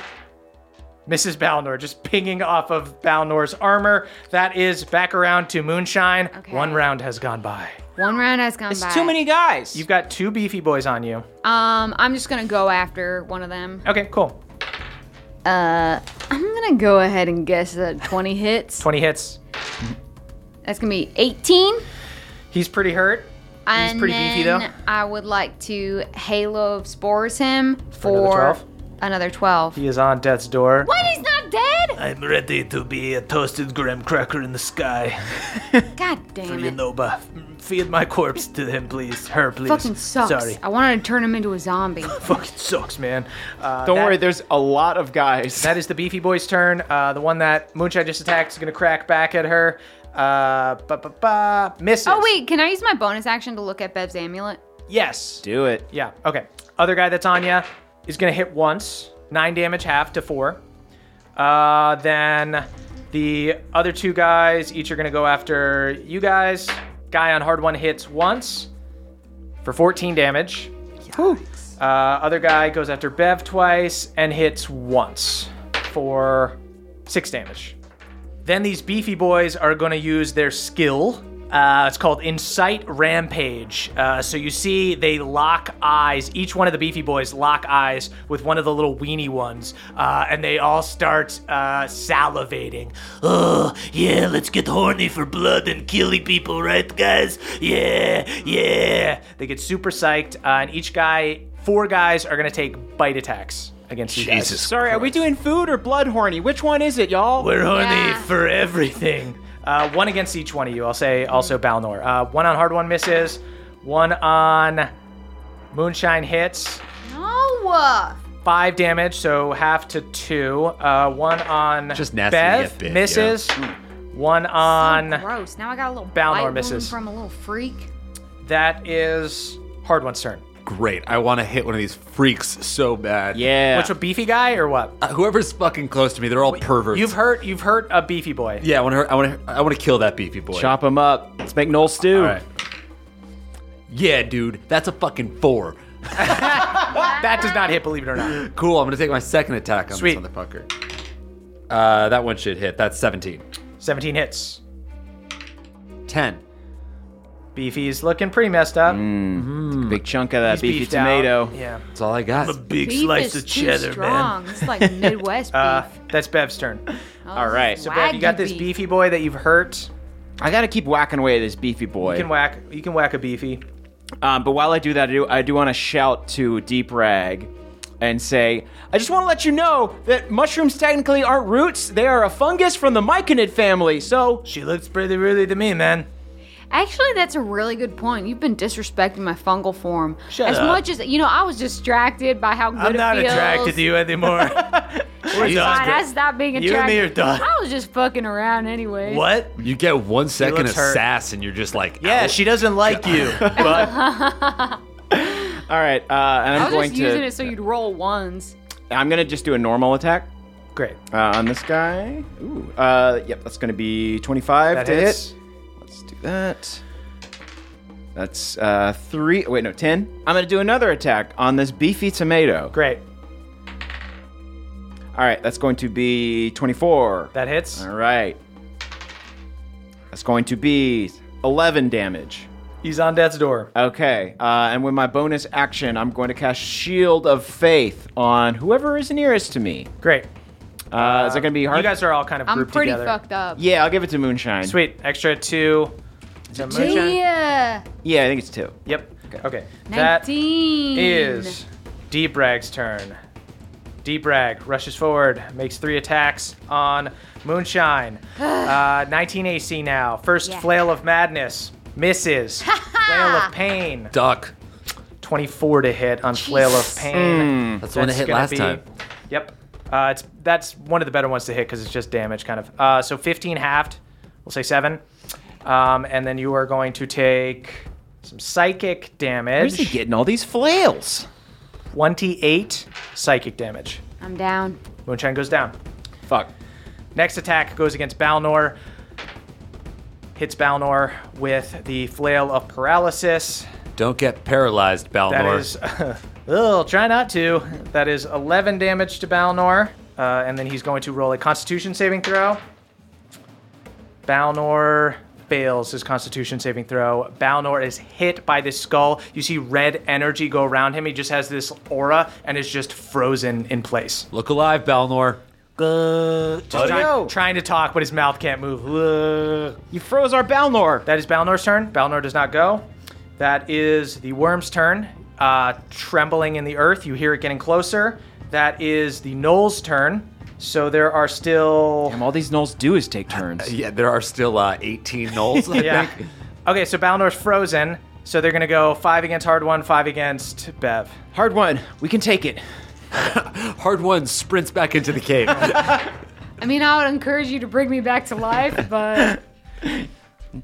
Speaker 2: Mrs. Balnor just pinging off of Balnor's armor. That is back around to Moonshine.
Speaker 3: Okay.
Speaker 2: One round has gone by.
Speaker 3: One round has gone by.
Speaker 7: Too many guys.
Speaker 2: You've got two beefy boys on you.
Speaker 3: Um, I'm just gonna go after one of them.
Speaker 2: Okay, cool.
Speaker 3: Uh, I'm gonna go ahead and guess that 20 hits.
Speaker 2: 20 hits.
Speaker 3: That's gonna be 18.
Speaker 2: He's pretty hurt.
Speaker 3: And
Speaker 2: pretty
Speaker 3: then
Speaker 2: beefy, though.
Speaker 3: I would like to Halo of Spores him
Speaker 2: another
Speaker 3: for
Speaker 2: 12?
Speaker 3: another 12.
Speaker 2: He is on death's door.
Speaker 3: What? He's not dead?
Speaker 2: I'm ready to be a toasted graham cracker in the sky.
Speaker 3: God damn it.
Speaker 2: Noba, feed my corpse to him, please. Her, please.
Speaker 3: Fucking sucks. I wanted to turn him into a zombie.
Speaker 2: Fucking sucks, man. Uh,
Speaker 7: Don't
Speaker 2: that-
Speaker 7: worry, there's a lot of guys.
Speaker 2: That is the beefy boy's turn. Uh, the one that Moonshine just attacked is gonna crack back at her. Uh, ba ba ba. Misses.
Speaker 3: oh, wait. Can I use my bonus action to look at Bev's amulet?
Speaker 2: Yes.
Speaker 7: Do it.
Speaker 2: Yeah. Okay. Other guy that's on ya is gonna hit once. Nine damage, half to four. Uh, then the other two guys each are gonna go after you guys. Guy on hard one hits once for 14 damage. Uh, other guy goes after Bev twice and hits once for six damage. Then these beefy boys are going to use their skill. Uh, it's called Incite Rampage. Uh, so you see, they lock eyes. Each one of the beefy boys lock eyes with one of the little weenie ones, uh, and they all start uh, salivating. Oh, yeah, let's get horny for blood and killing people, right, guys? Yeah, yeah. They get super psyched, uh, and each guy, four guys, are going to take bite attacks against you guys.
Speaker 7: Sorry, are we doing food or blood horny? Which one is it, y'all?
Speaker 2: We're horny
Speaker 3: Yeah.
Speaker 2: for everything. Uh, one against each one of you. I'll say also Balnor. Uh, one on hard, one misses. One on Moonshine hits.
Speaker 3: No. uh,
Speaker 2: Five damage, so half to two. Uh, one on
Speaker 4: Just nasty to
Speaker 2: Bev
Speaker 4: get bit, yeah.
Speaker 2: misses. One
Speaker 3: so
Speaker 2: on
Speaker 3: gross. Now I got a little
Speaker 2: Balnor
Speaker 3: bite wound
Speaker 2: misses.
Speaker 3: from a little freak.
Speaker 2: that is hard one's turn.
Speaker 4: Great. I want to hit one of these freaks so bad.
Speaker 7: Yeah.
Speaker 2: Which a beefy guy or what?
Speaker 4: Uh, whoever's fucking close to me, they're all perverts.
Speaker 2: You've hurt. You've hurt a beefy boy.
Speaker 4: Yeah, I want to. I want to. I want to kill that beefy boy.
Speaker 7: Chop him up. Let's make Noel stew.
Speaker 4: All right. Yeah, dude, that's a fucking four.
Speaker 2: That does not hit. Believe it or not.
Speaker 4: Cool. I'm gonna take my second attack on
Speaker 2: Sweet.
Speaker 4: this motherfucker. Uh, that one should hit. That's 17.
Speaker 2: Seventeen hits.
Speaker 4: 10.
Speaker 2: Beefy's looking pretty messed up.
Speaker 4: Mm,
Speaker 7: Big chunk of that
Speaker 2: He's
Speaker 7: beefy
Speaker 2: beefed out.
Speaker 7: tomato.
Speaker 2: Yeah.
Speaker 4: That's all I got.
Speaker 3: Big beef slice of cheddar, strong. It's like Midwest
Speaker 2: Uh,
Speaker 3: beef. Oh,
Speaker 2: that's Bev's turn.
Speaker 7: All right.
Speaker 2: So Bev, you got
Speaker 3: Wagyu
Speaker 2: this
Speaker 3: beef.
Speaker 2: beefy boy that you've hurt.
Speaker 7: I gotta keep whacking away at this beefy boy.
Speaker 2: You can whack. You can whack a beefy.
Speaker 7: Um, but while I do that, I do, I do want to shout to Deep Rag and say, I just want to let you know that mushrooms technically aren't roots; they are a fungus from the myconid family. So
Speaker 2: She looks pretty really to me, man.
Speaker 3: Actually, that's a really good point. You've been disrespecting my fungal form.
Speaker 2: Shut
Speaker 3: as
Speaker 2: up.
Speaker 3: much as you know, I was distracted by how good it feels.
Speaker 2: you anymore.
Speaker 3: It's fine. I stopped being
Speaker 2: You and
Speaker 3: attracted.
Speaker 2: me are done.
Speaker 3: I was just fucking around anyway.
Speaker 2: what?
Speaker 4: You get one second
Speaker 2: looks
Speaker 4: of
Speaker 2: hurt.
Speaker 4: sass and you're just like,
Speaker 2: Yeah,
Speaker 4: out.
Speaker 2: she doesn't like you.
Speaker 7: all right, uh, and I'm
Speaker 3: I was
Speaker 7: going
Speaker 3: just
Speaker 7: to.
Speaker 3: using it so you'd roll ones.
Speaker 7: I'm gonna just do a normal attack
Speaker 2: Great.
Speaker 7: uh, on this guy. Ooh, uh, yep, that's gonna be 25
Speaker 2: That
Speaker 7: to
Speaker 2: hits.
Speaker 7: hit. Let's do that. That's uh, three. Wait, no, ten. I'm gonna do another attack on this beefy tomato.
Speaker 2: Great.
Speaker 7: All right, that's going to be 24.
Speaker 2: That hits.
Speaker 7: All right. That's going to be 11 damage.
Speaker 2: He's on death's door.
Speaker 7: Okay. Uh, and with my bonus action, I'm going to cast Shield of Faith on whoever is nearest to me.
Speaker 2: Great.
Speaker 7: Uh, is that going to be hard?
Speaker 2: You guys are all kind of
Speaker 3: I'm
Speaker 2: grouped
Speaker 3: pretty
Speaker 2: together.
Speaker 3: fucked up.
Speaker 7: yeah, I'll give it to Moonshine.
Speaker 2: Sweet. Extra two. Is that moonshine?
Speaker 3: Yeah.
Speaker 7: Yeah, I think it's two.
Speaker 2: Yep. Okay. That
Speaker 3: 19.
Speaker 2: is Deep Rag's turn. Deep Rag rushes forward, makes three attacks on Moonshine. uh, 19 AC now. First
Speaker 3: Yeah.
Speaker 2: flail of madness misses. flail of pain.
Speaker 4: duck.
Speaker 2: 24 to hit on flail of pain.
Speaker 4: Hmm. That's the one that hit
Speaker 2: gonna
Speaker 4: last
Speaker 2: be-
Speaker 4: time.
Speaker 2: Yep. Uh, it's that's one of the better ones to hit because it's just damage kind of. Uh, so 15 halved we'll say seven. Um, and then you are going to take some psychic
Speaker 7: Where's he
Speaker 2: damage.
Speaker 7: getting all these flails?
Speaker 2: 28 psychic damage.
Speaker 3: I'm down.
Speaker 2: Moonshine goes down.
Speaker 7: Fuck.
Speaker 2: Next attack goes against Balnor. Hits Balnor with the Flail of Paralysis.
Speaker 4: Don't get paralyzed, Balnor.
Speaker 2: That is, ugh, try not to. That is 11 damage to Balnor, uh, and then he's going to roll a Constitution saving throw. Balnor fails his Constitution saving throw. Balnor is hit by this skull. You see red energy go around him. He just has this aura and is just frozen in place.
Speaker 4: Look alive, Balnor.
Speaker 2: Just try- trying to talk, but his mouth can't move. Ugh.
Speaker 7: You froze our Balnor.
Speaker 2: That is Balnor's turn. Balnor does not go. That is the worm's turn. Uh, trembling in the earth, you hear it getting closer. That is the gnoll's turn. So there are still.
Speaker 7: Damn, all these gnolls do is take turns.
Speaker 4: Yeah, there are still uh, 18 knolls, I
Speaker 2: Yeah.
Speaker 4: think.
Speaker 2: Okay, so Balnor's frozen. So they're going to go five against Hard One, five against Bev.
Speaker 7: Hard one. We can take it.
Speaker 4: Hard one sprints back into the cave.
Speaker 3: I mean, I would encourage you to bring me back to life, but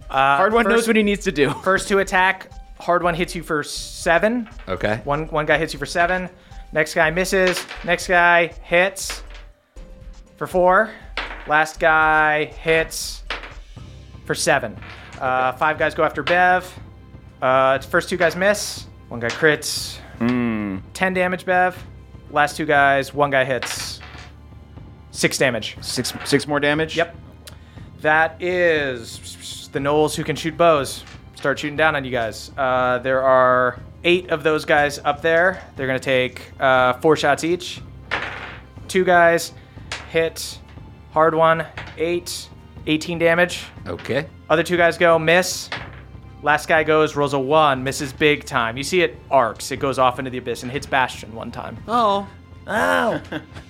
Speaker 7: Hard one
Speaker 2: first-
Speaker 7: knows what he needs to do.
Speaker 2: First to attack, Hard One hits you for seven.
Speaker 4: okay.
Speaker 2: One, one guy hits you for seven. Next guy misses. Next guy hits for four. Last guy hits for seven. Uh, five guys go after Bev. Uh, first two guys miss. One guy crits.
Speaker 7: Hmm.
Speaker 2: Ten damage, Bev. Last two guys, one guy hits. Six damage.
Speaker 7: Six, six more damage.
Speaker 2: Yep. That is the Knowles who can shoot bows. Start shooting down on you guys. Uh, there are eight of those guys up there. They're going to take uh, four shots each. Two guys hit hard one, eight, 18 damage.
Speaker 4: Okay.
Speaker 2: Other two guys go miss. Last guy goes, rolls a one, misses big time. You see it arcs, it goes off into the abyss and hits Bastion one time.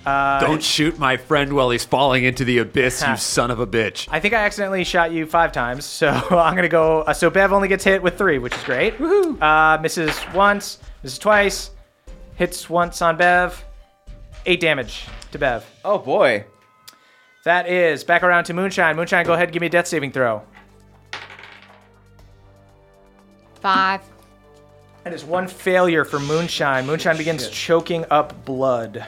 Speaker 4: Don't shoot my friend while he's falling into the abyss, you son of a bitch.
Speaker 2: I think I accidentally shot you five times, so I'm gonna go. Uh, so Bev only gets hit with three, which is great. Woohoo! Uh, misses once, misses twice, hits once on Bev. Eight damage to Bev.
Speaker 7: Oh boy.
Speaker 2: That is back around to Moonshine. Moonshine, go ahead, and give me a death saving throw.
Speaker 3: five.
Speaker 2: That is one failure for Moonshine. Moonshine begins choking up blood.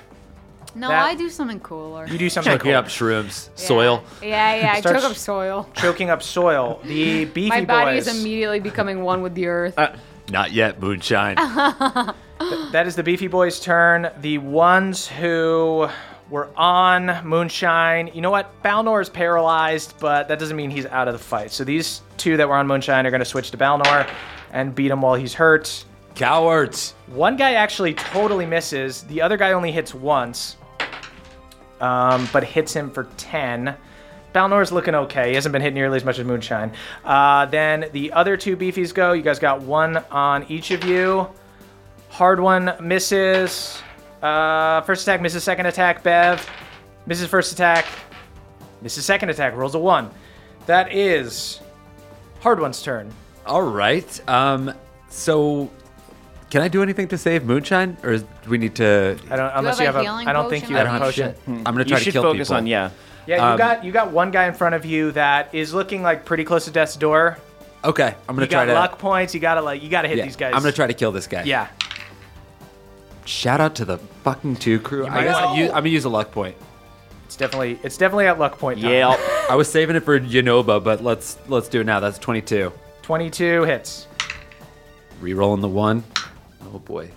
Speaker 3: No,
Speaker 2: That-
Speaker 3: I do something cooler.
Speaker 2: You do something
Speaker 4: Check me
Speaker 2: cool.
Speaker 4: up, shrooms. Soil.
Speaker 3: Yeah, yeah. I
Speaker 2: Starts-
Speaker 3: took up soil.
Speaker 2: Choking up soil. The beefy
Speaker 3: My body
Speaker 2: boys.
Speaker 3: is immediately becoming one with the earth.
Speaker 7: Uh,
Speaker 4: Not yet, moonshine.
Speaker 2: Uh-huh. That is the Beefy Boys' turn. The ones who were on Moonshine. You know what? Balnor is paralyzed, but that doesn't mean he's out of the fight. So these two that were on Moonshine are going to switch to Balnor and beat him while he's hurt.
Speaker 4: Cowards.
Speaker 2: One guy actually totally misses. The other guy only hits once, um, but hits him for 10. Balnor's looking okay. He hasn't been hit nearly as much as Moonshine. Uh, then the other two beefies go. You guys got one on each of you. Hard one misses. Uh, first attack misses. Second attack, Bev. Misses first attack. Misses second attack. Rolls a one. That is Hard one's turn.
Speaker 4: All right. Um. So, can I do anything to save moonshine, or is, do we need to?
Speaker 2: I don't unless
Speaker 3: have
Speaker 2: you
Speaker 3: a
Speaker 2: have a.
Speaker 3: healing
Speaker 2: I don't think
Speaker 3: potion?
Speaker 2: you
Speaker 3: I
Speaker 2: have
Speaker 3: don't
Speaker 2: a potion.
Speaker 3: have
Speaker 2: Hmm.
Speaker 4: I'm gonna try
Speaker 7: You
Speaker 4: to
Speaker 7: should
Speaker 4: kill
Speaker 7: focus
Speaker 4: people.
Speaker 7: on yeah.
Speaker 2: Yeah, you
Speaker 4: Um,
Speaker 2: got you got one guy in front of you that is looking like pretty close to death's door.
Speaker 4: Okay. I'm gonna
Speaker 2: You
Speaker 4: try
Speaker 2: got
Speaker 4: to.
Speaker 2: luck points. You gotta like you gotta hit
Speaker 4: yeah,
Speaker 2: these guys.
Speaker 4: I'm gonna try to kill this guy.
Speaker 2: Yeah.
Speaker 4: Shout out to the fucking two crew. I guess I use, I'm gonna use a luck point.
Speaker 2: It's definitely it's definitely at luck point. time.
Speaker 7: Yeah.
Speaker 4: I was saving it for Yanoba, but let's let's do it now. That's 22.
Speaker 2: Twenty-two hits.
Speaker 4: Rerolling the one. Oh boy.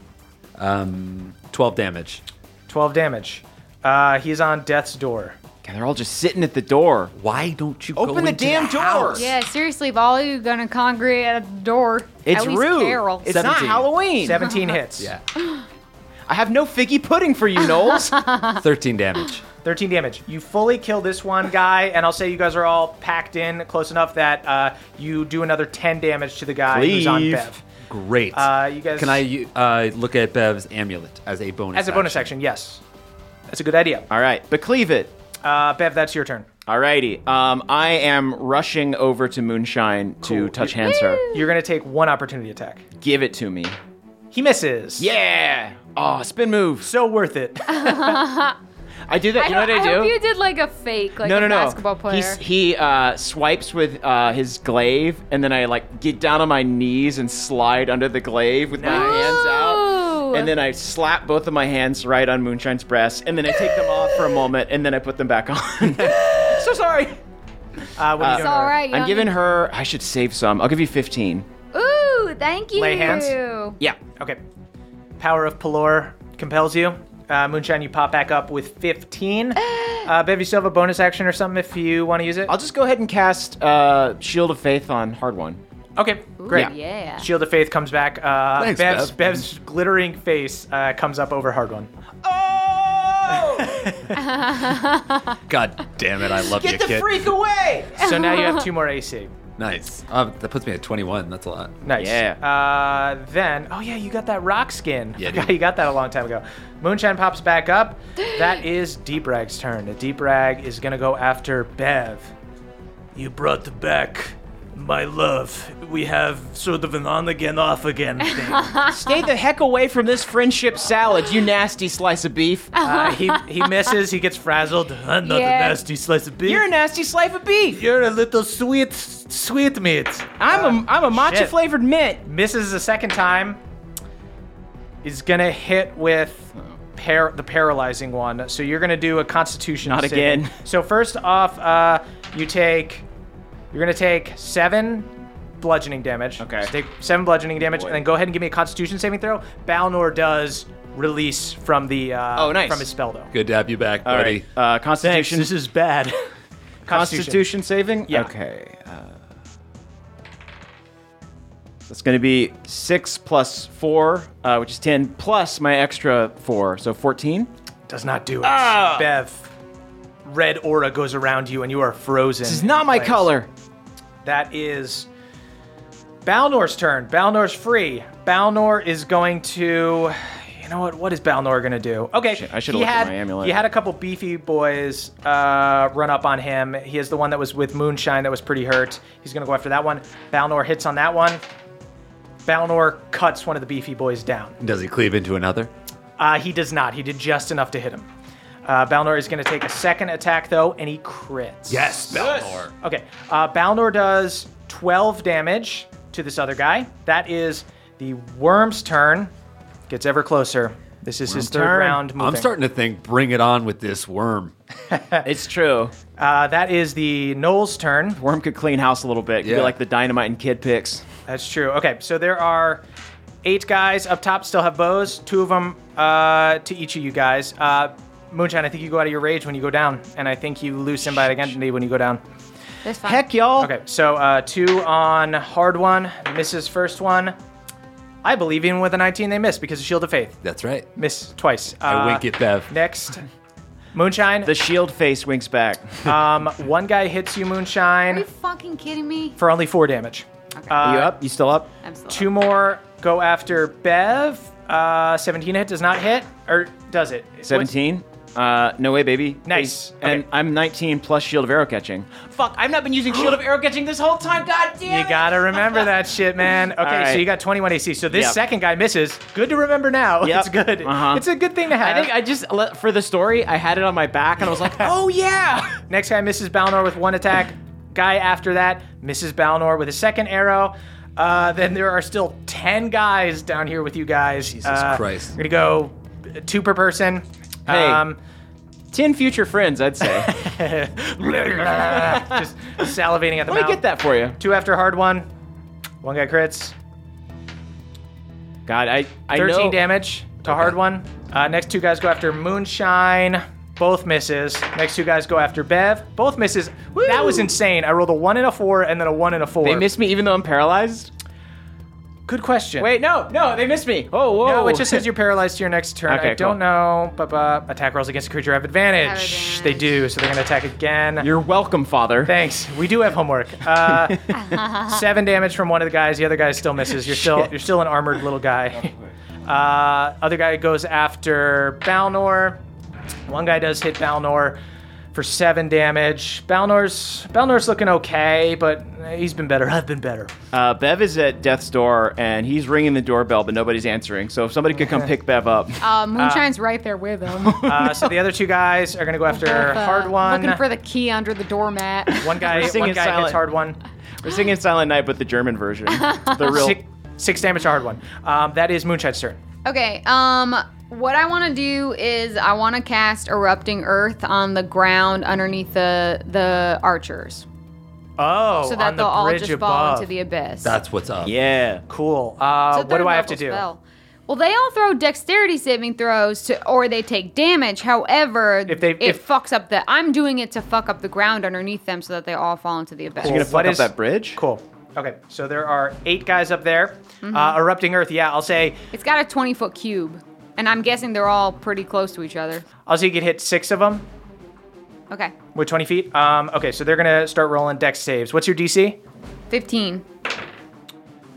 Speaker 4: Um, 12 damage.
Speaker 2: Twelve damage. Uh, he's on death's door.
Speaker 7: God, they're all just sitting at the door.
Speaker 4: Why don't you
Speaker 7: Open the damn door.
Speaker 3: yeah, seriously, if all of you gonna congregate at the door,
Speaker 7: It's
Speaker 3: at least
Speaker 7: rude.
Speaker 3: Carol.
Speaker 7: It's not
Speaker 4: 17.
Speaker 7: Halloween.
Speaker 2: Seventeen hits.
Speaker 4: Yeah.
Speaker 7: I have no figgy pudding for you, Knowles.
Speaker 4: 13 damage.
Speaker 2: Thirteen damage. You fully kill this one guy, and I'll say you guys are all packed in close enough that uh, you do another ten damage to the guy who's on
Speaker 7: Cleave.
Speaker 2: Bev.
Speaker 4: Great.
Speaker 2: Uh, you guys
Speaker 4: Can I u- uh, look at Bev's amulet as a bonus?
Speaker 2: as a bonus action? Yes, that's a good idea.
Speaker 7: all right, but cleave it.
Speaker 2: Uh, Bev, that's your turn.
Speaker 7: Alrighty. Um, I am rushing over to Moonshine to touch hands her.
Speaker 2: You're gonna take one opportunity attack.
Speaker 7: Give it to me.
Speaker 2: He misses.
Speaker 7: Yeah. Oh, spin move.
Speaker 2: So worth it.
Speaker 7: I do that. You know what I do?
Speaker 3: hope you did like a fake, like
Speaker 7: no,
Speaker 3: a
Speaker 7: no, no.
Speaker 3: basketball player.
Speaker 7: He's- he uh, swipes with uh, his glaive, and then I like get down on my knees and slide under the glaive with my hands out,
Speaker 3: Ooh.
Speaker 7: and then I slap both of my hands right on Moonshine's breast, and then I take them off for a moment, and then I put them back on. so sorry.
Speaker 2: Uh, what are you
Speaker 3: it's
Speaker 2: doing?
Speaker 3: all right.
Speaker 7: I'm giving her. I should save some. I'll give you 15.
Speaker 3: Ooh, thank you.
Speaker 2: Lay hands?
Speaker 7: Yeah.
Speaker 2: Okay. Power of Pelor compels you. Uh, Moonshine, you pop back up with 15. Uh, Bev, you still have a bonus action or something if you want to use it?
Speaker 7: I'll just go ahead and cast uh, Shield of Faith on hard one.
Speaker 2: Okay,
Speaker 3: Ooh,
Speaker 2: great.
Speaker 3: Yeah.
Speaker 2: Shield of Faith comes back. Uh,
Speaker 4: Thanks,
Speaker 2: Bev's,
Speaker 4: Bev.
Speaker 2: Bev's glittering face uh, comes up over hard one.
Speaker 3: Oh!
Speaker 4: God damn it, I love you, kid.
Speaker 2: away! so now you have two more AC.
Speaker 4: Nice. Uh, that puts me at 21. That's a lot.
Speaker 2: Nice. Yeah. Uh, then, oh yeah, you got that rock skin.
Speaker 4: Yeah,
Speaker 2: Forgot
Speaker 4: dude.
Speaker 2: you got that a long time ago. Moonshine pops back up. That is Deep Rag's turn. The Deep Rag is gonna go after Bev. You brought back my love. We have sort of an on again, off again thing.
Speaker 7: Stay the heck away from this friendship salad, you nasty slice of beef.
Speaker 2: uh, he he misses. He gets frazzled. I'm
Speaker 3: not a Yeah. nasty
Speaker 2: slice of beef.
Speaker 7: You're a nasty slice of beef.
Speaker 2: you're a little sweet sweet meat.
Speaker 7: I'm a I'm a matcha
Speaker 2: shit.
Speaker 7: flavored mint.
Speaker 2: misses the second time. Is gonna hit with par- the paralyzing one. So you're gonna do a Constitution.
Speaker 7: Not
Speaker 2: save.
Speaker 7: again.
Speaker 2: So first off, uh, you take you're gonna take seven bludgeoning damage.
Speaker 7: Okay.
Speaker 2: So take seven bludgeoning damage, and then go ahead and give me a Constitution saving throw. Balnor does release from the uh,
Speaker 7: Oh, nice.
Speaker 2: from his spell though.
Speaker 4: Good to have you back,
Speaker 7: All
Speaker 4: buddy.
Speaker 7: right. Uh, Constitution.
Speaker 2: is bad.
Speaker 7: Constitution saving.
Speaker 2: Yeah.
Speaker 7: Okay. Uh, that's going to be six plus four, uh, which is ten, plus my extra four, so fourteen.
Speaker 2: does not do it.
Speaker 7: Ah!
Speaker 2: Bev, red aura goes around you, and you are frozen.
Speaker 7: This is not my color.
Speaker 2: That is Balnor's turn. Balnor's free. Balnor is going to. You know what? What is Balnor going to do? Okay.
Speaker 7: Shit, I should've
Speaker 2: he
Speaker 7: looked at
Speaker 2: had-
Speaker 7: my amulet.
Speaker 2: He had a couple beefy boys uh, run up on him. He is the one that was with Moonshine that was pretty hurt. He's going to go after that one. Balnor hits on that one. Balnor cuts one of the beefy boys down.
Speaker 4: Does he cleave into another?
Speaker 2: Uh, he does not. He did just enough to hit him. Uh, Balnor is going to take a second attack, though, and he crits.
Speaker 4: Yes, Balnor.
Speaker 2: Okay. Uh, Balnor does 12 damage to this other guy. That is the worm's turn. Gets ever closer. This is his third round moving.
Speaker 4: I'm starting to think, bring it on with this worm.
Speaker 7: It's true.
Speaker 2: Uh, that is the Knoll's turn.
Speaker 7: Worm could clean house a little bit. Could
Speaker 4: Yeah.
Speaker 7: Be like the dynamite and kid picks.
Speaker 2: That's true. Okay, so there are eight guys up top still have bows. Two of them uh, to each of you guys. Uh, Moonshine, I think you go out of your rage when you go down, and I think you lose symbiote identity when you go down.
Speaker 3: That's fine.
Speaker 7: Heck, y'all.
Speaker 2: Okay, so uh, two on hard one, misses first one. I believe even with a 19 they miss because of Shield of Faith.
Speaker 4: That's right.
Speaker 2: Miss twice. Uh,
Speaker 4: I wink at Bev.
Speaker 2: Next, Moonshine.
Speaker 7: The shield face winks back.
Speaker 2: um, one guy hits you,
Speaker 3: Are you
Speaker 2: Moonshine,
Speaker 3: fucking kidding me?
Speaker 2: for only four damage.
Speaker 7: Are you up? You still up?
Speaker 3: I'm still
Speaker 2: Two more go after Bev. Uh, 17 hit does not hit, or does it? What's-
Speaker 7: Seventeen. Uh, no way, baby.
Speaker 2: Nice.
Speaker 7: And
Speaker 2: Okay.
Speaker 7: I'm 19 plus shield of arrow catching. Fuck! I've not been using shield of arrow catching this whole time. God damn.
Speaker 2: You gotta remember that shit, man. Okay, so
Speaker 7: right.
Speaker 2: you got 21 AC. So this
Speaker 7: Yep.
Speaker 2: second guy misses. Good to remember now.
Speaker 7: Yep.
Speaker 2: It's good.
Speaker 7: Uh-huh.
Speaker 2: It's a good thing to have.
Speaker 7: I think I just le- for the story, I had it on my back and I was like, "Oh yeah."
Speaker 2: Next guy misses Balnor with one attack. Guy after that misses Balnor with a second arrow. Uh, then there are still 10 guys down here with you guys. Jesus
Speaker 4: Christ.
Speaker 2: We're going to go two per person. Um,
Speaker 7: Hey. Ten future friends, I'd say.
Speaker 2: just salivating at the
Speaker 7: Let me
Speaker 2: mouth.
Speaker 7: get that for you.
Speaker 2: Two after hard one. One guy crits.
Speaker 7: God, I I
Speaker 2: 13
Speaker 7: know.
Speaker 2: damage to hard one. Uh, next two guys go after Moonshine. Both misses. Next two guys go after Bev. Both misses. That was insane. I rolled a one and a four, and then a one and a four.
Speaker 7: They missed me even though I'm paralyzed.
Speaker 2: Good question.
Speaker 7: Wait, no, no, they missed me. Oh, whoa.
Speaker 2: No, it just says you're paralyzed to your next turn. I
Speaker 7: Okay,
Speaker 2: don't
Speaker 7: cool.
Speaker 2: know. But uh, attack rolls against a creature have advantage.
Speaker 3: Have advantage.
Speaker 2: They do, so they're gonna attack again.
Speaker 7: You're welcome, father.
Speaker 2: Thanks. We do have homework. Uh, seven damage from one of the guys. The other guy still misses. You're still you're still an armored little guy. Uh, other guy goes after Balnor. One guy does hit Balnor for seven damage. Balnor's Balnor's looking okay, but he's been better. I've been better.
Speaker 7: Uh, Bev is at death's door, and he's ringing the doorbell, but nobody's answering. So if somebody could come pick Bev up.
Speaker 3: Uh, Moonshine's right there with him. Uh,
Speaker 2: Uh, so the other two guys are gonna go after hard one.
Speaker 3: Looking for the key under the doormat.
Speaker 2: one guy,
Speaker 7: We're
Speaker 2: one
Speaker 7: singing
Speaker 2: guy
Speaker 7: silent.
Speaker 2: hits hard one.
Speaker 7: We're singing Silent Night, but the German version. The real.
Speaker 2: Six, six damage to hard one. Um, that is Moonshine's turn.
Speaker 3: Okay, um what I want to do is I want to cast erupting earth on the ground underneath the the archers
Speaker 2: Oh,
Speaker 3: so that
Speaker 2: on the
Speaker 3: they'll all
Speaker 2: bridge
Speaker 3: just
Speaker 2: above.
Speaker 3: fall into the abyss.
Speaker 4: That's what's up.
Speaker 7: Yeah.
Speaker 2: cool. Uh,
Speaker 3: So
Speaker 2: what
Speaker 3: third
Speaker 2: do I have to
Speaker 3: level
Speaker 2: do?
Speaker 3: spell. Well, they all throw dexterity saving throws to, or they take damage. However,
Speaker 2: If they-
Speaker 3: it
Speaker 2: if-
Speaker 3: fucks up the. I'm doing it to fuck up the ground underneath them so that they all fall into the abyss.
Speaker 7: You're gonna fuck
Speaker 2: What
Speaker 7: up
Speaker 2: is-
Speaker 7: that bridge?
Speaker 2: Cool. Okay, so there are eight guys up there. Uh, erupting Earth. Yeah, I'll say
Speaker 3: It's got a 20 foot cube, and I'm guessing they're all pretty close to each other.
Speaker 2: I'll say you could hit six of them
Speaker 3: Okay,
Speaker 2: with 20 feet. Um, okay, so they're gonna start rolling dex saves. What's your DC?
Speaker 3: 15.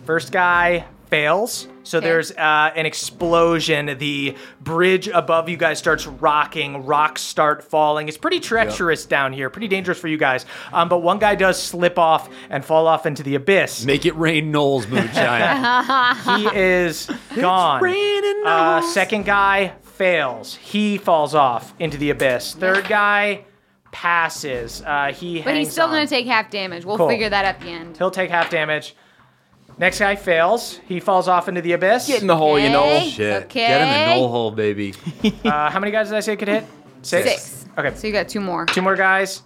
Speaker 2: First guy fails. So
Speaker 3: Okay.
Speaker 2: there's uh, an explosion. The bridge above you guys starts rocking. Rocks start falling. It's pretty treacherous down here. Pretty dangerous for you guys. Um, but one guy does slip off and fall off into the abyss.
Speaker 4: Make it rain, Knowles, moonshine.
Speaker 2: he is gone. Uh, second guy fails. He falls off into the abyss. Third guy passes. Uh, he
Speaker 3: But he's
Speaker 2: hangs
Speaker 3: still
Speaker 2: on.
Speaker 3: gonna take half damage. We'll
Speaker 2: Cool.
Speaker 3: figure that at the end.
Speaker 2: He'll take half damage. Next guy fails. He falls off into the abyss.
Speaker 4: Get in the hole, you know.
Speaker 3: Okay,
Speaker 4: Shit.
Speaker 3: okay.
Speaker 4: Get in the knoll hole, baby.
Speaker 2: Uh, how many guys did I say could hit? Six.
Speaker 3: Six.
Speaker 2: Okay.
Speaker 3: So you got two more.
Speaker 2: Two more guys.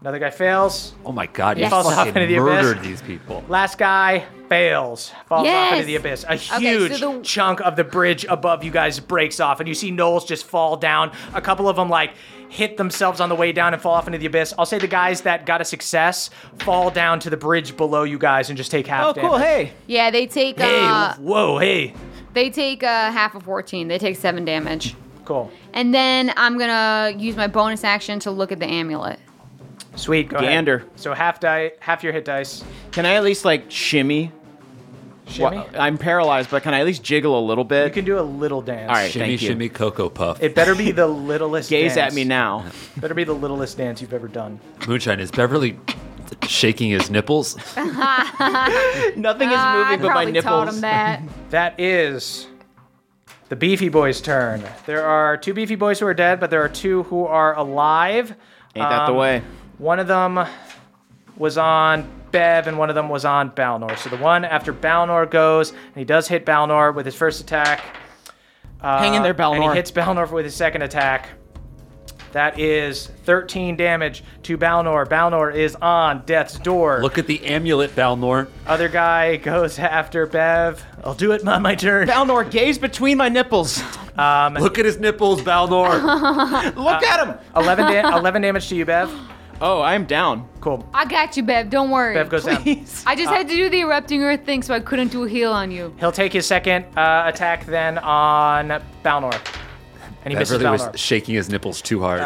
Speaker 2: Another guy fails.
Speaker 4: Oh my god,
Speaker 3: Yes.
Speaker 4: you
Speaker 3: Falls
Speaker 2: off
Speaker 4: fucking
Speaker 2: into the abyss.
Speaker 4: murdered these people.
Speaker 2: Last guy fails, falls off into
Speaker 3: Yes.
Speaker 2: the abyss. A
Speaker 3: so
Speaker 2: huge
Speaker 3: the-
Speaker 2: chunk of the bridge above you guys breaks off, and you see Knowles just fall down. A couple of them like hit themselves on the way down and fall off into the abyss. I'll say the guys that got a success fall down to the bridge below you guys and just take half.
Speaker 7: Oh, cool.
Speaker 2: damage.
Speaker 7: Hey.
Speaker 3: Yeah, they take
Speaker 2: Hey,
Speaker 3: uh,
Speaker 2: whoa, hey,
Speaker 3: they take uh, half of 14. They take seven damage.
Speaker 2: cool,
Speaker 3: And then I'm gonna use my bonus action to look at the amulet.
Speaker 2: sweet, go ahead.
Speaker 7: Gander.
Speaker 2: So half die, half your hit dice.
Speaker 7: Can I at least like shimmy?
Speaker 2: Shimmy.
Speaker 7: Well, I'm paralyzed, but can I at least jiggle a little bit?
Speaker 2: You can do a little dance.
Speaker 7: All right,
Speaker 4: Shimmy,
Speaker 7: thank you.
Speaker 4: shimmy, cocoa puff.
Speaker 2: It better be the littlest.
Speaker 7: Gaze
Speaker 2: dance.
Speaker 7: at me now.
Speaker 2: Better be the littlest dance you've ever done.
Speaker 4: Moonshine, is Beverly shaking his nipples?
Speaker 7: Nothing is
Speaker 3: I
Speaker 7: moving but my
Speaker 3: probably taught
Speaker 7: nipples.
Speaker 3: him that.
Speaker 2: That is the Beefy Boys' turn. There are two Beefy Boys who are dead, but there are two who are alive.
Speaker 7: Ain't that the
Speaker 2: Um,
Speaker 7: way?
Speaker 2: One of them was on Bev, and one of them was on Balnor. So the one after Balnor goes, and he does hit Balnor with his first attack. Uh,
Speaker 7: Hang in there,
Speaker 2: And he
Speaker 7: Balnor.
Speaker 2: hits Balnor with his second attack. That is 13 damage to Balnor. Balnor is on death's door.
Speaker 4: Look at the amulet, Balnor.
Speaker 2: Other guy goes after Bev. I'll do it on my turn.
Speaker 7: Balnor, gaze between my nipples.
Speaker 4: Look at his nipples, Balnor.
Speaker 7: Look at him.
Speaker 2: 11, da- 11 damage to you, Bev.
Speaker 7: Oh, I'm down.
Speaker 2: Cool.
Speaker 3: I got you, Bev. Don't worry.
Speaker 2: Bev goes down.
Speaker 3: I
Speaker 7: Uh,
Speaker 3: just had to do the erupting earth thing, so I couldn't do a heal on you.
Speaker 2: He'll take his second uh, attack then on Balnor. And he misses
Speaker 4: Beverly
Speaker 2: Balnor.
Speaker 4: was shaking his nipples too hard.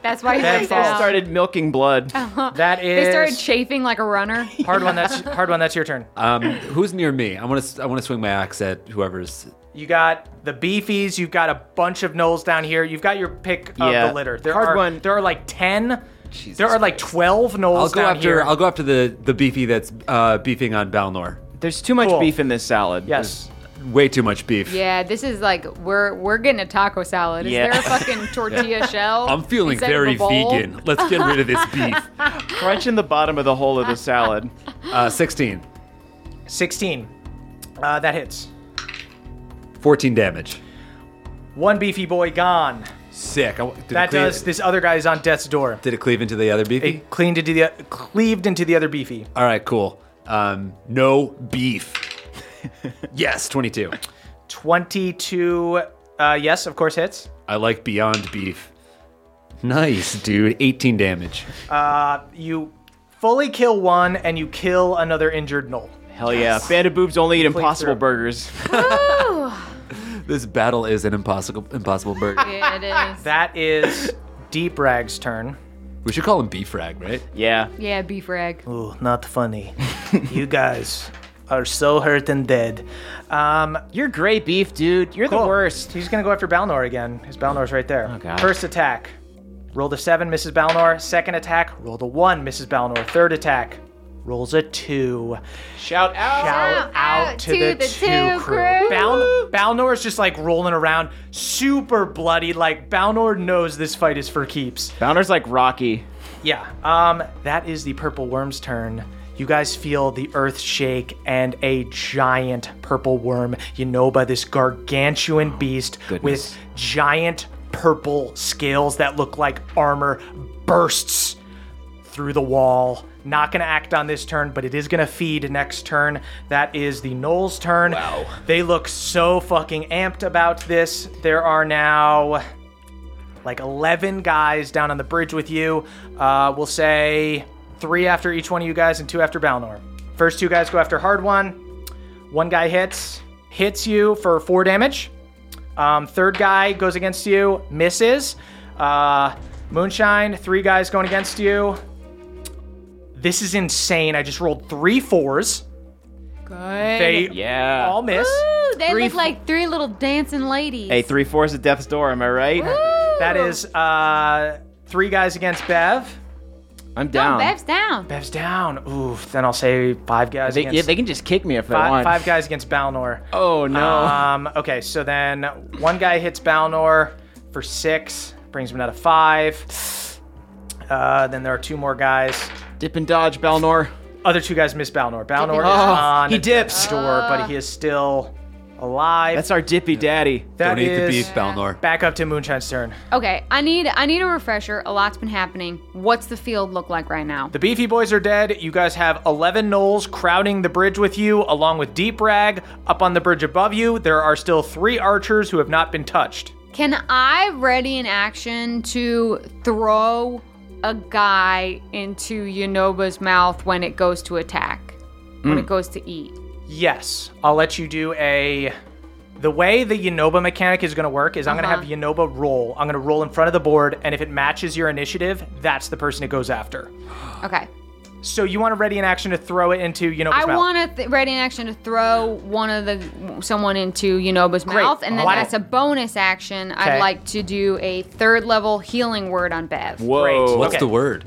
Speaker 3: That's why he
Speaker 2: Bev
Speaker 3: went down.
Speaker 7: Started milking blood.
Speaker 2: that is
Speaker 3: They started chafing like a runner.
Speaker 2: hard one. That's hard one. That's your turn.
Speaker 4: um, who's near me? I want to. I want to swing my axe at whoever's.
Speaker 2: You got the beefies. You've got a bunch of gnolls down here. You've got your pick of
Speaker 7: Yeah.
Speaker 2: the litter. There
Speaker 7: Hard
Speaker 2: are
Speaker 7: one.
Speaker 2: there are like ten. there are like twelve gnolls
Speaker 4: I'll go
Speaker 2: down
Speaker 4: after.
Speaker 2: here.
Speaker 4: I'll go after the the beefy that's uh, beefing on Balnor.
Speaker 7: There's too much
Speaker 2: Cool.
Speaker 7: beef in this salad.
Speaker 2: yes.
Speaker 4: Way too much beef.
Speaker 3: Yeah, this is like we're we're getting a taco salad. Is
Speaker 7: Yeah.
Speaker 3: there a fucking tortilla shell?
Speaker 4: I'm feeling
Speaker 3: instead of
Speaker 4: very
Speaker 3: a bowl?
Speaker 4: vegan. Let's get rid of this beef.
Speaker 7: There's crunch in the bottom of the hole of the salad.
Speaker 4: Uh, 16.
Speaker 2: Sixteen. Uh, that hits.
Speaker 4: 14 damage.
Speaker 2: One beefy boy gone.
Speaker 4: Sick. I, did
Speaker 2: That
Speaker 4: it cleave,
Speaker 2: does. This other guy is on death's door.
Speaker 4: Did it cleave into the other beefy?
Speaker 2: It cleaned into the cleaved into the other beefy.
Speaker 4: All right, cool. Um, no beef. yes, 22.
Speaker 2: 22 uh yes of course hits
Speaker 4: I like beyond beef. Nice, dude. 18 damage.
Speaker 2: you fully kill one and you kill another injured knoll
Speaker 7: Hell yeah. Bandit boobs only eat impossible
Speaker 2: through.
Speaker 7: burgers.
Speaker 4: This battle is an impossible impossible burger.
Speaker 3: Yeah, it is.
Speaker 2: that is deep rag's turn
Speaker 4: We should call him beef rag, right?
Speaker 7: Yeah.
Speaker 3: Yeah, beef rag.
Speaker 2: Ooh, not funny you guys are so hurt and dead um
Speaker 7: You're gray beef, dude. You're the
Speaker 2: cool.
Speaker 7: worst.
Speaker 2: he's gonna go after balnor again his balnor's right there
Speaker 7: God.
Speaker 2: first attack Rolled a seven, Mrs. Balnor. Second attack, rolled a one, Mrs. Balnor. Third attack, rolls a two.
Speaker 7: Shout out.
Speaker 2: Shout out to, the, two crew. Bal- Balnor's just like rolling around, super bloody. Like Balnor knows this fight is for keeps.
Speaker 7: Bounder's like Rocky.
Speaker 2: Yeah. Um, that is the purple worm's turn. You guys feel the earth shake and a giant purple worm, you know, by this gargantuan beast with giant purple scales that look like armor, bursts through the wall. Not going to act on this turn, but it is going to feed next turn. That is the Knowles' turn. Wow. They look so fucking amped about this. There are now like 11 guys down on the bridge with you. Uh, we'll say three after each one of you guys and two after Balnor. First two guys go after hard one. One guy hits, hits you for four damage. Um, third guy goes against you, misses. Uh, Moonshine, three guys going against you. This is insane. I just rolled three fours.
Speaker 3: Good.
Speaker 2: They
Speaker 7: Yeah.
Speaker 2: all miss.
Speaker 3: Ooh, they
Speaker 2: Three
Speaker 3: look like three little dancing ladies.
Speaker 7: Hey, three fours at death's door. Am I right?
Speaker 3: Ooh.
Speaker 2: That is uh, three guys against Bev.
Speaker 7: I'm
Speaker 3: Oh,
Speaker 7: down.
Speaker 3: Bev's down.
Speaker 2: Bev's down. Oof. Then I'll say five guys
Speaker 7: they,
Speaker 2: against
Speaker 7: yeah, they can just kick me if they
Speaker 2: five,
Speaker 7: want.
Speaker 2: five guys against Balnor.
Speaker 7: Oh no.
Speaker 2: Um, okay, so then one guy hits Balnor for six, brings him down to five. Uh, then there are two more guys.
Speaker 7: Dip and dodge, Balnor.
Speaker 2: Other two guys miss Balnor. Balnor is on
Speaker 7: he dips.
Speaker 2: door, but he is still alive.
Speaker 7: That's our dippy daddy.
Speaker 2: That
Speaker 4: Don't eat the
Speaker 2: is-
Speaker 4: beef, Balnor.
Speaker 2: Back up to Moonshine's turn.
Speaker 3: Okay, I need I need a refresher. A lot's been happening. What's the field look like right now?
Speaker 2: The Beefy Boys are dead. You guys have 11 gnolls crowding the bridge with you, along with Deep Rag. Up on the bridge above you, there are still three archers who have not been touched.
Speaker 3: Can I ready an action to throw a guy into Yonoba's mouth when it goes to attack? When
Speaker 7: Hmm.
Speaker 3: it goes to eat?
Speaker 2: Yes, I'll let you do a. The way the Yanoba mechanic is going to work is I'm going to have Yanoba roll. I'm going to roll in front of the board, and if it matches your initiative, that's the person it goes after.
Speaker 3: Okay.
Speaker 2: So you want to ready an action to throw it into Yanoba's
Speaker 3: I
Speaker 2: mouth.
Speaker 3: want to th- ready an action to throw one of the someone into Yonoba's mouth, and then
Speaker 2: Wow.
Speaker 3: that's a bonus action.
Speaker 2: Okay.
Speaker 3: I'd like to do a third level healing word on Bev.
Speaker 7: Whoa.
Speaker 4: What's
Speaker 2: Okay.
Speaker 4: the word?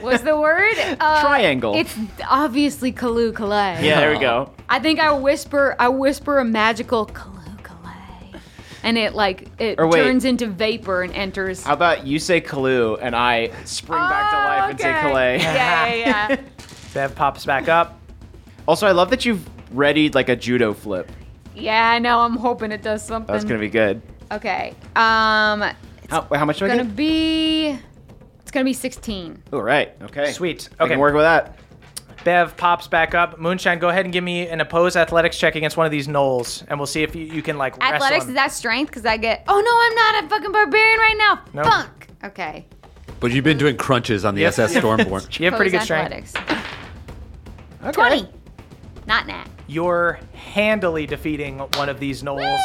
Speaker 3: What's the word? Uh,
Speaker 7: Triangle.
Speaker 3: It's obviously Kalu Kalei.
Speaker 7: Yeah, there we go.
Speaker 3: I think I whisper I whisper a magical Kalu Kalei. And it like it
Speaker 7: Or wait.
Speaker 3: turns into vapor and enters.
Speaker 7: How about you say Kalu and I spring back to life and say
Speaker 3: okay.
Speaker 7: Kalei?
Speaker 3: Yeah, yeah, yeah.
Speaker 2: Bev pops back up.
Speaker 7: Also, I love that you've readied like a judo flip.
Speaker 3: yeah, I know. I'm hoping it does something.
Speaker 7: That's gonna be good.
Speaker 3: Okay. Um it's
Speaker 7: How, how much do I
Speaker 3: gonna
Speaker 7: get?
Speaker 3: be it's gonna be 16.
Speaker 7: All right. Okay.
Speaker 2: Sweet.
Speaker 7: I
Speaker 2: Okay.
Speaker 7: can work with that.
Speaker 2: Bev pops back up. Moonshine, go ahead and give me an opposed athletics check against one of these gnolls, and we'll see if you, you can like wrestle
Speaker 3: Athletics
Speaker 2: him.
Speaker 3: is that strength? Because I get oh no, I'm not a fucking barbarian right now.
Speaker 2: No.
Speaker 3: Fuck. Okay.
Speaker 4: But you've been doing crunches on the SS Stormborn.
Speaker 2: you have pretty good
Speaker 3: Opposed
Speaker 2: strength.
Speaker 3: athletics. 20. Not nat.
Speaker 2: You're handily defeating one of these gnolls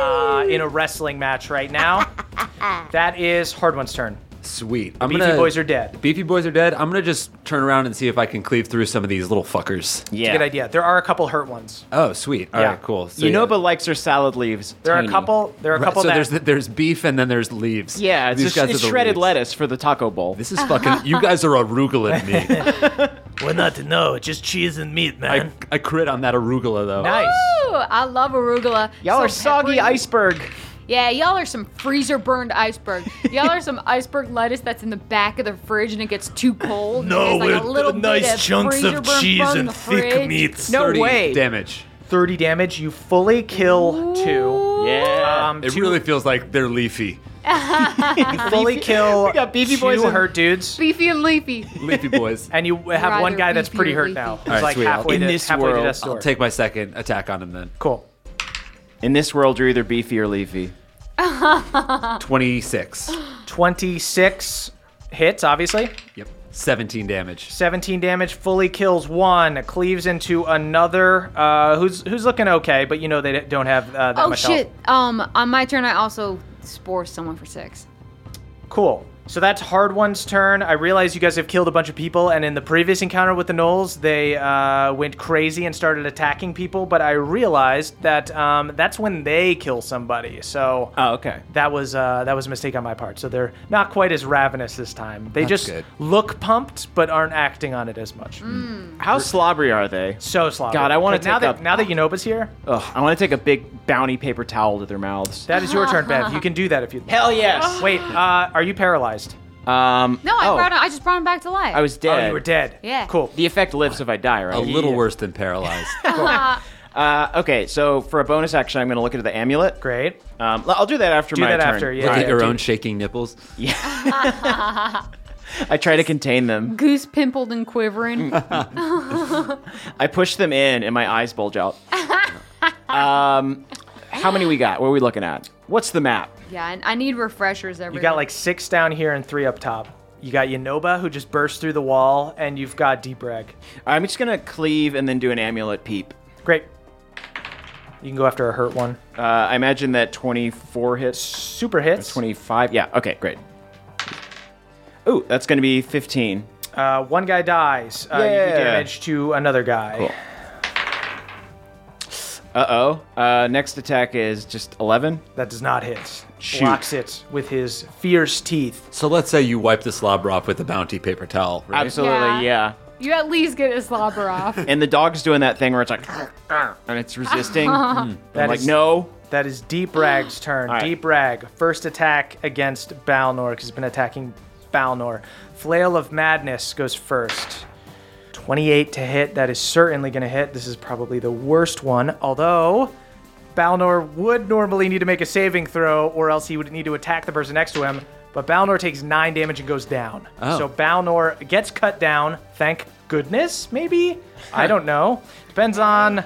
Speaker 2: uh, in a wrestling match right now. that is Hard One's turn.
Speaker 4: Sweet. I'm
Speaker 2: Beefy
Speaker 4: gonna,
Speaker 2: Boys are dead.
Speaker 4: Beefy boys are dead. I'm gonna just turn around and see if I can cleave through some of these little fuckers.
Speaker 7: Yeah.
Speaker 2: Good idea. There are a couple hurt ones.
Speaker 4: Oh, sweet. All right,
Speaker 2: Yeah.
Speaker 4: cool. So,
Speaker 7: You
Speaker 4: yeah.
Speaker 7: know, but likes her salad leaves.
Speaker 2: There are a
Speaker 7: Tiny.
Speaker 2: couple. There are a
Speaker 4: Right,
Speaker 2: couple
Speaker 4: so
Speaker 2: that
Speaker 4: there's there's beef and then there's leaves.
Speaker 7: Yeah, it's,
Speaker 4: These
Speaker 7: just,
Speaker 4: guys
Speaker 7: it's
Speaker 4: are the
Speaker 7: shredded
Speaker 4: leaves.
Speaker 7: lettuce for the taco bowl.
Speaker 4: This is fucking. You guys are arugulaing me.
Speaker 2: Well, not to know. It's just cheese and meat,
Speaker 4: I, I crit on that arugula though.
Speaker 2: nice.
Speaker 3: Ooh, I love arugula.
Speaker 7: Y'all
Speaker 3: So
Speaker 7: are soggy
Speaker 3: peppery.
Speaker 7: iceberg.
Speaker 3: Yeah, y'all are some freezer burned iceberg. y'all are some iceberg lettuce that's in the back of the fridge and it gets too cold. No, like a little bit of freezer burn from the fridge.
Speaker 7: No
Speaker 4: 30
Speaker 7: way.
Speaker 4: Damage.
Speaker 2: 30 damage. You fully kill two.
Speaker 7: Yeah.
Speaker 2: Um,
Speaker 4: It
Speaker 2: two
Speaker 4: really feels like they're leafy.
Speaker 2: fully kill
Speaker 7: We got beefy boys
Speaker 2: two
Speaker 7: and-
Speaker 2: hurt dudes.
Speaker 3: Beefy and leafy.
Speaker 4: Leafy boys.
Speaker 2: And you have one
Speaker 3: Rather
Speaker 2: guy that's
Speaker 3: beefy
Speaker 2: pretty
Speaker 3: or
Speaker 2: hurt
Speaker 3: leafy.
Speaker 2: now. He's
Speaker 4: right,
Speaker 2: like
Speaker 4: sweet. I'll-
Speaker 2: halfway
Speaker 7: In
Speaker 2: to,
Speaker 7: this
Speaker 2: halfway to
Speaker 7: world,
Speaker 2: death's
Speaker 4: I'll
Speaker 2: door.
Speaker 4: take my second attack on him then.
Speaker 2: cool.
Speaker 7: In this world, you're either beefy or leafy.
Speaker 4: 26.
Speaker 2: 26 hits, obviously.
Speaker 4: Yep. 17 damage.
Speaker 2: 17 damage, fully kills one, cleaves into another. Uh, who's who's looking okay, but you know they don't have uh, that
Speaker 3: Oh
Speaker 2: much
Speaker 3: shit.
Speaker 2: health.
Speaker 3: Um, on my turn, I also spore someone for six.
Speaker 2: Cool. So that's Hard One's turn. I realize you guys have killed a bunch of people, and in the previous encounter with the Knolls, they uh, went crazy and started attacking people. But I realized that um, that's when they kill somebody. So
Speaker 7: Oh, okay.
Speaker 2: that was uh, that was a mistake on my part. So they're not quite as ravenous this time. They just
Speaker 4: good.
Speaker 2: look pumped, but aren't acting on it as much.
Speaker 7: How slobbery are they?
Speaker 2: So sloppy.
Speaker 7: Mm. God, I wanna
Speaker 2: But now
Speaker 7: take
Speaker 2: that
Speaker 7: a-
Speaker 2: now that Unoba's here,
Speaker 7: Ugh, I want to take a big bounty paper towel to their mouths.
Speaker 2: that is your turn, Bev. You can do that if you'd like.
Speaker 7: Hell yes.
Speaker 2: Wait, uh, are you paralyzed?
Speaker 7: Um.
Speaker 3: No, I
Speaker 7: oh,
Speaker 3: brought him, I just brought him back to life.
Speaker 7: I was dead.
Speaker 2: Oh, you were dead.
Speaker 3: Yeah.
Speaker 2: Cool.
Speaker 7: The effect lives if I die, right?
Speaker 4: A little worse than paralyzed.
Speaker 7: Uh, okay, so for a bonus action, I'm going to look into the amulet.
Speaker 2: Great.
Speaker 7: Um, I'll do that after
Speaker 2: Do
Speaker 7: my
Speaker 2: that
Speaker 7: turn.
Speaker 2: after, yeah.
Speaker 7: All
Speaker 4: Look
Speaker 7: right.
Speaker 4: at your own shaking nipples.
Speaker 7: I try to contain them.
Speaker 3: Goose pimpled and quivering.
Speaker 7: I push them in, and my eyes bulge out. um, how many we got? What are we looking at? What's the map?
Speaker 3: yeah, and I need refreshers every.
Speaker 2: You got like six down here and three up top. You got Yanoba who just burst through the wall, and you've got Deep Reg.
Speaker 7: I'm just going to cleave and then do an amulet peep.
Speaker 2: Great. You can go after a hurt one.
Speaker 7: Uh, I imagine that 24 hits.
Speaker 2: Super hits.
Speaker 7: 25. Yeah. Okay. Great. Ooh, that's going to be 15.
Speaker 2: Uh, one guy dies. Uh, You
Speaker 7: Yeah.
Speaker 2: do damage to another guy.
Speaker 7: Cool. Uh oh. Uh, next attack is just 11.
Speaker 2: That does not hit.
Speaker 7: Shoot.
Speaker 2: Blocks it with his fierce teeth.
Speaker 4: So let's say you wipe the slobber off with a bounty paper towel, right?
Speaker 7: Absolutely.
Speaker 3: Yeah.
Speaker 7: yeah.
Speaker 3: You at least get his slobber off.
Speaker 7: And the dog's doing that thing where it's like, and it's resisting. Hmm. I'm
Speaker 2: That
Speaker 7: like,
Speaker 2: is-
Speaker 7: no.
Speaker 2: That is Deep Rag's turn.
Speaker 7: right.
Speaker 2: Deep Rag, first attack against Balnor, because he's been attacking Balnor. Flail of Madness goes first. 28 to hit. That is certainly going to hit. This is probably the worst one, although Balnor would normally need to make a saving throw, or else he would need to attack the person next to him. But Balnor takes nine damage and goes down.
Speaker 4: Oh.
Speaker 2: So Balnor gets cut down. Thank goodness, maybe. I don't know. Depends on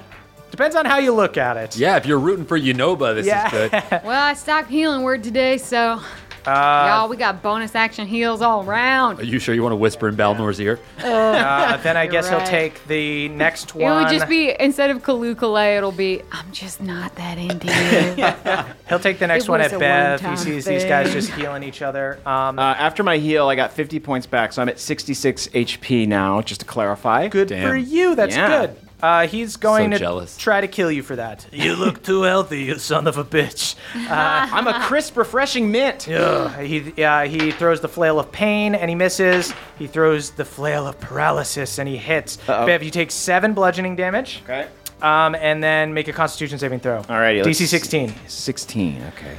Speaker 2: depends on how you look at it.
Speaker 4: Yeah, if you're rooting for Unova, this
Speaker 2: Yeah.
Speaker 4: is good.
Speaker 3: well, I stocked healing word today, so y'all, we got bonus action heals all
Speaker 4: Are
Speaker 3: around.
Speaker 4: you sure you want to whisper in Balnor's ear?
Speaker 2: Uh, then I guess
Speaker 3: right.
Speaker 2: he'll take the next
Speaker 3: It
Speaker 2: one.
Speaker 3: would just be instead of Kalu Kalay, it'll be I'm just not that into you.
Speaker 2: he'll take the next
Speaker 3: it
Speaker 2: one
Speaker 3: was
Speaker 2: at
Speaker 3: a
Speaker 2: Bev. He
Speaker 3: one-time
Speaker 2: sees these guys just healing each other. Um,
Speaker 7: Uh, after my heal, I got 50 points back, so I'm at 66 HP now, just to clarify.
Speaker 2: good for you. That's
Speaker 7: Yeah.
Speaker 2: good. Uh, he's going to
Speaker 4: jealous.
Speaker 2: try to kill you for that. You look too healthy, you son of a bitch. Uh,
Speaker 7: I'm a crisp, refreshing mint.
Speaker 2: Ugh. He uh, he throws the flail of pain and he misses. He throws the flail of paralysis and he hits. Bev, you take seven bludgeoning damage.
Speaker 7: Okay.
Speaker 2: Um, and then make a Constitution saving throw.
Speaker 7: Alrighty, let's
Speaker 2: DC 16.
Speaker 7: 16, okay.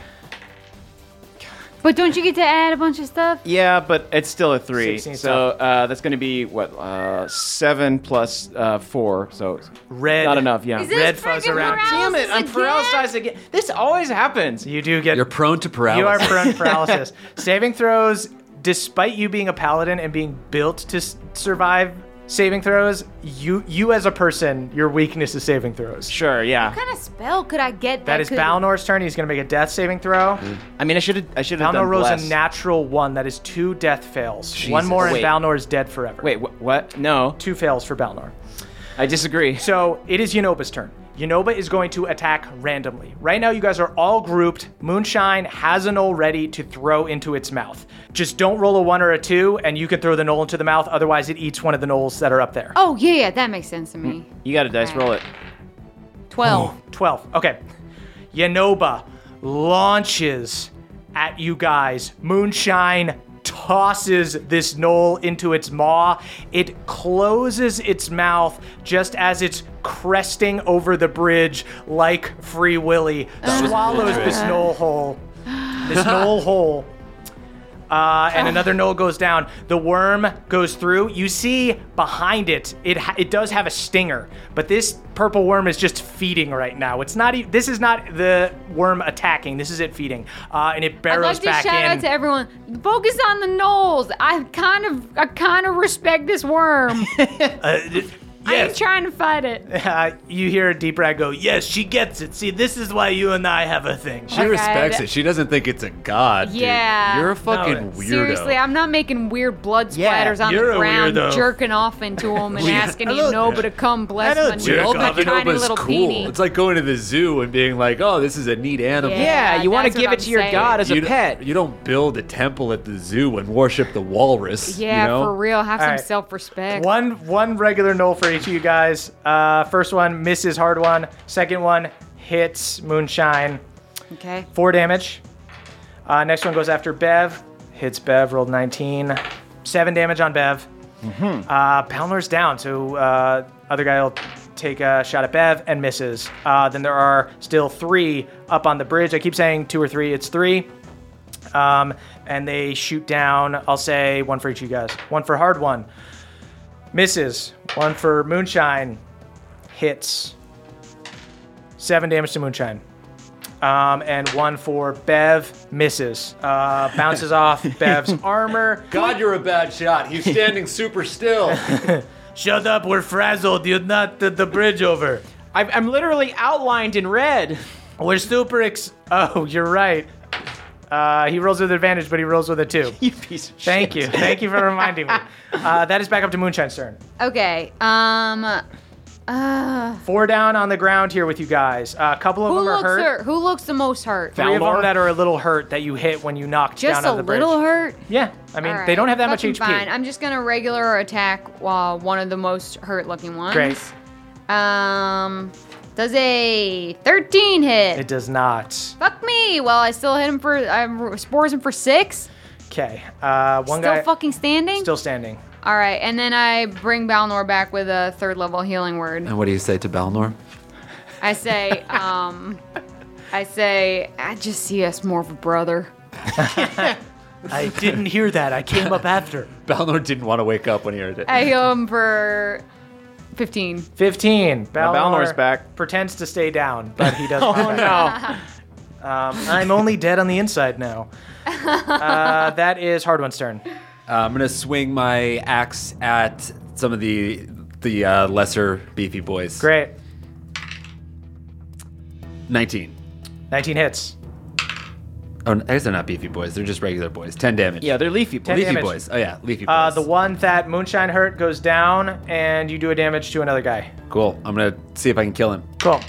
Speaker 3: but don't you get to add a bunch of stuff?
Speaker 7: Yeah, but it's still a 3.
Speaker 2: 16 's
Speaker 7: So uh, that's going to be, what, uh, 7 plus uh, 4, so
Speaker 2: Red.
Speaker 7: not enough, yeah.
Speaker 3: Is this
Speaker 2: Red fuzz
Speaker 3: friggin'
Speaker 2: around.
Speaker 3: paralysis
Speaker 7: Damn it, I'm
Speaker 3: again?
Speaker 7: paralyzed again. This always happens.
Speaker 2: You do get
Speaker 4: You're prone to paralysis.
Speaker 2: You are prone to paralysis. saving throws, despite you being a paladin and being built to s- survive saving throws, you you as a person, your weakness is saving throws.
Speaker 7: Sure, yeah.
Speaker 3: What kind of spell could I get? That,
Speaker 2: That is
Speaker 3: could-
Speaker 2: Balnor's turn. He's going to make a death saving throw.
Speaker 7: I mean, I should have I should have
Speaker 2: Balnor
Speaker 7: done
Speaker 2: rolls
Speaker 7: Mm. bless.
Speaker 2: a natural one. That is two death fails. One more and
Speaker 7: Wait.
Speaker 2: Balnor is dead forever.
Speaker 7: Wait, wh- what? No,
Speaker 2: Two fails for Balnor.
Speaker 7: I disagree.
Speaker 2: So it is Yonoba's turn. Yonoba is going to attack randomly. Right now, you guys are all grouped. Moonshine has a knoll ready to throw into its mouth. Just don't roll a one or a two, and you can throw the knoll into the mouth. Otherwise, it eats one of the knolls that are up there.
Speaker 3: Oh yeah, yeah, that makes sense to me.
Speaker 7: You got a dice roll it.
Speaker 3: Twelve.
Speaker 4: Oh,
Speaker 2: 12. Okay. Yanoba launches at you guys. Moonshine tosses this knoll into its maw. It closes its mouth just as it's cresting over the bridge like Free Willy. Swallows this knoll whole. This knoll whole. Uh,
Speaker 3: Oh.
Speaker 2: and another knoll goes down. The worm goes through. You see behind it, it ha- it does have a stinger, but this purple worm is just feeding right now. It's not. E- this is not the worm attacking. This is it feeding, uh, and it
Speaker 3: I'd
Speaker 2: barrels
Speaker 3: like to
Speaker 2: back
Speaker 3: shout
Speaker 2: in.
Speaker 3: out to everyone. Focus on the knolls. I kind of, I kind of respect this worm. I ain't trying to fight it.
Speaker 2: Uh, you hear a deep rag go, Yes, she gets it. See, this is why you and I have a thing.
Speaker 4: She
Speaker 3: Oh my
Speaker 4: respects
Speaker 3: God.
Speaker 4: it. She doesn't think it's a god. dude.
Speaker 3: Yeah.
Speaker 4: You're a fucking weirdo.
Speaker 3: Seriously, I'm not making weird blood
Speaker 5: Yeah,
Speaker 3: splatters on
Speaker 2: you're
Speaker 3: the
Speaker 2: a
Speaker 3: ground,
Speaker 2: weirdo.
Speaker 3: jerking off into them and asking you nobody to come bless
Speaker 2: I know
Speaker 3: my
Speaker 2: jerk
Speaker 3: little
Speaker 2: off.
Speaker 3: tiny
Speaker 4: Nova's
Speaker 3: little
Speaker 4: cool.
Speaker 3: peenie.
Speaker 4: It's like going to the zoo and being like, "Oh, this is a neat animal."
Speaker 7: Yeah, you want
Speaker 3: that's
Speaker 7: to give
Speaker 3: what
Speaker 7: it
Speaker 3: I'm
Speaker 7: to your
Speaker 3: saying.
Speaker 7: god as
Speaker 4: you
Speaker 7: a
Speaker 4: don't-
Speaker 7: pet.
Speaker 4: You don't build a temple at the zoo and worship the walrus.
Speaker 3: yeah,
Speaker 4: you know?
Speaker 3: for real. Have some
Speaker 2: right.
Speaker 3: self-respect.
Speaker 2: One one regular null for each of you guys. Uh, first one misses hard one. Second one hits Moonshine.
Speaker 3: Okay.
Speaker 2: Four damage. Uh, next one goes after Bev. Hits Bev, rolled 19. Seven damage on Bev. Uh, Palmer's down, so uh, other guy will take a shot at Bev and misses. Uh, then there are still three up on the bridge. I keep saying two or three, it's three. Um, and they shoot down, I'll say one for each of you guys. One for hard one, misses. One for moonshine, hits. Seven damage to moonshine um, and one for Bev misses, uh, bounces off Bev's armor.
Speaker 4: God, you're a bad shot. He's standing super still.
Speaker 2: Shut up, we're frazzled. You're not the, the bridge over.
Speaker 7: I'm, I'm literally outlined in red.
Speaker 2: We're super ex. Oh, you're right. Uh, he rolls with advantage, but he rolls with a two.
Speaker 7: You piece of
Speaker 2: Thank
Speaker 7: shit.
Speaker 2: you, thank you for reminding me. Uh, that is back up to Moonshine's turn.
Speaker 3: Okay. Um uh,
Speaker 2: Four down on the ground here with you guys. Uh, A couple of
Speaker 3: who
Speaker 2: them are
Speaker 3: looks
Speaker 2: hurt.
Speaker 3: hurt? Who looks the most hurt?
Speaker 2: Three of them
Speaker 7: Balnor?
Speaker 2: that are a little hurt that you hit when you knocked
Speaker 3: Just
Speaker 2: down out
Speaker 3: a
Speaker 2: of the bridge.
Speaker 3: little hurt.
Speaker 2: Yeah, I mean
Speaker 3: All
Speaker 2: they
Speaker 3: right,
Speaker 2: don't have that much
Speaker 3: fucking
Speaker 2: HP.
Speaker 3: Fine. I'm just gonna regular attack uh, one of the most hurt looking ones.
Speaker 2: Great.
Speaker 3: Um, does a 13 hit?
Speaker 2: It does not.
Speaker 3: Fuck me. Well, I still hit him for I spores him for six.
Speaker 2: Okay, uh, one
Speaker 3: still
Speaker 2: guy
Speaker 3: fucking standing.
Speaker 2: still standing.
Speaker 3: All right, and then I bring Balnor back with a third level healing word.
Speaker 4: and what do you say to Balnor?
Speaker 3: I say, um, I say, I just see us more of a brother.
Speaker 2: I didn't hear that. I came up after.
Speaker 4: Balnor didn't want to wake up when he heard it.
Speaker 3: I heal him for 15.
Speaker 2: 15. Balnor
Speaker 7: Balnor's back.
Speaker 2: Pretends to stay down, but he does. oh, no. Um, I'm only dead on the inside now. Uh, that is Hardwin's turn.
Speaker 4: Uh, I'm gonna swing my axe at some of the the uh, lesser beefy boys.
Speaker 2: Great.
Speaker 4: 19.
Speaker 2: 19 hits.
Speaker 4: Oh, I guess they're not beefy boys. They're just regular boys. 10 damage.
Speaker 7: Yeah, they're leafy.
Speaker 2: Ten
Speaker 4: leafy
Speaker 2: damage.
Speaker 4: boys. Oh yeah, leafy boys.
Speaker 2: Uh, the one that Moonshine hurt goes down, and you do a damage to another guy.
Speaker 4: cool. I'm gonna see if I can kill him.
Speaker 2: Cool.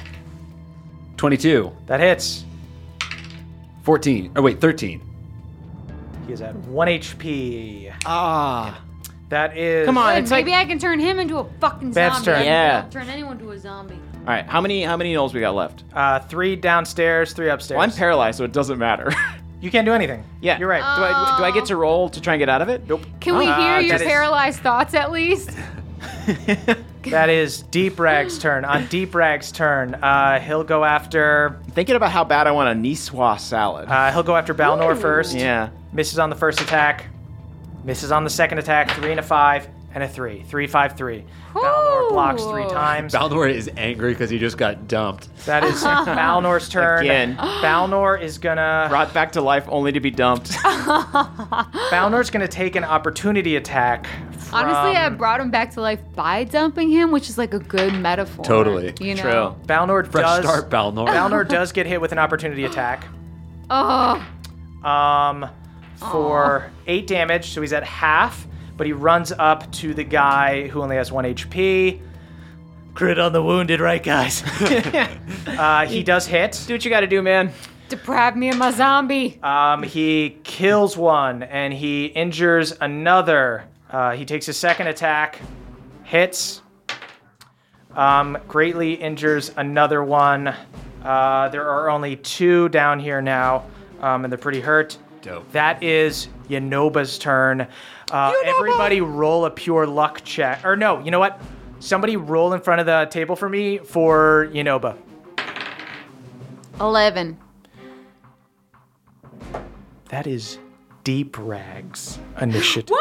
Speaker 4: 22,
Speaker 2: That hits.
Speaker 4: 14. Oh wait, 13.
Speaker 2: He is at 1 HP.
Speaker 4: Ah.
Speaker 2: That is.
Speaker 7: Come on,
Speaker 3: Good,
Speaker 7: it's like
Speaker 3: maybe I can turn him into a fucking
Speaker 2: Bev's
Speaker 3: zombie.
Speaker 2: turn.
Speaker 3: I can
Speaker 7: Yeah.
Speaker 3: Turn anyone to a zombie.
Speaker 7: all right. How many how many knolls we got left?
Speaker 2: Uh, three downstairs, three upstairs.
Speaker 7: Well, I'm paralyzed, so it doesn't matter.
Speaker 2: you can't do anything.
Speaker 7: yeah,
Speaker 2: You're right.
Speaker 7: Do I do I get to roll to try and get out of it? Nope.
Speaker 3: Can we
Speaker 2: Uh,
Speaker 3: hear your
Speaker 2: that is-
Speaker 3: paralyzed thoughts at least?
Speaker 2: That is Deep Rag's turn. On Deep Rag's turn, uh, he'll go after
Speaker 7: Thinking about how bad I want a Niçoise salad.
Speaker 2: uh, he'll go after Balnor first.
Speaker 7: yeah.
Speaker 2: Misses on the first attack. Misses on the second attack. Three and a five and a three. Three five three. Balnor blocks three
Speaker 3: Ooh.
Speaker 2: times.
Speaker 4: Balnor is angry because he just got dumped.
Speaker 2: that is Balnor's turn.
Speaker 7: Again.
Speaker 2: Balnor is gonna
Speaker 7: Brought back to life only to be dumped.
Speaker 2: Balnor's gonna take an opportunity attack. From,
Speaker 3: Honestly, I brought him back to life by dumping him, which is like a good metaphor.
Speaker 4: Totally.
Speaker 3: You know?
Speaker 2: Balnor
Speaker 4: Fresh
Speaker 2: does
Speaker 4: start, Balnor.
Speaker 2: Balnor does get hit with an opportunity attack.
Speaker 3: Oh,
Speaker 2: um, for eight damage, so he's at half. But he runs up to the guy who only has one HP. Crit on the wounded, right, guys? uh, he does hit.
Speaker 7: do what you got to do, man.
Speaker 3: deprive me of my zombie.
Speaker 2: Um, he kills one and he injures another. Uh, he takes a second attack, hits, um, greatly injures another one. Uh, there are only two down here now, um, and they're pretty hurt.
Speaker 4: Dope.
Speaker 2: That is Yanoba's turn. Uh, everybody roll a pure luck check. Or no, you know what? Somebody roll in front of the table for me for Yanoba.
Speaker 3: 11.
Speaker 2: That is Deep Rags initiative.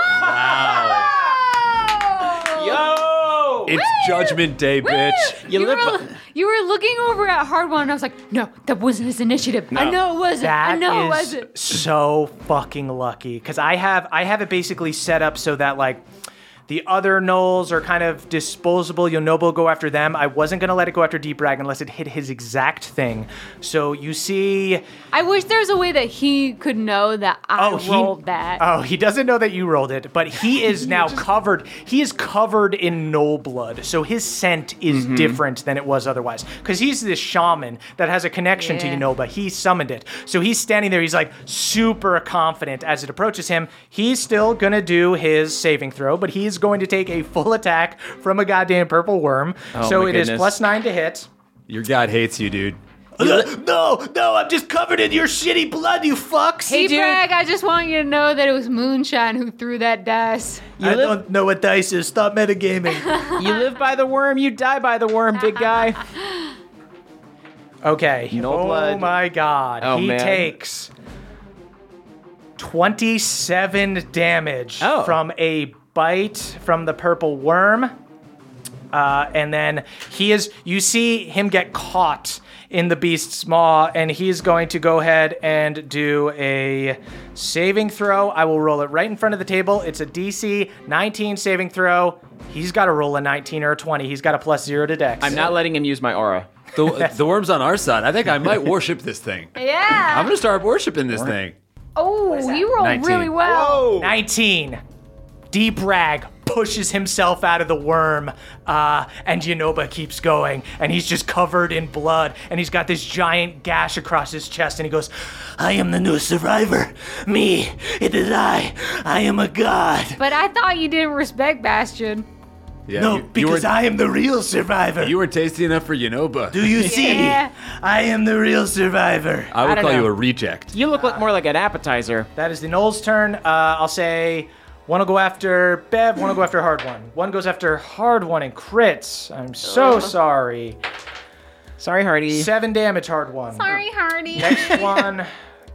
Speaker 7: Yo!
Speaker 4: It's Judgment Day, bitch.
Speaker 3: You, were, you were looking over at Hard One, and I was like, no, that wasn't his initiative. I know it wasn't.
Speaker 2: That
Speaker 3: I know it
Speaker 2: is
Speaker 3: wasn't.
Speaker 2: so fucking lucky because I have I have it basically set up so that like The other gnolls are kind of disposable. Yonobo will go after them. I wasn't going to let it go after Deep Rag unless it hit his exact thing. So you see.
Speaker 3: I wish there was a way that he could know that I
Speaker 2: Oh, he-
Speaker 3: rolled that.
Speaker 2: Oh, he doesn't know that you rolled it, but he is now covered. He is covered in gnoll blood, so his scent is
Speaker 7: Mm-hmm.
Speaker 2: different than it was otherwise. Because he's this shaman that has a connection
Speaker 3: Yeah.
Speaker 2: to Yunoba. He summoned it, so he's standing there. He's like super confident as it approaches him. He's still gonna do his saving throw, but he's going to take a full attack from a goddamn purple worm. so
Speaker 7: Oh, my
Speaker 2: it is
Speaker 7: goodness.
Speaker 2: plus nine to hit.
Speaker 4: Your god hates you, dude.
Speaker 2: no, no, I'm just covered in your shitty blood, you fucks.
Speaker 3: Hey, Bragg, I just want you to know that it was Moonshine who threw that dice.
Speaker 2: I don't know what dice is. Stop metagaming.
Speaker 7: You live by the worm, you die by the worm, big guy.
Speaker 2: Okay.
Speaker 7: No
Speaker 2: oh
Speaker 7: blood.
Speaker 2: my god.
Speaker 7: Oh,
Speaker 2: he
Speaker 7: man.
Speaker 2: takes 27 damage
Speaker 7: Oh.
Speaker 2: from a bite from the purple worm. Uh, and then he is, you see him get caught in the beast's maw, and he's going to go ahead and do a saving throw. I will roll it right in front of the table. It's a DC 19 saving throw. He's got to roll a 19 or a 20. He's got a plus zero to dex.
Speaker 7: I'm not letting him use my aura.
Speaker 4: The, the worm's on our side. I think I might worship this thing. I'm
Speaker 3: Yeah.
Speaker 4: gonna start worshiping this thing.
Speaker 3: oh, you rolled
Speaker 4: 19.
Speaker 3: really well.
Speaker 2: 19. Deep Rag pushes himself out of the worm, uh, and Yanoba keeps going, and he's just covered in blood, and he's got this giant gash across his chest, and he goes, I am the new survivor. Me, it is I. I am a god.
Speaker 3: But I thought you didn't respect Bastion.
Speaker 4: Yeah,
Speaker 2: No,
Speaker 4: you,
Speaker 2: because
Speaker 4: you were,
Speaker 2: I am the real survivor.
Speaker 4: you were tasty enough for Yanoba.
Speaker 2: Do you see?
Speaker 3: Yeah.
Speaker 2: I am the real survivor.
Speaker 4: I would
Speaker 7: don't
Speaker 4: call
Speaker 7: know.
Speaker 4: you a reject.
Speaker 7: You look like more like an appetizer.
Speaker 2: That is the Knowles' turn. Uh, I'll say one will go after Bev, one will go after Hard One. One goes after Hard One and crits. I'm so sorry.
Speaker 7: Sorry, Hardy.
Speaker 2: Seven damage, Hard One.
Speaker 3: Sorry, Hardy.
Speaker 2: Next one,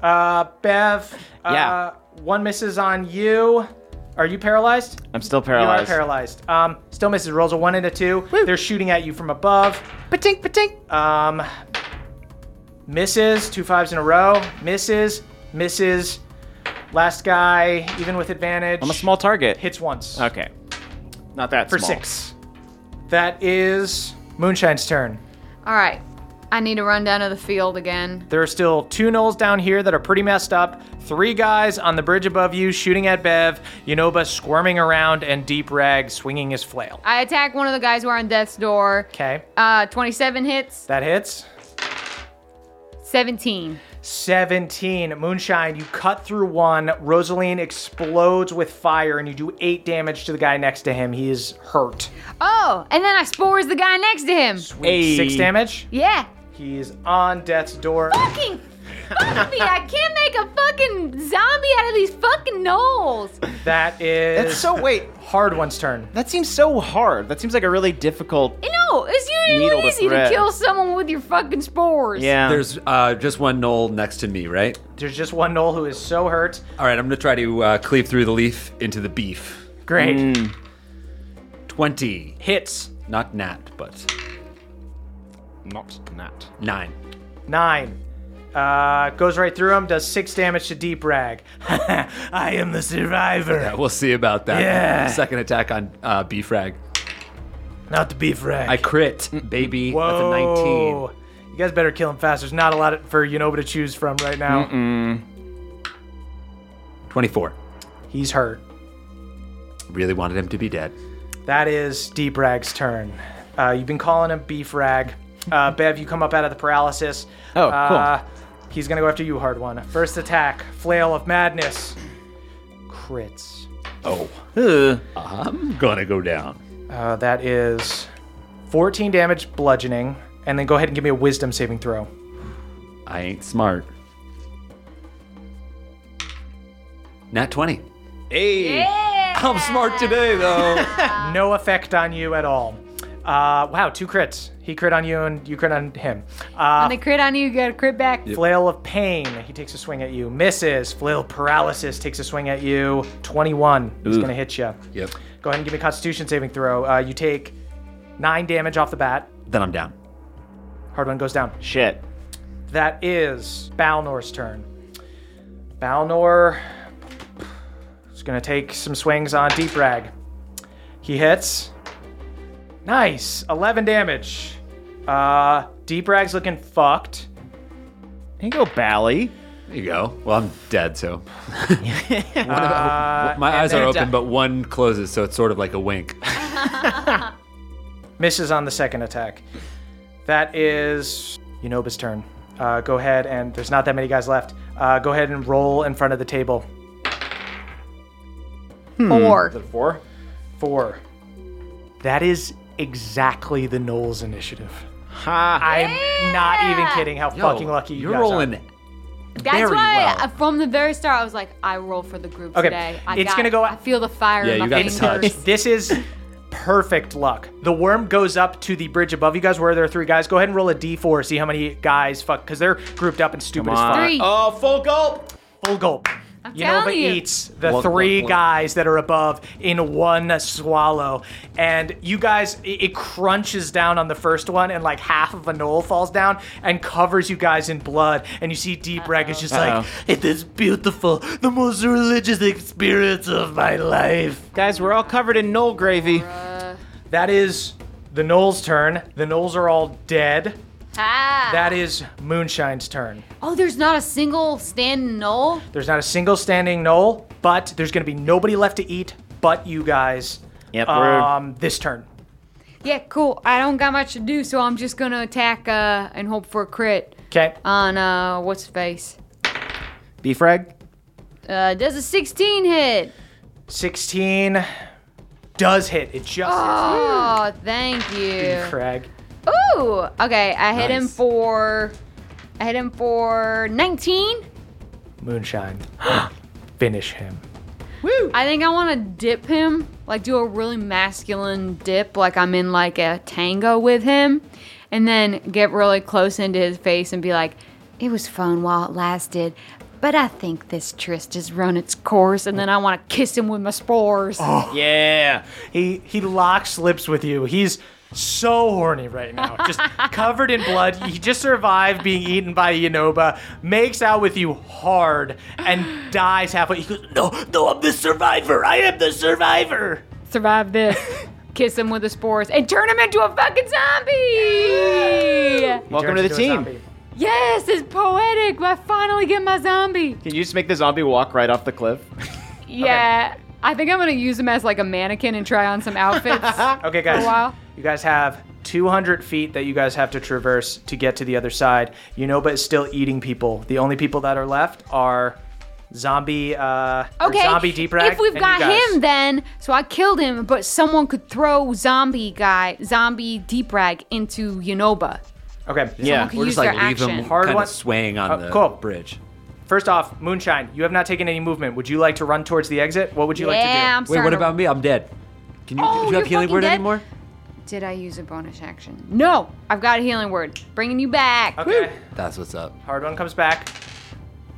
Speaker 2: uh, Bev. Uh,
Speaker 7: Yeah.
Speaker 2: One misses on you. Are you paralyzed?
Speaker 7: I'm still
Speaker 2: You are
Speaker 7: paralyzed.
Speaker 2: paralyzed. Um, still misses. Rolls a one and a two. They're shooting at you from above.
Speaker 7: Patink, patink.
Speaker 2: Um, misses, two fives in a row. Misses, misses. Last guy, even with advantage.
Speaker 7: I'm a small target.
Speaker 2: Hits once.
Speaker 7: Okay. Not that
Speaker 2: For
Speaker 7: small.
Speaker 2: six. That is Moonshine's turn.
Speaker 3: All right. I need to run down to the field again.
Speaker 2: There are still two gnolls down here that are pretty messed up, three guys on the bridge above you shooting at Bev, Yunoba squirming around, and Deep Rag swinging his flail.
Speaker 3: I attack one of the guys who are on death's door.
Speaker 2: Okay,
Speaker 3: Uh, 27 hits,
Speaker 2: that hits.
Speaker 3: 17.
Speaker 2: 17. Moonshine, you cut through one. Rosaline explodes with fire, and you do eight damage to the guy next to him. He is hurt.
Speaker 3: Oh, and then I spores the guy next to him.
Speaker 7: Hey.
Speaker 2: Six damage.
Speaker 3: Yeah.
Speaker 2: He's on death's door.
Speaker 3: Fucking zombie. I can't make a fucking zombie out of these fucking gnolls.
Speaker 2: That is.
Speaker 7: That's so wait.
Speaker 2: hard one's turn.
Speaker 7: That seems so hard. That seems like a really difficult.
Speaker 3: No, it's usually
Speaker 7: Needle to
Speaker 3: easy to
Speaker 7: thread.
Speaker 3: kill someone with your fucking spores.
Speaker 7: Yeah.
Speaker 4: There's uh, just one knoll next to me, right?
Speaker 2: There's just one gnoll who is so hurt.
Speaker 4: All right, I'm gonna try to uh, cleave through the leaf into the beef.
Speaker 2: Great.
Speaker 7: Mm.
Speaker 4: Twenty,
Speaker 2: Hits.
Speaker 4: not nat, but
Speaker 7: not that.
Speaker 4: nine.
Speaker 2: Nine. Uh, goes right through him, does six damage to Deep Rag. I am the survivor,
Speaker 4: We'll see about that.
Speaker 2: Yeah.
Speaker 4: Second attack on uh, beef rag.
Speaker 2: not the Beef Rag.
Speaker 4: I crit, baby. That's a 19.
Speaker 2: Whoa. You guys better kill him fast. There's not a lot for Unova to choose from right now.
Speaker 4: 24.
Speaker 2: He's hurt.
Speaker 4: Really wanted him to be dead.
Speaker 2: That is Deep Rag's turn. Uh, you've been calling him Beef Rag. Uh, Bev, you come up out of the paralysis.
Speaker 7: Oh, cool.
Speaker 2: Uh, he's going to go after you, hard one. First attack, Flail of Madness. Crits.
Speaker 4: I'm gonna go down.
Speaker 2: Uh, that is 14 damage bludgeoning, and then go ahead and give me a wisdom saving throw.
Speaker 4: I ain't smart. Nat 20.
Speaker 7: Hey.
Speaker 4: I'm smart today, though.
Speaker 2: No effect on you at all. Uh, wow, two crits. He crit on you and you crit on him. Uh,
Speaker 3: When they crit on you, you got to crit back.
Speaker 2: Flail of Pain, he takes a swing at you. Misses. Flail of Paralysis takes a swing at you. 21. He's going to hit you.
Speaker 4: yep.
Speaker 2: Go ahead and give me a Constitution saving throw. Uh, you take nine damage off the bat.
Speaker 4: Then I'm down.
Speaker 2: Hard one goes down.
Speaker 7: Shit.
Speaker 2: That is Balnor's turn. Balnor is going to take some swings on Deep Rag. He hits. Nice. 11 damage. Uh, Deep Rag's looking fucked.
Speaker 7: Here you go, Bally.
Speaker 4: There you go. Well, I'm dead, so. One of- my eyes are
Speaker 7: then
Speaker 4: open,
Speaker 7: di-
Speaker 4: but one closes, so it's sort of like a wink.
Speaker 2: Misses on the second attack. That is Unoba's turn. Uh, go ahead and there's not that many guys left. Uh, go ahead and roll in front of the table. Hmm.
Speaker 3: Four.
Speaker 7: Four.
Speaker 2: Four. That is exactly the Knowles initiative.
Speaker 7: Ha.
Speaker 2: I'm not even kidding how fucking lucky you
Speaker 4: You're
Speaker 2: guys
Speaker 4: rolling.
Speaker 2: are.
Speaker 3: That's
Speaker 4: very
Speaker 3: why
Speaker 4: well.
Speaker 3: uh, from the very start I was like, I roll for the group
Speaker 2: Okay,
Speaker 3: today. I
Speaker 2: it's
Speaker 3: got
Speaker 2: gonna
Speaker 3: it.
Speaker 2: go-
Speaker 3: I feel the fire
Speaker 4: Yeah,
Speaker 3: in my
Speaker 4: you got the touch.
Speaker 3: fingers.
Speaker 2: This is perfect luck. The worm goes up to the bridge above you guys where there are three guys. Go ahead and roll a d4, see how many guys fuck, because they're grouped up and stupid as fuck.
Speaker 3: Three.
Speaker 7: Oh, full gulp.
Speaker 2: Full gulp. I'm
Speaker 3: telling you.
Speaker 2: eats the
Speaker 4: Glug, glug,
Speaker 2: three
Speaker 4: glug.
Speaker 2: guys that are above in one swallow. And you guys, it, it crunches down on the first one, and like half of a knoll falls down and covers you guys in blood. And you see Deep Reg is just like,
Speaker 4: It is beautiful. The most religious experience of my life.
Speaker 7: Guys, we're all covered in knoll gravy.
Speaker 2: that is the knoll's turn. The knolls are all dead.
Speaker 3: Ah.
Speaker 2: That is Moonshine's turn.
Speaker 3: oh, there's not a single stand null.
Speaker 2: There's not a single standing knoll, but there's going to be nobody left to eat but you guys
Speaker 7: Yep.
Speaker 2: um, this turn.
Speaker 3: Yeah, cool. I don't got much to do, so I'm just gonna attack uh, and hope for a crit
Speaker 2: Okay.
Speaker 3: on uh, what's face.
Speaker 7: Beef rag.
Speaker 3: Uh, does a 16 hit?
Speaker 2: 16 does hit. It just
Speaker 3: Oh, thank you.
Speaker 2: hits. Craig.
Speaker 3: Ooh. Okay, I hit him for. I hit him for 19.
Speaker 2: Moonshine. Finish him.
Speaker 3: I think I want to dip him, like do a really masculine dip, like I'm in like a tango with him, and then get really close into his face and be like, "It was fun while it lasted." But I think this tryst has run its course, and then I want to kiss him with my spores.
Speaker 7: Oh. Yeah.
Speaker 2: He he locks lips with you. He's so horny right now. Just covered in blood. He just survived being eaten by Yanoba, makes out with you hard, and dies halfway. He goes, No, no, I'm the survivor. I am the survivor.
Speaker 3: Survive this. Kiss him with the spores and turn him into a fucking zombie.
Speaker 2: He
Speaker 7: Welcome
Speaker 2: turns
Speaker 7: to the
Speaker 2: into a
Speaker 7: team.
Speaker 2: zombie.
Speaker 3: Yes, it's poetic. I finally get my zombie.
Speaker 7: Can you just make the zombie walk right off the cliff?
Speaker 3: Yeah, I think I'm gonna use him as like a mannequin and try on some outfits.
Speaker 2: Okay, guys.
Speaker 3: a while.
Speaker 2: You guys have 200 feet that you guys have to traverse to get to the other side. Yunoba is still eating people. The only people that are left are zombie, uh, or
Speaker 3: Okay.
Speaker 2: zombie deep rag.
Speaker 3: If we've
Speaker 2: and you
Speaker 3: got
Speaker 2: guys.
Speaker 3: him, then so I killed him, but someone could throw zombie guy, zombie deep rag into Yanoba.
Speaker 2: Okay.
Speaker 7: Yeah.
Speaker 3: could
Speaker 4: We're
Speaker 3: use
Speaker 4: just like
Speaker 3: their
Speaker 4: leave him
Speaker 3: action.
Speaker 2: Hard
Speaker 4: kind
Speaker 2: one.
Speaker 4: of swaying on
Speaker 2: Uh,
Speaker 4: the
Speaker 2: cool.
Speaker 4: bridge.
Speaker 2: First off, Moonshine, you have not taken any movement. Would you like to run towards the exit? What would you
Speaker 3: yeah,
Speaker 2: like
Speaker 3: I'm
Speaker 4: Wait,
Speaker 3: starting
Speaker 4: what
Speaker 3: to-
Speaker 4: about me? I'm dead. Can you,
Speaker 3: Oh,
Speaker 4: do you
Speaker 3: you're
Speaker 4: have healing
Speaker 3: fucking
Speaker 4: word
Speaker 3: dead?
Speaker 4: anymore?
Speaker 3: Did I use a bonus action? No, I've got a healing word. Bringing you back.
Speaker 2: to do? Okay.
Speaker 4: That's what's up.
Speaker 2: Hard one comes back.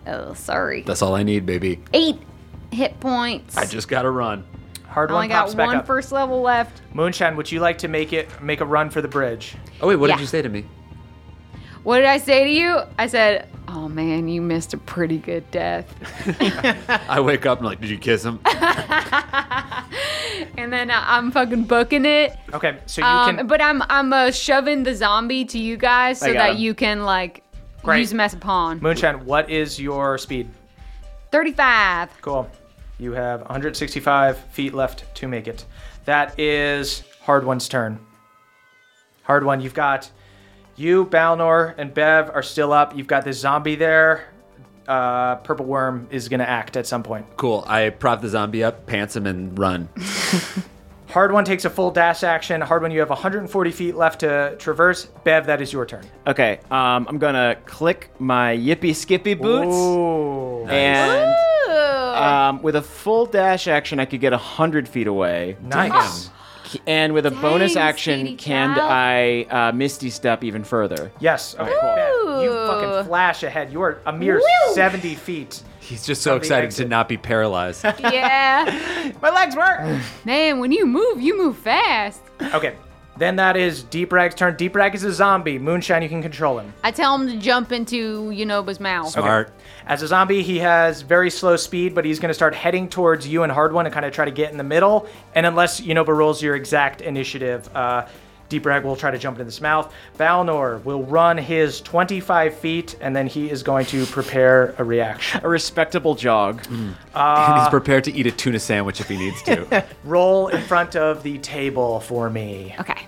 Speaker 3: Oh, sorry.
Speaker 4: That's all I need, baby.
Speaker 3: Eight hit points.
Speaker 4: I just gotta run.
Speaker 2: Hard
Speaker 3: I
Speaker 2: one
Speaker 3: only
Speaker 2: pops
Speaker 3: got
Speaker 2: back
Speaker 3: one
Speaker 2: up.
Speaker 3: first level left.
Speaker 2: Moonshine, would you like to make it make a run for the bridge?
Speaker 4: Oh wait, what
Speaker 3: Yeah.
Speaker 4: did you say to me?
Speaker 3: What did I say to you? I said, "Oh man, you missed a pretty good death."
Speaker 4: I wake up and I'm like, did you kiss him?
Speaker 3: And then uh, I'm fucking booking it.
Speaker 2: Okay, so you
Speaker 3: Um,
Speaker 2: can.
Speaker 3: but I'm I'm uh, shoving the zombie to you guys so
Speaker 7: got
Speaker 3: that
Speaker 7: him.
Speaker 3: you can like
Speaker 2: Great.
Speaker 3: use him as a pawn.
Speaker 2: Moonshine, what is your speed?
Speaker 3: 35.
Speaker 2: Cool. You have 165 feet left to make it. That is Hard One's turn. Hard One, you've got you, Balnor, and Bev are still up. You've got this zombie there. Uh, Purple Worm is going to act at some point.
Speaker 4: cool. I prop the zombie up, pants him, and run.
Speaker 2: Hard One takes a full dash action. Hard One, you have 140 feet left to traverse. Bev, that is your turn.
Speaker 7: Okay. Um, I'm gonna click my yippy skippy boots.
Speaker 2: Ooh.
Speaker 7: And
Speaker 3: Ooh.
Speaker 7: um, with a full dash action, I could get 100 feet away.
Speaker 2: Nice.
Speaker 7: C- And with a bonus
Speaker 3: Dang,
Speaker 7: action,
Speaker 3: Speedy
Speaker 7: can
Speaker 3: Cal.
Speaker 7: I uh, Misty Step even further?
Speaker 2: Yes. Okay, cool. Bev, you fucking flash ahead. You are a mere 70 feet.
Speaker 4: He's just so excited to
Speaker 2: exit.
Speaker 4: not be paralyzed.
Speaker 3: yeah.
Speaker 2: My legs work.
Speaker 3: Man, when you move, you move fast.
Speaker 2: Okay. Then that is Deep Rag's turn. Deep Rag is a zombie. Moonshine, you can control him.
Speaker 3: I tell him to jump into Unoba's mouth.
Speaker 4: Smart.
Speaker 2: As a zombie, he has very slow speed, but he's going to start heading towards you and Hardwon and kind of try to get in the middle. And unless Unova rolls your exact initiative, uh, Deep Rag will try to jump into this mouth. Balnor will run his 25 feet, and then he is going to prepare a reaction.
Speaker 7: A respectable jog.
Speaker 4: and he's prepared to eat a tuna sandwich if he needs to.
Speaker 2: Roll in front of the table for me.
Speaker 3: Okay.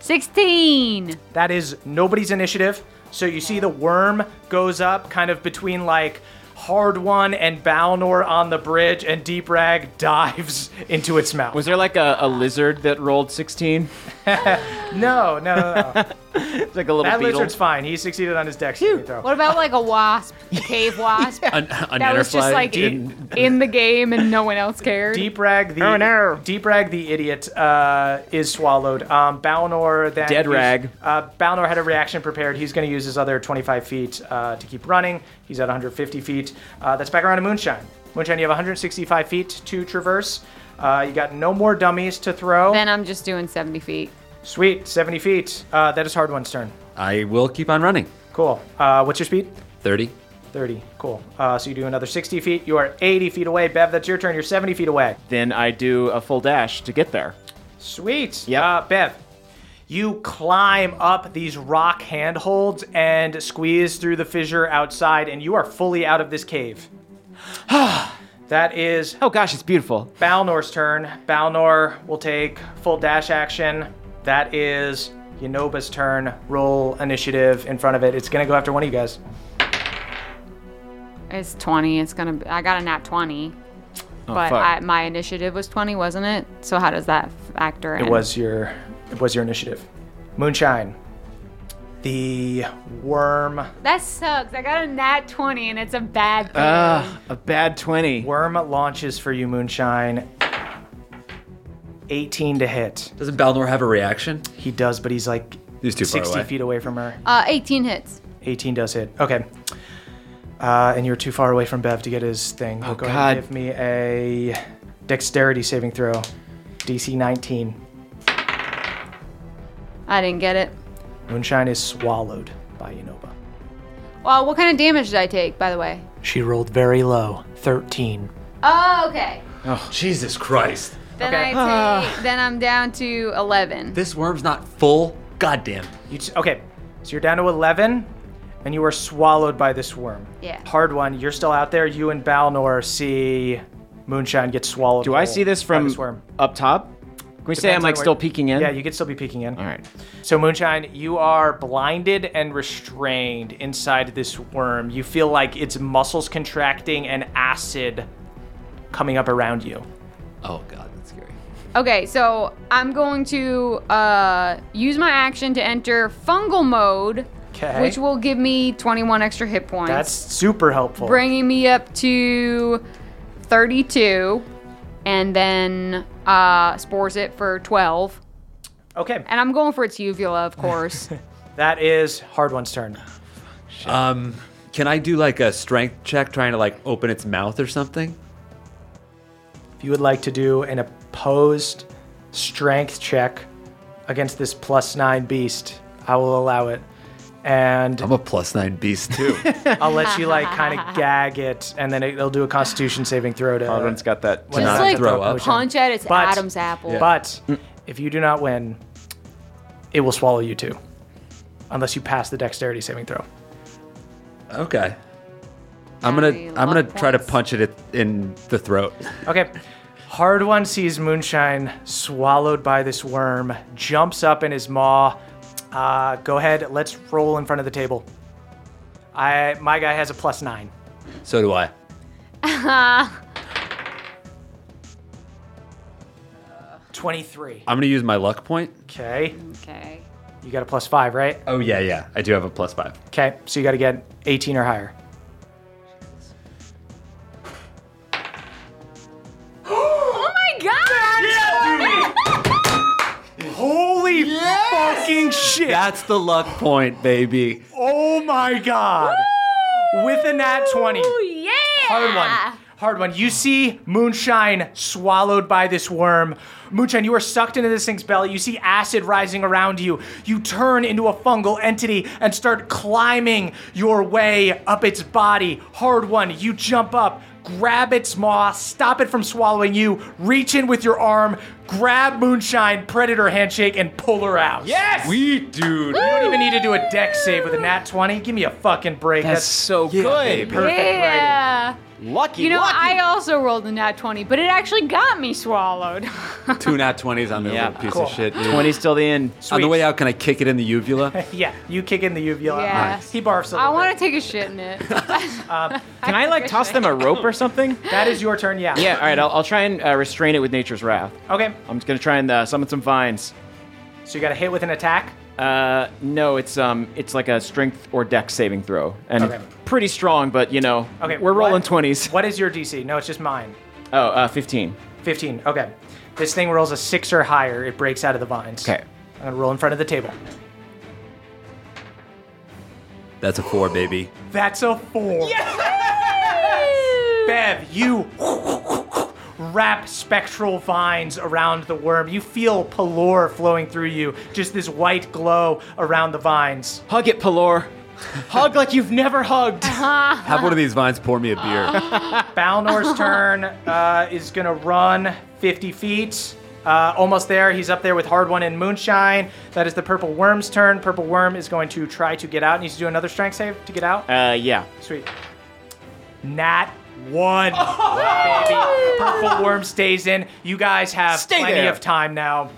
Speaker 3: 16.
Speaker 2: That is nobody's initiative. So you see the worm goes up kind of between like Hard One and Balnor on the bridge, and Deep Rag dives into its mouth.
Speaker 7: Was there like a, a lizard that rolled 16?
Speaker 2: no, no, no, no.
Speaker 7: It's like a little
Speaker 2: that
Speaker 7: beetle.
Speaker 2: lizard's fine. He succeeded on his dex saving throw.
Speaker 3: What about like a wasp? A cave wasp?
Speaker 4: An, an
Speaker 3: That was just
Speaker 4: Enterfly
Speaker 3: like
Speaker 4: in-
Speaker 3: in, in the game and no one else cared.
Speaker 2: Deep Rag the
Speaker 7: Oh, no.
Speaker 2: Deep Rag the idiot uh, is swallowed. Um, Balnor then
Speaker 7: Dead
Speaker 2: used-
Speaker 7: Rag.
Speaker 2: Uh, Balnor had a reaction prepared. He's going to use his other 25 feet uh, to keep running. He's at 150 feet. Uh, that's back around to Moonshine. Moonshine, you have 165 feet to traverse. Uh, you got no more dummies to throw.
Speaker 3: Then I'm just doing 70 feet.
Speaker 2: Sweet, 70 feet. Uh, that is Hard One's turn.
Speaker 4: I will keep on running.
Speaker 2: Cool. Uh, what's your speed?
Speaker 4: 30.
Speaker 2: 30. Cool. Uh, so you do another 60 feet. You are 80 feet away. Bev, that's your turn. You're 70 feet away.
Speaker 7: Then I do a full dash to get there.
Speaker 2: Sweet.
Speaker 7: Yep.
Speaker 2: Uh, Bev, you climb up these rock handholds and squeeze through the fissure outside, and you are fully out of this cave. that is
Speaker 7: Oh gosh, it's beautiful.
Speaker 2: Balnor's turn. Balnor will take full dash action. That is Yanoba's turn. Roll initiative in front of it. It's going to go after one of you guys.
Speaker 3: It's 20. It's going to be. I got a nat 20. but
Speaker 7: fuck.
Speaker 3: I, my initiative was 20, wasn't it? So how does that factor in?
Speaker 2: It was your it was your initiative. Moonshine. The worm
Speaker 3: That sucks. I got a nat 20 and it's a bad thing.
Speaker 7: Ugh, a bad 20.
Speaker 2: Worm launches for you, Moonshine. 18 to hit.
Speaker 11: Doesn't Balnor have a reaction?
Speaker 2: He does, but he's like
Speaker 4: He's too far
Speaker 2: 60
Speaker 4: away.
Speaker 2: feet away from her.
Speaker 3: Uh, 18 hits.
Speaker 2: 18 does hit. Okay. Uh, and you're too far away from Bev to get his thing. Oh, Go ahead and give
Speaker 7: God.
Speaker 2: me a dexterity saving throw. DC 19.
Speaker 3: I didn't get it.
Speaker 2: Moonshine is swallowed by Unova.
Speaker 3: Well, what kind of damage did I take, by the way?
Speaker 2: She rolled very low, 13.
Speaker 3: Oh, okay.
Speaker 4: Jesus Christ.
Speaker 3: Then I take, then I'm down to 11.
Speaker 11: This worm's not full. Goddamn.
Speaker 2: You t- okay, so you're down to 11, and you are swallowed by this worm.
Speaker 3: Yeah.
Speaker 2: Hard one. You're still out there. You and Balnor see Moonshine get swallowed.
Speaker 7: Do Oh, I
Speaker 2: whole
Speaker 7: see this
Speaker 2: by
Speaker 7: from
Speaker 2: this worm?
Speaker 7: up top? Can we say
Speaker 2: Depends
Speaker 7: I'm
Speaker 2: on
Speaker 7: like
Speaker 2: where-
Speaker 7: still peeking in?
Speaker 2: Yeah, you could still be peeking in.
Speaker 7: All right.
Speaker 2: So, Moonshine, you are blinded and restrained inside this worm. You feel like its muscles contracting and acid coming up around you.
Speaker 4: Oh, God, that's scary.
Speaker 3: Okay, so I'm going to uh, use my action to enter fungal mode,
Speaker 2: 'Kay.
Speaker 3: which will give me 21 extra hit points,
Speaker 2: That's super helpful.
Speaker 3: bringing me up to 32, and then uh, spores it for 12.
Speaker 2: okay,
Speaker 3: And I'm going for its uvula, of course.
Speaker 2: that is Hard One's turn.
Speaker 4: Um, can I do like a strength check trying to like open its mouth or something?
Speaker 2: If you would like to do an opposed strength check against this plus nine beast, I will allow it. And
Speaker 4: I'm a plus nine beast too.
Speaker 2: I'll let you like kind of gag it, and then it'll do a Constitution saving throw to.
Speaker 7: Everyone's got that.
Speaker 2: Well,
Speaker 3: Just
Speaker 4: not
Speaker 3: like
Speaker 4: throw up.
Speaker 3: punch at its
Speaker 2: But-
Speaker 3: Adam's apple.
Speaker 2: But
Speaker 7: Mm.
Speaker 2: if you do not win, it will swallow you too, unless you pass the Dexterity saving throw.
Speaker 4: okay. I'm
Speaker 3: That'd
Speaker 4: gonna
Speaker 3: be
Speaker 4: I'm gonna
Speaker 3: luck
Speaker 4: try to
Speaker 3: points.
Speaker 4: punch it at- in the throat.
Speaker 2: Okay. Hard one sees Moonshine swallowed by this worm, jumps up in his maw. Uh, go ahead, let's roll in front of the table. I my guy has a plus nine.
Speaker 4: So do I.
Speaker 2: Twenty-three.
Speaker 4: I'm gonna use my luck point.
Speaker 2: Okay.
Speaker 3: Okay.
Speaker 2: You got a plus five, right?
Speaker 4: Oh yeah, yeah. I do have a plus five.
Speaker 2: Okay, so you gotta get eighteen or higher.
Speaker 3: Oh my god!
Speaker 2: Holy fucking shit!
Speaker 4: That's the luck point, baby.
Speaker 2: oh my god! With a nat twenty.
Speaker 3: Yeah!
Speaker 2: Hard one. Hard one. You see Moonshine swallowed by this worm. Moonshine, you are sucked into this thing's belly. You see acid rising around you. You turn into a fungal entity and start climbing your way up its body. Hard one. You jump up, grab its maw, stop it from swallowing you, reach in with your arm, grab Moonshine, predator handshake, and pull her out.
Speaker 7: Yes!
Speaker 2: We, dude. You don't even need to do a deck save with a nat 20. Give me a fucking break.
Speaker 7: That's so good.
Speaker 2: perfect writing.
Speaker 3: Yeah.
Speaker 7: Lucky,
Speaker 3: You know,
Speaker 7: lucky.
Speaker 3: I also rolled a nat 20, but it actually got me swallowed.
Speaker 4: Two nat 20s on the
Speaker 7: Yeah.
Speaker 4: little piece
Speaker 2: Cool.
Speaker 4: of shit. dude.
Speaker 7: 20's till the end.
Speaker 4: On the
Speaker 2: Sweet.
Speaker 4: way out, can I kick it in the uvula?
Speaker 2: Yeah, you kick in the uvula.
Speaker 3: Yeah. Nice.
Speaker 2: He barfs a little
Speaker 3: I want
Speaker 2: bit.
Speaker 3: to take a shit in it.
Speaker 7: Can I like toss them a rope or something?
Speaker 2: That is your turn, yeah.
Speaker 7: Yeah, all right. I'll, I'll try and uh, restrain it with nature's wrath.
Speaker 2: Okay,
Speaker 7: I'm just gonna try and uh, summon some vines.
Speaker 2: so you got to hit with an attack.
Speaker 7: Uh, no, it's um, it's like a strength or dex saving throw, and
Speaker 2: Okay.
Speaker 7: pretty strong. But you know,
Speaker 2: Okay,
Speaker 7: we're rolling
Speaker 2: what-
Speaker 7: twenties.
Speaker 2: What is your DC? No, it's just mine.
Speaker 7: Oh, uh, fifteen.
Speaker 2: 15. Okay. This thing rolls a six or higher. It breaks out of the vines.
Speaker 7: Okay.
Speaker 2: I'm going to roll in front of the table.
Speaker 4: That's a four, baby.
Speaker 2: That's a four. Bev, you wrap spectral vines around the worm. You feel pallor flowing through you, just this white glow around the vines.
Speaker 7: Hug it, Pelor. Hug like you've never hugged.
Speaker 4: Have one of these vines pour me a beer.
Speaker 2: Balnor's turn uh, is gonna run 50 feet. Uh, almost there. He's up there with Hard One and Moonshine. That is the Purple Worm's turn. Purple Worm is going to try to get out. Needs to do another strength save to get out.
Speaker 7: Uh, yeah.
Speaker 2: Sweet. Nat one. baby. Purple Worm stays in. You guys have
Speaker 7: Oh. Stay
Speaker 2: plenty
Speaker 7: there.
Speaker 2: of time now.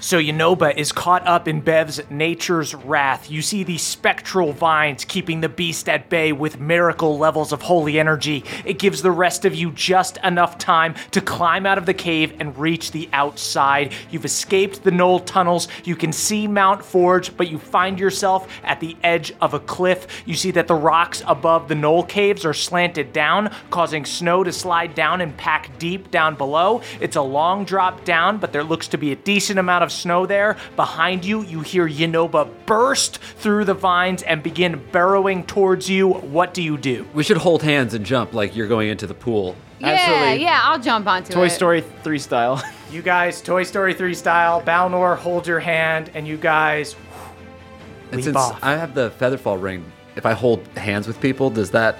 Speaker 2: So Yanoba is caught up in Bev's nature's wrath. You see the spectral vines keeping the beast at bay with miracle levels of holy energy. It gives the rest of you just enough time to climb out of the cave and reach the outside. You've escaped the knoll tunnels. You can see Mount Forge, but you find yourself at the edge of a cliff. You see that the rocks above the knoll caves are slanted down, causing snow to slide down and pack deep down below. It's a long drop down, but there looks to be a decent amount of snow there. Behind you, you hear Yenoba burst through the vines and begin burrowing towards you. What do you do?
Speaker 4: we should hold hands and jump like you're going into the pool.
Speaker 3: yeah, yeah, I'll jump onto
Speaker 7: Toy
Speaker 3: it.
Speaker 7: Story three style.
Speaker 2: You guys, Toy Story 3 style, Balnor, hold your hand, and you guys.
Speaker 4: And
Speaker 2: Leap
Speaker 4: since
Speaker 2: off.
Speaker 4: I have the featherfall ring, if I hold hands with people, does that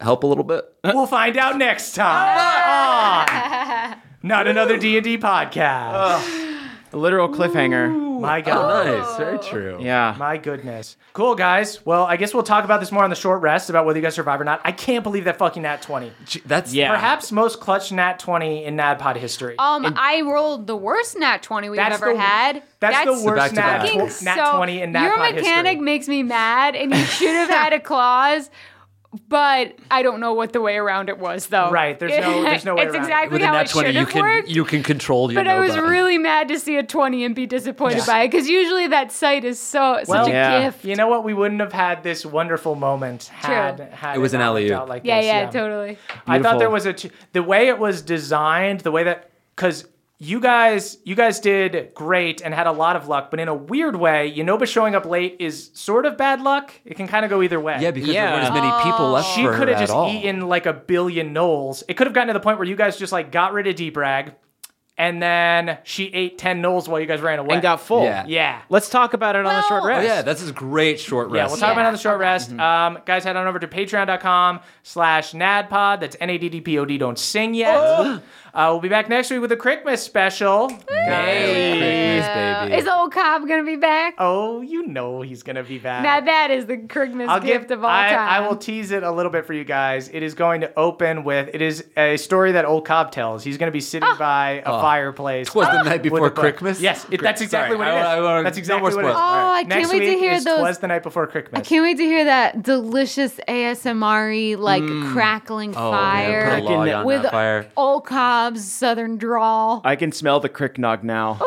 Speaker 4: help a little bit?
Speaker 2: We'll find out next time. on Not another D&D podcast.
Speaker 7: Literal cliffhanger.
Speaker 2: My God.
Speaker 4: Nice, very true.
Speaker 7: Yeah.
Speaker 2: My goodness. Cool, guys. Well, I guess we'll talk about this more on the short rest about whether you guys survive or not. I can't believe that fucking nat 20.
Speaker 4: Gee, That's
Speaker 7: Yeah.
Speaker 2: Perhaps most clutch nat 20 in NADPOD history.
Speaker 3: Um, I rolled the worst nat 20 we've
Speaker 2: That's
Speaker 3: ever
Speaker 2: the-
Speaker 3: had.
Speaker 2: That's, the worst
Speaker 4: back to
Speaker 2: nat,
Speaker 4: back.
Speaker 3: fucking
Speaker 2: tw- nat
Speaker 3: so-
Speaker 2: 20 in NADPOD
Speaker 3: Your mechanic
Speaker 2: history.
Speaker 3: makes me mad, and you should have had a clause. But I don't know what the way around it was, though.
Speaker 2: Right, there's no- there's no way
Speaker 3: it's
Speaker 2: around it.
Speaker 3: exactly
Speaker 4: With a
Speaker 3: how
Speaker 4: nat
Speaker 3: it should
Speaker 4: twenty, you
Speaker 3: have
Speaker 4: can
Speaker 3: worked.
Speaker 4: you can control your.
Speaker 3: but I was
Speaker 4: Nova.
Speaker 3: really mad to see a 20 and be disappointed by it because usually that sight is so
Speaker 2: Well,
Speaker 3: such a
Speaker 7: yeah.
Speaker 3: gift.
Speaker 2: You know what? We wouldn't have had this wonderful moment had, had
Speaker 4: It was an
Speaker 2: not
Speaker 4: alley-oop.
Speaker 2: worked out Like
Speaker 3: yeah,
Speaker 2: this.
Speaker 3: yeah, totally.
Speaker 2: I thought
Speaker 7: Beautiful.
Speaker 2: there was a ch- the way it was designed, the way that because you guys you guys did great and had a lot of luck, but in a weird way, Yanoba showing up late is sort of bad luck. It can kind of go either way.
Speaker 4: Yeah, because
Speaker 7: Yeah.
Speaker 4: there weren't as many people left
Speaker 2: she
Speaker 4: for her
Speaker 2: could have
Speaker 4: at
Speaker 2: just
Speaker 4: all.
Speaker 2: eaten like a billion knolls. It could have gotten to the point where you guys just like got rid of Deep Rag, and then she ate ten knolls while you guys ran away
Speaker 7: And got full.
Speaker 4: Yeah.
Speaker 2: Yeah.
Speaker 7: Let's talk about it on the short
Speaker 3: Well-
Speaker 4: Oh
Speaker 7: rest. Mm-hmm.
Speaker 4: yeah, that's a great short
Speaker 2: Yeah,
Speaker 4: rest.
Speaker 2: we'll talk about it on the
Speaker 3: Yeah,
Speaker 2: short rest. Um, guys, head on over to patreon.com slash nadpod. That's N-A-D-D-P-O-D. Don't sing yet. Uh, we'll be back next week with a Christmas special.
Speaker 4: Christmas, baby.
Speaker 3: Is old Cobb gonna be back?
Speaker 2: Oh, you know he's going to be back.
Speaker 3: Now that is the Christmas
Speaker 2: I'll
Speaker 3: gift
Speaker 2: give,
Speaker 3: of all
Speaker 2: I,
Speaker 3: time.
Speaker 2: I will tease it a little bit for you guys. It is going to open with, it is a story that old Cobb tells. He's going to be sitting
Speaker 3: Ah.
Speaker 2: by a fireplace.
Speaker 4: Oh. Twas the night
Speaker 2: with a
Speaker 4: before
Speaker 2: book.
Speaker 4: Christmas.
Speaker 2: Yes, it, that's
Speaker 4: Sorry,
Speaker 2: exactly what
Speaker 4: I-
Speaker 2: it is.
Speaker 4: I- I-
Speaker 2: that's
Speaker 4: no
Speaker 2: exactly
Speaker 4: more
Speaker 2: what it is.
Speaker 4: spoilers.
Speaker 3: oh,
Speaker 4: All
Speaker 3: I can't
Speaker 2: Next
Speaker 3: wait
Speaker 2: week
Speaker 3: to hear
Speaker 2: is
Speaker 3: those.
Speaker 2: Twas the night before Christmas.
Speaker 3: I can't wait to hear that delicious ASMR like crackling
Speaker 4: Oh,
Speaker 3: fire
Speaker 4: man, put a log on
Speaker 3: with
Speaker 4: that fire.
Speaker 3: old Cobb's southern drawl.
Speaker 7: I can smell the crick nog now.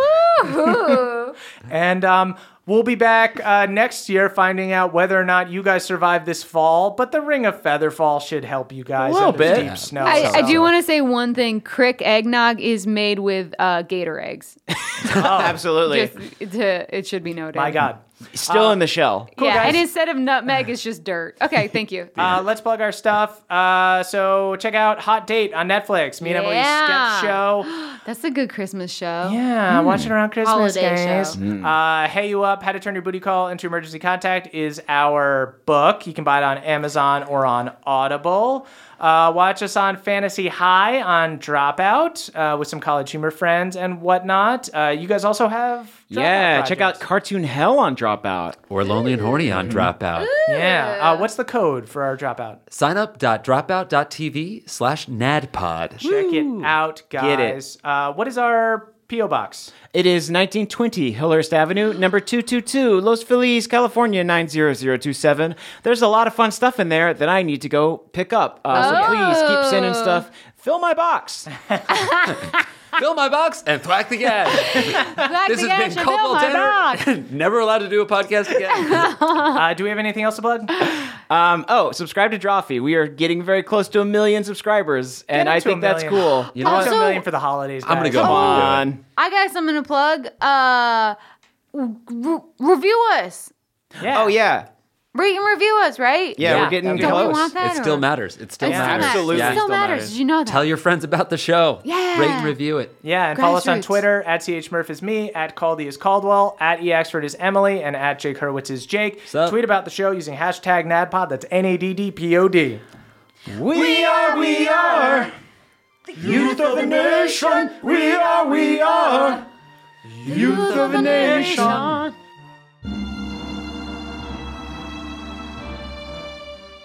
Speaker 3: Ooh.
Speaker 2: And um, we'll be back uh, next year finding out whether or not you guys survive this fall. But the Ring of Featherfall should help you guys. A
Speaker 7: little bit.
Speaker 2: Deep snow.
Speaker 3: I, I do want to say one thing. Crick eggnog is made with uh, gator eggs.
Speaker 7: Oh, Absolutely.
Speaker 3: Just to, it should be noted.
Speaker 2: Oh My God.
Speaker 7: Still in the shell.
Speaker 3: yeah,
Speaker 2: guys.
Speaker 3: and instead of nutmeg, it's just dirt. Okay, thank you.
Speaker 2: Uh, let's plug our stuff. Uh, so check out Hot Date on Netflix. Me and Emily
Speaker 3: Yeah.
Speaker 2: sketch show.
Speaker 3: That's a good Christmas show.
Speaker 2: Yeah, watch it around Christmas,
Speaker 3: Hmm. Holiday
Speaker 2: guys.
Speaker 3: show.
Speaker 7: Hmm.
Speaker 2: Uh, hey you up? How to turn your booty call into emergency contact is our book. You can buy it on Amazon or on Audible. Uh, watch us on Fantasy High on Dropout uh, with some college humor friends and whatnot. Uh, you guys also have Dropout
Speaker 7: Yeah, check out
Speaker 2: projects.
Speaker 7: Cartoon Hell on Dropout.
Speaker 4: Or lonely and horny on Dropout.
Speaker 2: yeah. Uh, what's the code for our Dropout?
Speaker 4: Sign up dropout.tv slash nadpod.
Speaker 2: Check it out,
Speaker 7: Get it.
Speaker 2: guys. Uh, what is our PO box?
Speaker 7: It is 1920 Hillhurst Avenue, number 222, Los Feliz, California 90027. There's a lot of fun stuff in there that I need to go pick up.
Speaker 3: Oh.
Speaker 7: Uh, So please keep sending stuff. Fill my box.
Speaker 4: Fill my box and thwack the gas.
Speaker 3: Back
Speaker 4: this
Speaker 3: to
Speaker 4: has been
Speaker 3: Gash and Bill,
Speaker 4: Cobalt
Speaker 3: my dog.
Speaker 4: Tanner. Never allowed to do a podcast again.
Speaker 2: Uh, do we have anything else to plug?
Speaker 7: Um, oh, subscribe to Drawfee. We are getting very close to a million subscribers, and
Speaker 2: it
Speaker 7: I
Speaker 2: to a
Speaker 7: think that's
Speaker 2: million.
Speaker 7: cool.
Speaker 4: You know what?
Speaker 2: Up to a
Speaker 3: Also-
Speaker 2: million for the holidays.
Speaker 4: I'm gonna
Speaker 2: guys.
Speaker 4: go
Speaker 7: Come
Speaker 4: home.
Speaker 7: on.
Speaker 3: I got something to plug. Uh, re- review us.
Speaker 2: Yeah.
Speaker 7: Oh, yeah.
Speaker 3: Rate and review us, right?
Speaker 7: Yeah,
Speaker 4: Yeah.
Speaker 7: we're getting
Speaker 4: Don't
Speaker 3: Don't we
Speaker 7: close.
Speaker 3: want that?
Speaker 4: It still
Speaker 3: or-
Speaker 4: matters. It still
Speaker 3: It still
Speaker 4: matters.
Speaker 3: matters.
Speaker 7: Absolutely
Speaker 3: It still
Speaker 7: still matters.
Speaker 3: matters. Did you know that?
Speaker 4: Tell your friends about the show.
Speaker 3: Yeah.
Speaker 4: Rate and review it.
Speaker 2: Yeah, and follow us on
Speaker 3: Grassroots.
Speaker 2: Twitter at chmurph is me, at Caldy is Caldwell, at eaxford is Emily, and at Jake Hurwitz is Jake.
Speaker 4: up?
Speaker 2: Tweet about the show using hashtag NADPOD. That's N A D D P O D.
Speaker 7: We are, we are. Youth of the nation. We are, we are. Youth of the nation.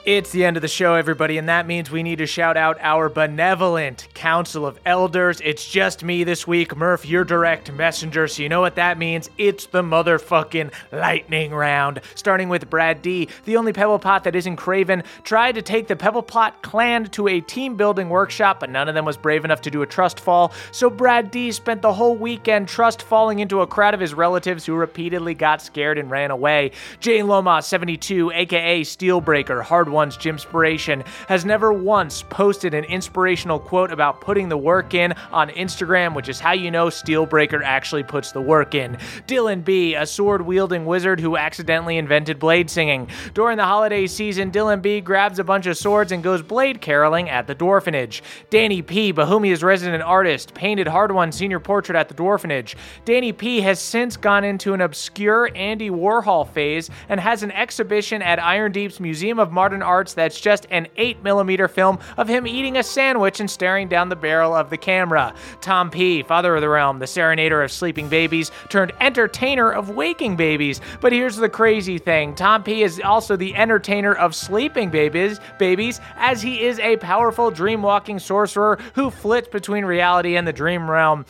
Speaker 2: It's the end of the show, everybody, and that means we need to shout out our benevolent Council of Elders. It's just me this week. Murph, your direct messenger, so you know what that means. It's the motherfucking lightning round. Starting with Brad D, the only Pebble Pot that isn't Craven, tried to take the Pebble Pot clan to a team building workshop, but none of them was brave enough to do a trust fall. So Brad D spent the whole weekend trust falling into a crowd of his relatives who repeatedly got scared and ran away. Jane Loma, 72, aka Steelbreaker, Hard One's Gymspiration, has never once posted an inspirational quote about putting the work in on Instagram, which is how you know Steelbreaker actually puts the work in. Dylan B, a sword wielding wizard who accidentally invented blade singing. During the holiday season, Dylan B grabs a bunch of swords and goes blade caroling at the Dwarfenage. Danny P, Bahumia's resident artist, painted Hard One's senior portrait at the Dwarfenage. Danny P has since gone into an obscure Andy Warhol phase and has an exhibition at Iron Deep's Museum of Modern Arts that's just an 8mm film of him eating a sandwich and staring down the barrel of the camera. Tom P., Father of the Realm, the serenader of sleeping babies, turned entertainer of waking babies. But here's the crazy thing Tom P. is also the entertainer of sleeping babies, babies as he is a powerful dream-walking sorcerer who flits between reality and the dream realm.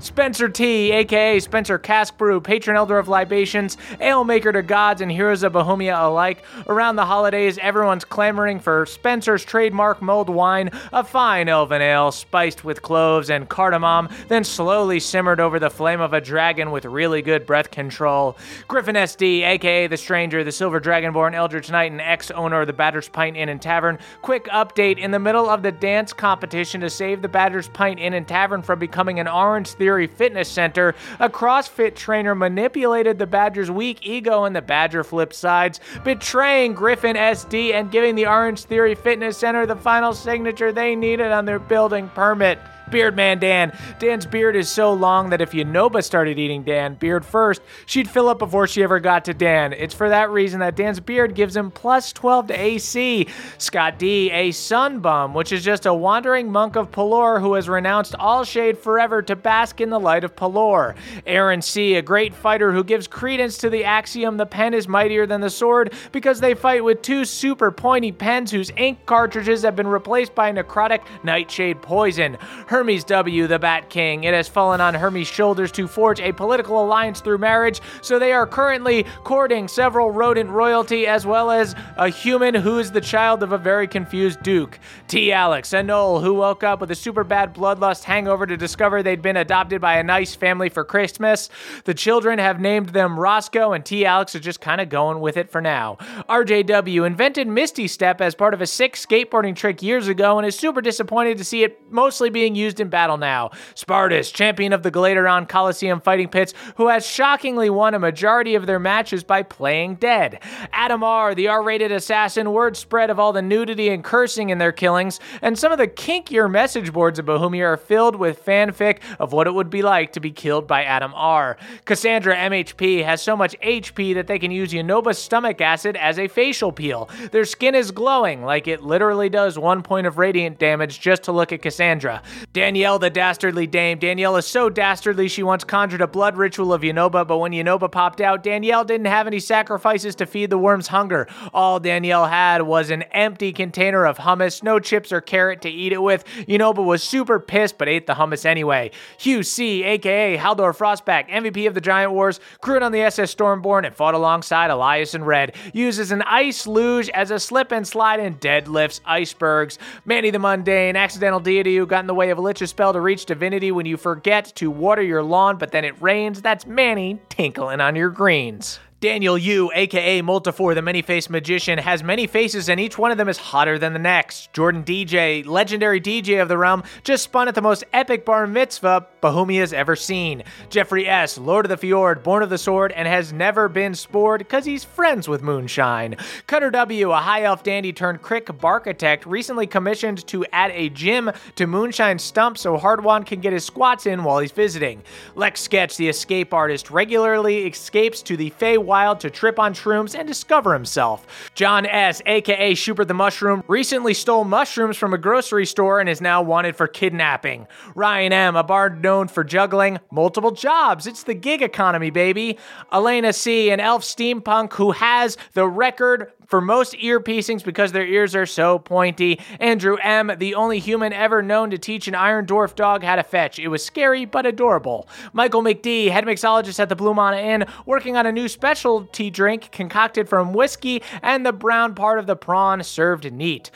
Speaker 2: Spencer T, aka Spencer Cask Brew, patron elder of libations, ale maker to gods and heroes of Bohemia alike. Around the holidays, everyone's clamoring for Spencer's trademark mulled wine, a fine elven ale spiced with cloves and cardamom, then slowly simmered over the flame of a dragon with really good breath control. Griffin SD, aka The Stranger, the Silver Dragonborn Eldritch Knight, and ex owner of the Batter's Pint Inn and Tavern. Quick update in the middle of the dance competition to save the Batter's Pint Inn and Tavern from becoming an Orange Theory fitness center, a CrossFit trainer manipulated the Badger's weak ego and the Badger flipped sides, betraying Griffin SD and giving the Orange Theory fitness center the final signature they needed on their building permit. Beard man Dan. Dan's beard is so long that if Yanoba started eating Dan beard first, she'd fill up before she ever got to Dan. It's for that reason that Dan's beard gives him plus 12 to AC. Scott D, a sun bum, which is just a wandering monk of Pelor who has renounced all shade forever to bask in the light of Pelor. Aaron C, a great fighter who gives credence to the axiom the pen is mightier than the sword because they fight with two super pointy pens whose ink cartridges have been replaced by necrotic nightshade poison. Hermes W, the Bat King, it has fallen on Hermes' shoulders to forge a political alliance through marriage, so they are currently courting several rodent royalty as well as a human who is the child of a very confused duke. T. Alex, a knoll who woke up with a super bad bloodlust hangover to discover they'd been adopted by a nice family for Christmas. The children have named them Roscoe, and T. Alex is just kind of going with it for now. RJW invented Misty Step as part of a sick skateboarding trick years ago and is super disappointed to see it mostly being used used in battle now. Spartus, champion of the Galateron Coliseum fighting pits, who has shockingly won a majority of their matches by playing dead. Adamar, the R-rated assassin, word spread of all the nudity and cursing in their killings, and some of the kinkier message boards of Bohemia are filled with fanfic of what it would be like to be killed by Adam R. Cassandra MHP has so much HP that they can use Yonoba stomach acid as a facial peel. Their skin is glowing, like it literally does one point of radiant damage just to look at Cassandra. Danielle, the dastardly dame. Danielle is so dastardly she once conjured a blood ritual of Yonoba, but when Yonoba popped out, Danielle didn't have any sacrifices to feed the worm's hunger. All Danielle had was an empty container of hummus, no chips or carrot to eat it with. Yonoba was super pissed, but ate the hummus anyway. Hugh C, aka Haldor Frostback, MVP of the Giant Wars, crewed on the SS Stormborn and fought alongside Elias in Red, uses an ice luge as a slip and slide and deadlifts icebergs. Manny the Mundane, accidental deity who got in the way of a lich's spell to reach divinity when you forget to water your lawn, but then it rains. That's Manny tinkling on your greens. Daniel Yu, aka Multifor, the many faced magician, has many faces and each one of them is hotter than the next. Jordan DJ, legendary DJ of the realm, just spun at the most epic bar mitzvah Bohemia's ever seen. Jeffrey S., Lord of the Fjord, born of the sword, and has never been spored because he's friends with Moonshine. Cutter W., a high elf dandy turned crick barkitect, recently commissioned to add a gym to Moonshine Stump so Hardwan can get his squats in while he's visiting. Lex Sketch, the escape artist, regularly escapes to the Fey wild to trip on shrooms and discover himself. John S., aka Schubert the Mushroom, recently stole mushrooms from a grocery store and is now wanted for kidnapping. Ryan M., a bard known for juggling multiple jobs. It's the gig economy, baby. Elena C., an elf steampunk who has the record for most ear piercings because their ears are so pointy. Andrew M., the only human ever known to teach an iron dwarf dog how to fetch. It was scary but adorable. Michael McD, head mixologist at the Blue Mana Inn, working on a new specialty drink concocted from whiskey and the brown part of the prawn served neat.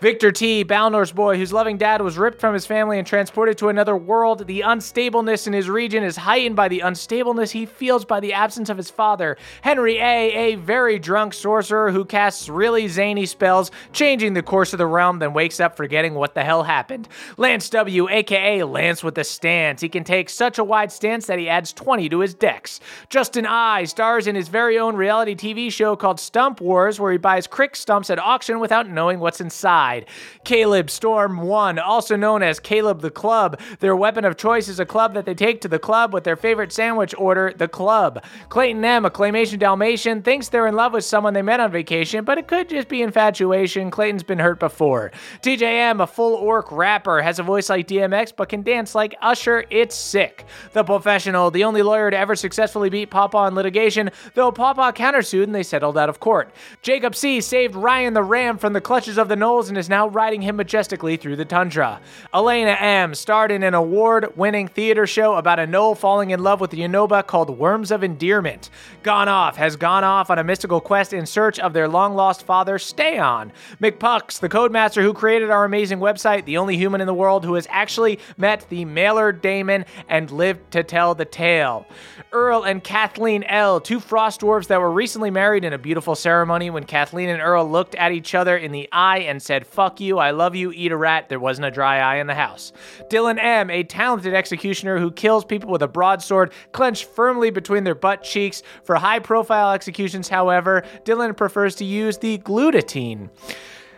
Speaker 2: Victor T., Balnor's boy, whose loving dad was ripped from his family and transported to another world. The unstableness in his region is heightened by the unstableness he feels by the absence of his father. Henry A., a very drunk sorcerer who casts really zany spells, changing the course of the realm, then wakes up forgetting what the hell happened. Lance W., aka Lance with the Stance. He can take such a wide stance that he adds 20 to his decks. Justin I. stars in his very own reality TV show called Stump Wars, where he buys crick stumps at auction without knowing what's inside. Caleb Storm 1, also known as Caleb the Club. Their weapon of choice is a club that they take to the club with their favorite sandwich order, the club. Clayton M, a claymation Dalmatian, thinks they're in love with someone they met on vacation, but it could just be infatuation. Clayton's been hurt before. TJM, a full orc rapper, has a voice like DMX but can dance like Usher. It's sick. The professional, the only lawyer to ever successfully beat Papa in litigation, though Papa countersued and they settled out of court. Jacob C saved Ryan the Ram from the clutches of the Knolls and is now riding him majestically through the tundra. Elena M. starred in an award winning theater show about a gnoll falling in love with the Yonoba called Worms of Endearment. Gone Off has gone off on a mystical quest in search of their long lost father, Stayon. McPucks, the codemaster who created our amazing website, the only human in the world who has actually met the mailer Damon and lived to tell the tale. Earl and Kathleen L., two frost dwarves that were recently married in a beautiful ceremony when Kathleen and Earl looked at each other in the eye and said, Fuck you, I love you, eat a rat. There wasn't a dry eye in the house. Dylan M., a talented executioner who kills people with a broadsword clenched firmly between their butt cheeks. For high profile executions, however, Dylan prefers to use the glutatine.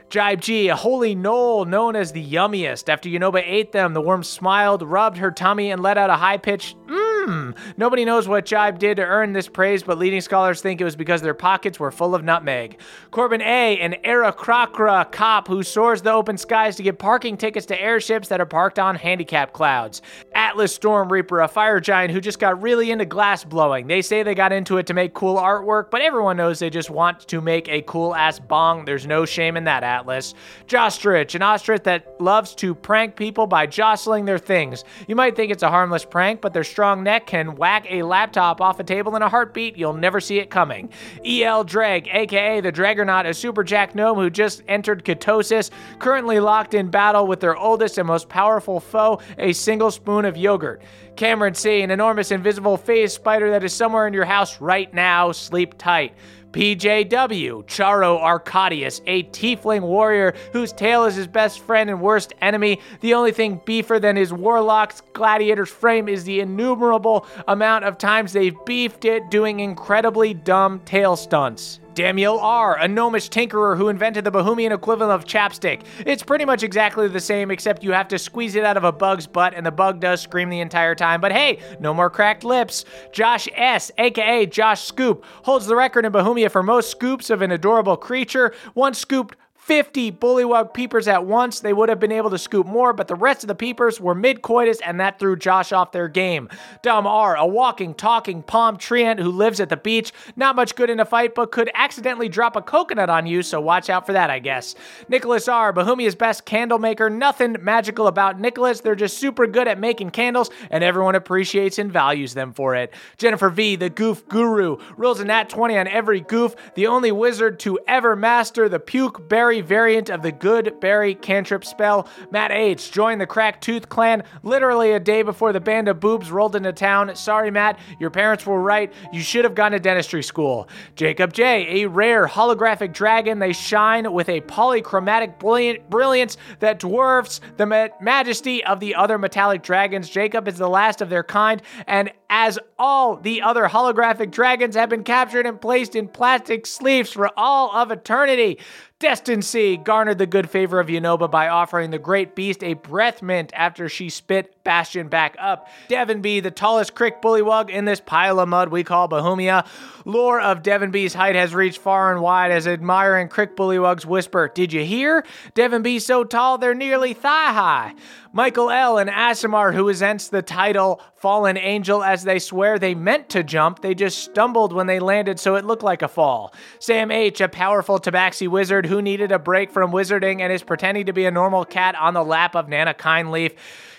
Speaker 2: Jibe G, a holy knoll known as the yummiest. After Yonoba ate them, the worm smiled, rubbed her tummy, and let out a high pitched, mmm. Nobody knows what Jibe did to earn this praise, but leading scholars think it was because their pockets were full of nutmeg. Corbin A, an Era Crocra cop who soars the open skies to get parking tickets to airships that are parked on handicap clouds. Atlas Storm Reaper, a fire giant who just got really into glass blowing. They say they got into it to make cool artwork, but everyone knows they just want to make a cool ass bong. There's no shame in that, Atlas. Jostrich, an ostrich that loves to prank people by jostling their things. You might think it's a harmless prank, but their strong neck can whack a laptop off a table in a heartbeat. You'll never see it coming. E E.L. Dreg, aka the Dragonaut, a super jack gnome who just entered ketosis, currently locked in battle with their oldest and most powerful foe, a single spoon of of yogurt. Cameron C., an enormous invisible phase spider that is somewhere in your house right now. Sleep tight. PJW, Charo Arcadius, a tiefling warrior whose tail is his best friend and worst enemy. The only thing beefer than his warlock's gladiator's frame is the innumerable amount of times they've beefed it doing incredibly dumb tail stunts. Damiel R., a gnomish tinkerer who invented the Bohemian equivalent of chapstick. It's pretty much exactly the same, except you have to squeeze it out of a bug's butt, and the bug does scream the entire time. But hey, no more cracked lips. Josh S., aka Josh Scoop, holds the record in Bohemia for most scoops of an adorable creature. Once scooped 50 bullywug peepers at once. They would have been able to scoop more, but the rest of the peepers were mid coitus, and that threw Josh off their game. Dumb R, a walking, talking palm treant who lives at the beach, not much good in a fight, but could accidentally drop a coconut on you, so watch out for that, I guess. Nicholas R, Bohemia's best candle maker. Nothing magical about Nicholas. They're just super good at making candles, and everyone appreciates and values them for it. Jennifer V, the goof guru, rolls a nat 20 on every goof, the only wizard to ever master the puke berry variant of the good berry cantrip spell. Matt H joined the crack tooth clan literally a day before the band of boobs rolled into town. Sorry, Matt, your parents were right. You should have gone to dentistry school. Jacob J, a rare holographic dragon. They shine with a polychromatic brilliant brilliance that dwarfs the ma- majesty of the other metallic dragons. Jacob is the last of their kind and as all the other holographic dragons have been captured and placed in plastic sleeves for all of eternity. Destin C garnered the good favor of Yonoba by offering the great beast a breath mint after she spit Bastion back up. Devon B, the tallest crick bullywug in this pile of mud we call Bohemia. Lore of Devon B's height has reached far and wide as admiring crick bullywugs whisper, Did you hear? Devon B so tall they're nearly thigh high. Michael L. and Asimar, who resents the title Fallen Angel, as they swear they meant to jump, they just stumbled when they landed, so it looked like a fall. Sam H., a powerful tabaxi wizard who needed a break from wizarding and is pretending to be a normal cat on the lap of Nana Kindleaf.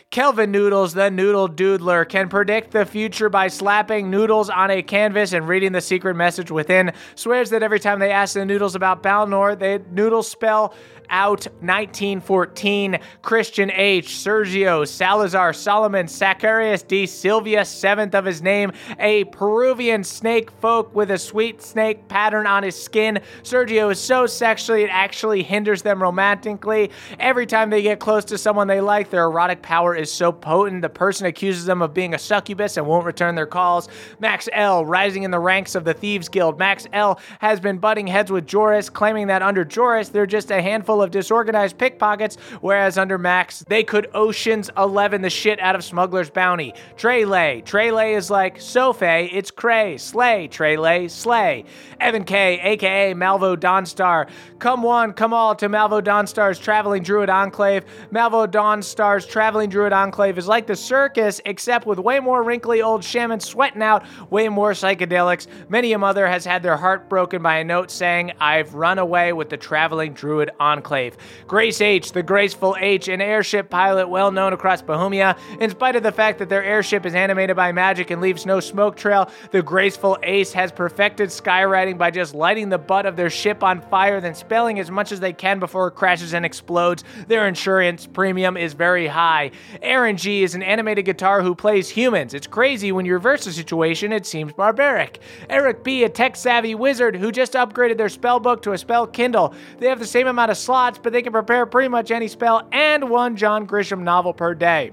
Speaker 2: Kelvin Noodles, the noodle doodler, can predict the future by slapping noodles on a canvas and reading the secret message within. Swears that every time they ask the noodles about Balnor, they noodles spell out 1914. Christian H, Sergio, Salazar, Solomon, Zacharias D, Silvia, seventh of his name, a Peruvian snake folk with a sweet snake pattern on his skin. Sergio is so sexually it actually hinders them romantically. Every time they get close to someone they like, their erotic power is so potent the person accuses them of being a succubus and won't return their calls. Max L, rising in the ranks of the Thieves Guild, Max L has been butting heads with Joris, claiming that under Joris they're just a handful of disorganized pickpockets, whereas under Max they could Ocean's Eleven the shit out of Smuggler's Bounty. Trey Lay, Trey Lay is like Sofe, it's Cray, Slay, Trey Lay, Slay. Evan K, aka Malvo Dawnstar, come one, come all to Malvo Dawnstar's Traveling Druid Enclave. Malvo Dawnstar's Traveling Druid Enclave is like the circus, except with way more wrinkly old shamans sweating out way more psychedelics. Many a mother has had their heart broken by a note saying, I've run away with the traveling Druid Enclave. Grace H, the graceful H, an airship pilot well known across Bohemia. In spite of the fact that their airship is animated by magic and leaves no smoke trail, the graceful Ace has perfected skywriting by just lighting the butt of their ship on fire, then spelling as much as they can before it crashes and explodes. Their insurance premium is very high. Aaron G is an animated guitar who plays humans. It's crazy when you reverse the situation, it seems barbaric. Eric B, a tech savvy wizard who just upgraded their spell book to a spell Kindle. They have the same amount of slots, but they can prepare pretty much any spell and one John Grisham novel per day.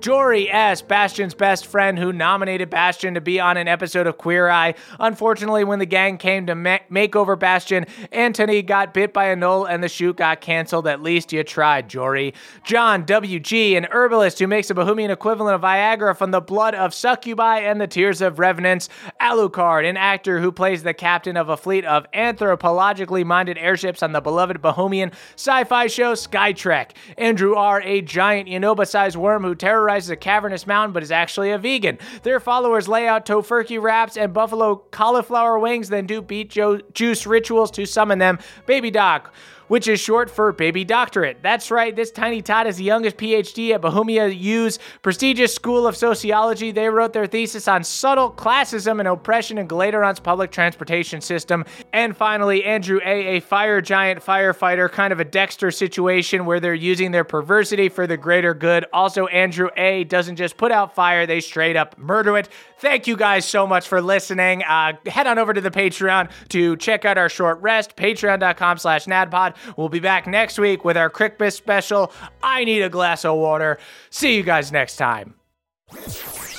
Speaker 2: Jory S., Bastion's best friend, who nominated Bastion to be on an episode of Queer Eye. Unfortunately, when the gang came to ma- make over Bastion, Anthony got bit by a knoll and the shoot got canceled. At least you tried, Jory. John W.G., an herbalist who makes a Bohemian equivalent of Viagra from the blood of succubi and the tears of revenants. Alucard, an actor who plays the captain of a fleet of anthropologically minded airships on the beloved Bohemian sci fi show Sky Trek. Andrew R., a giant Yanoba sized worm who terrorizes terrorizes a cavernous mountain but is actually a vegan. Their followers lay out tofurkey wraps and buffalo cauliflower wings, then do beet jo- juice rituals to summon them. Baby Doc which is short for baby doctorate. That's right, this tiny tot is the youngest PhD at Bohemia U's prestigious School of Sociology. They wrote their thesis on subtle classism and oppression in Gladeron's public transportation system. And finally, Andrew A., a fire giant firefighter, kind of a Dexter situation where they're using their perversity for the greater good. Also, Andrew A. doesn't just put out fire, they straight up murder it. Thank you guys so much for listening. Uh, head on over to the Patreon to check out our short rest, patreon.com slash nadpod. We'll be back next week with our Crickbus special, I Need a Glass of Water. See you guys next time.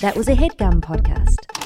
Speaker 12: That was a headgum podcast.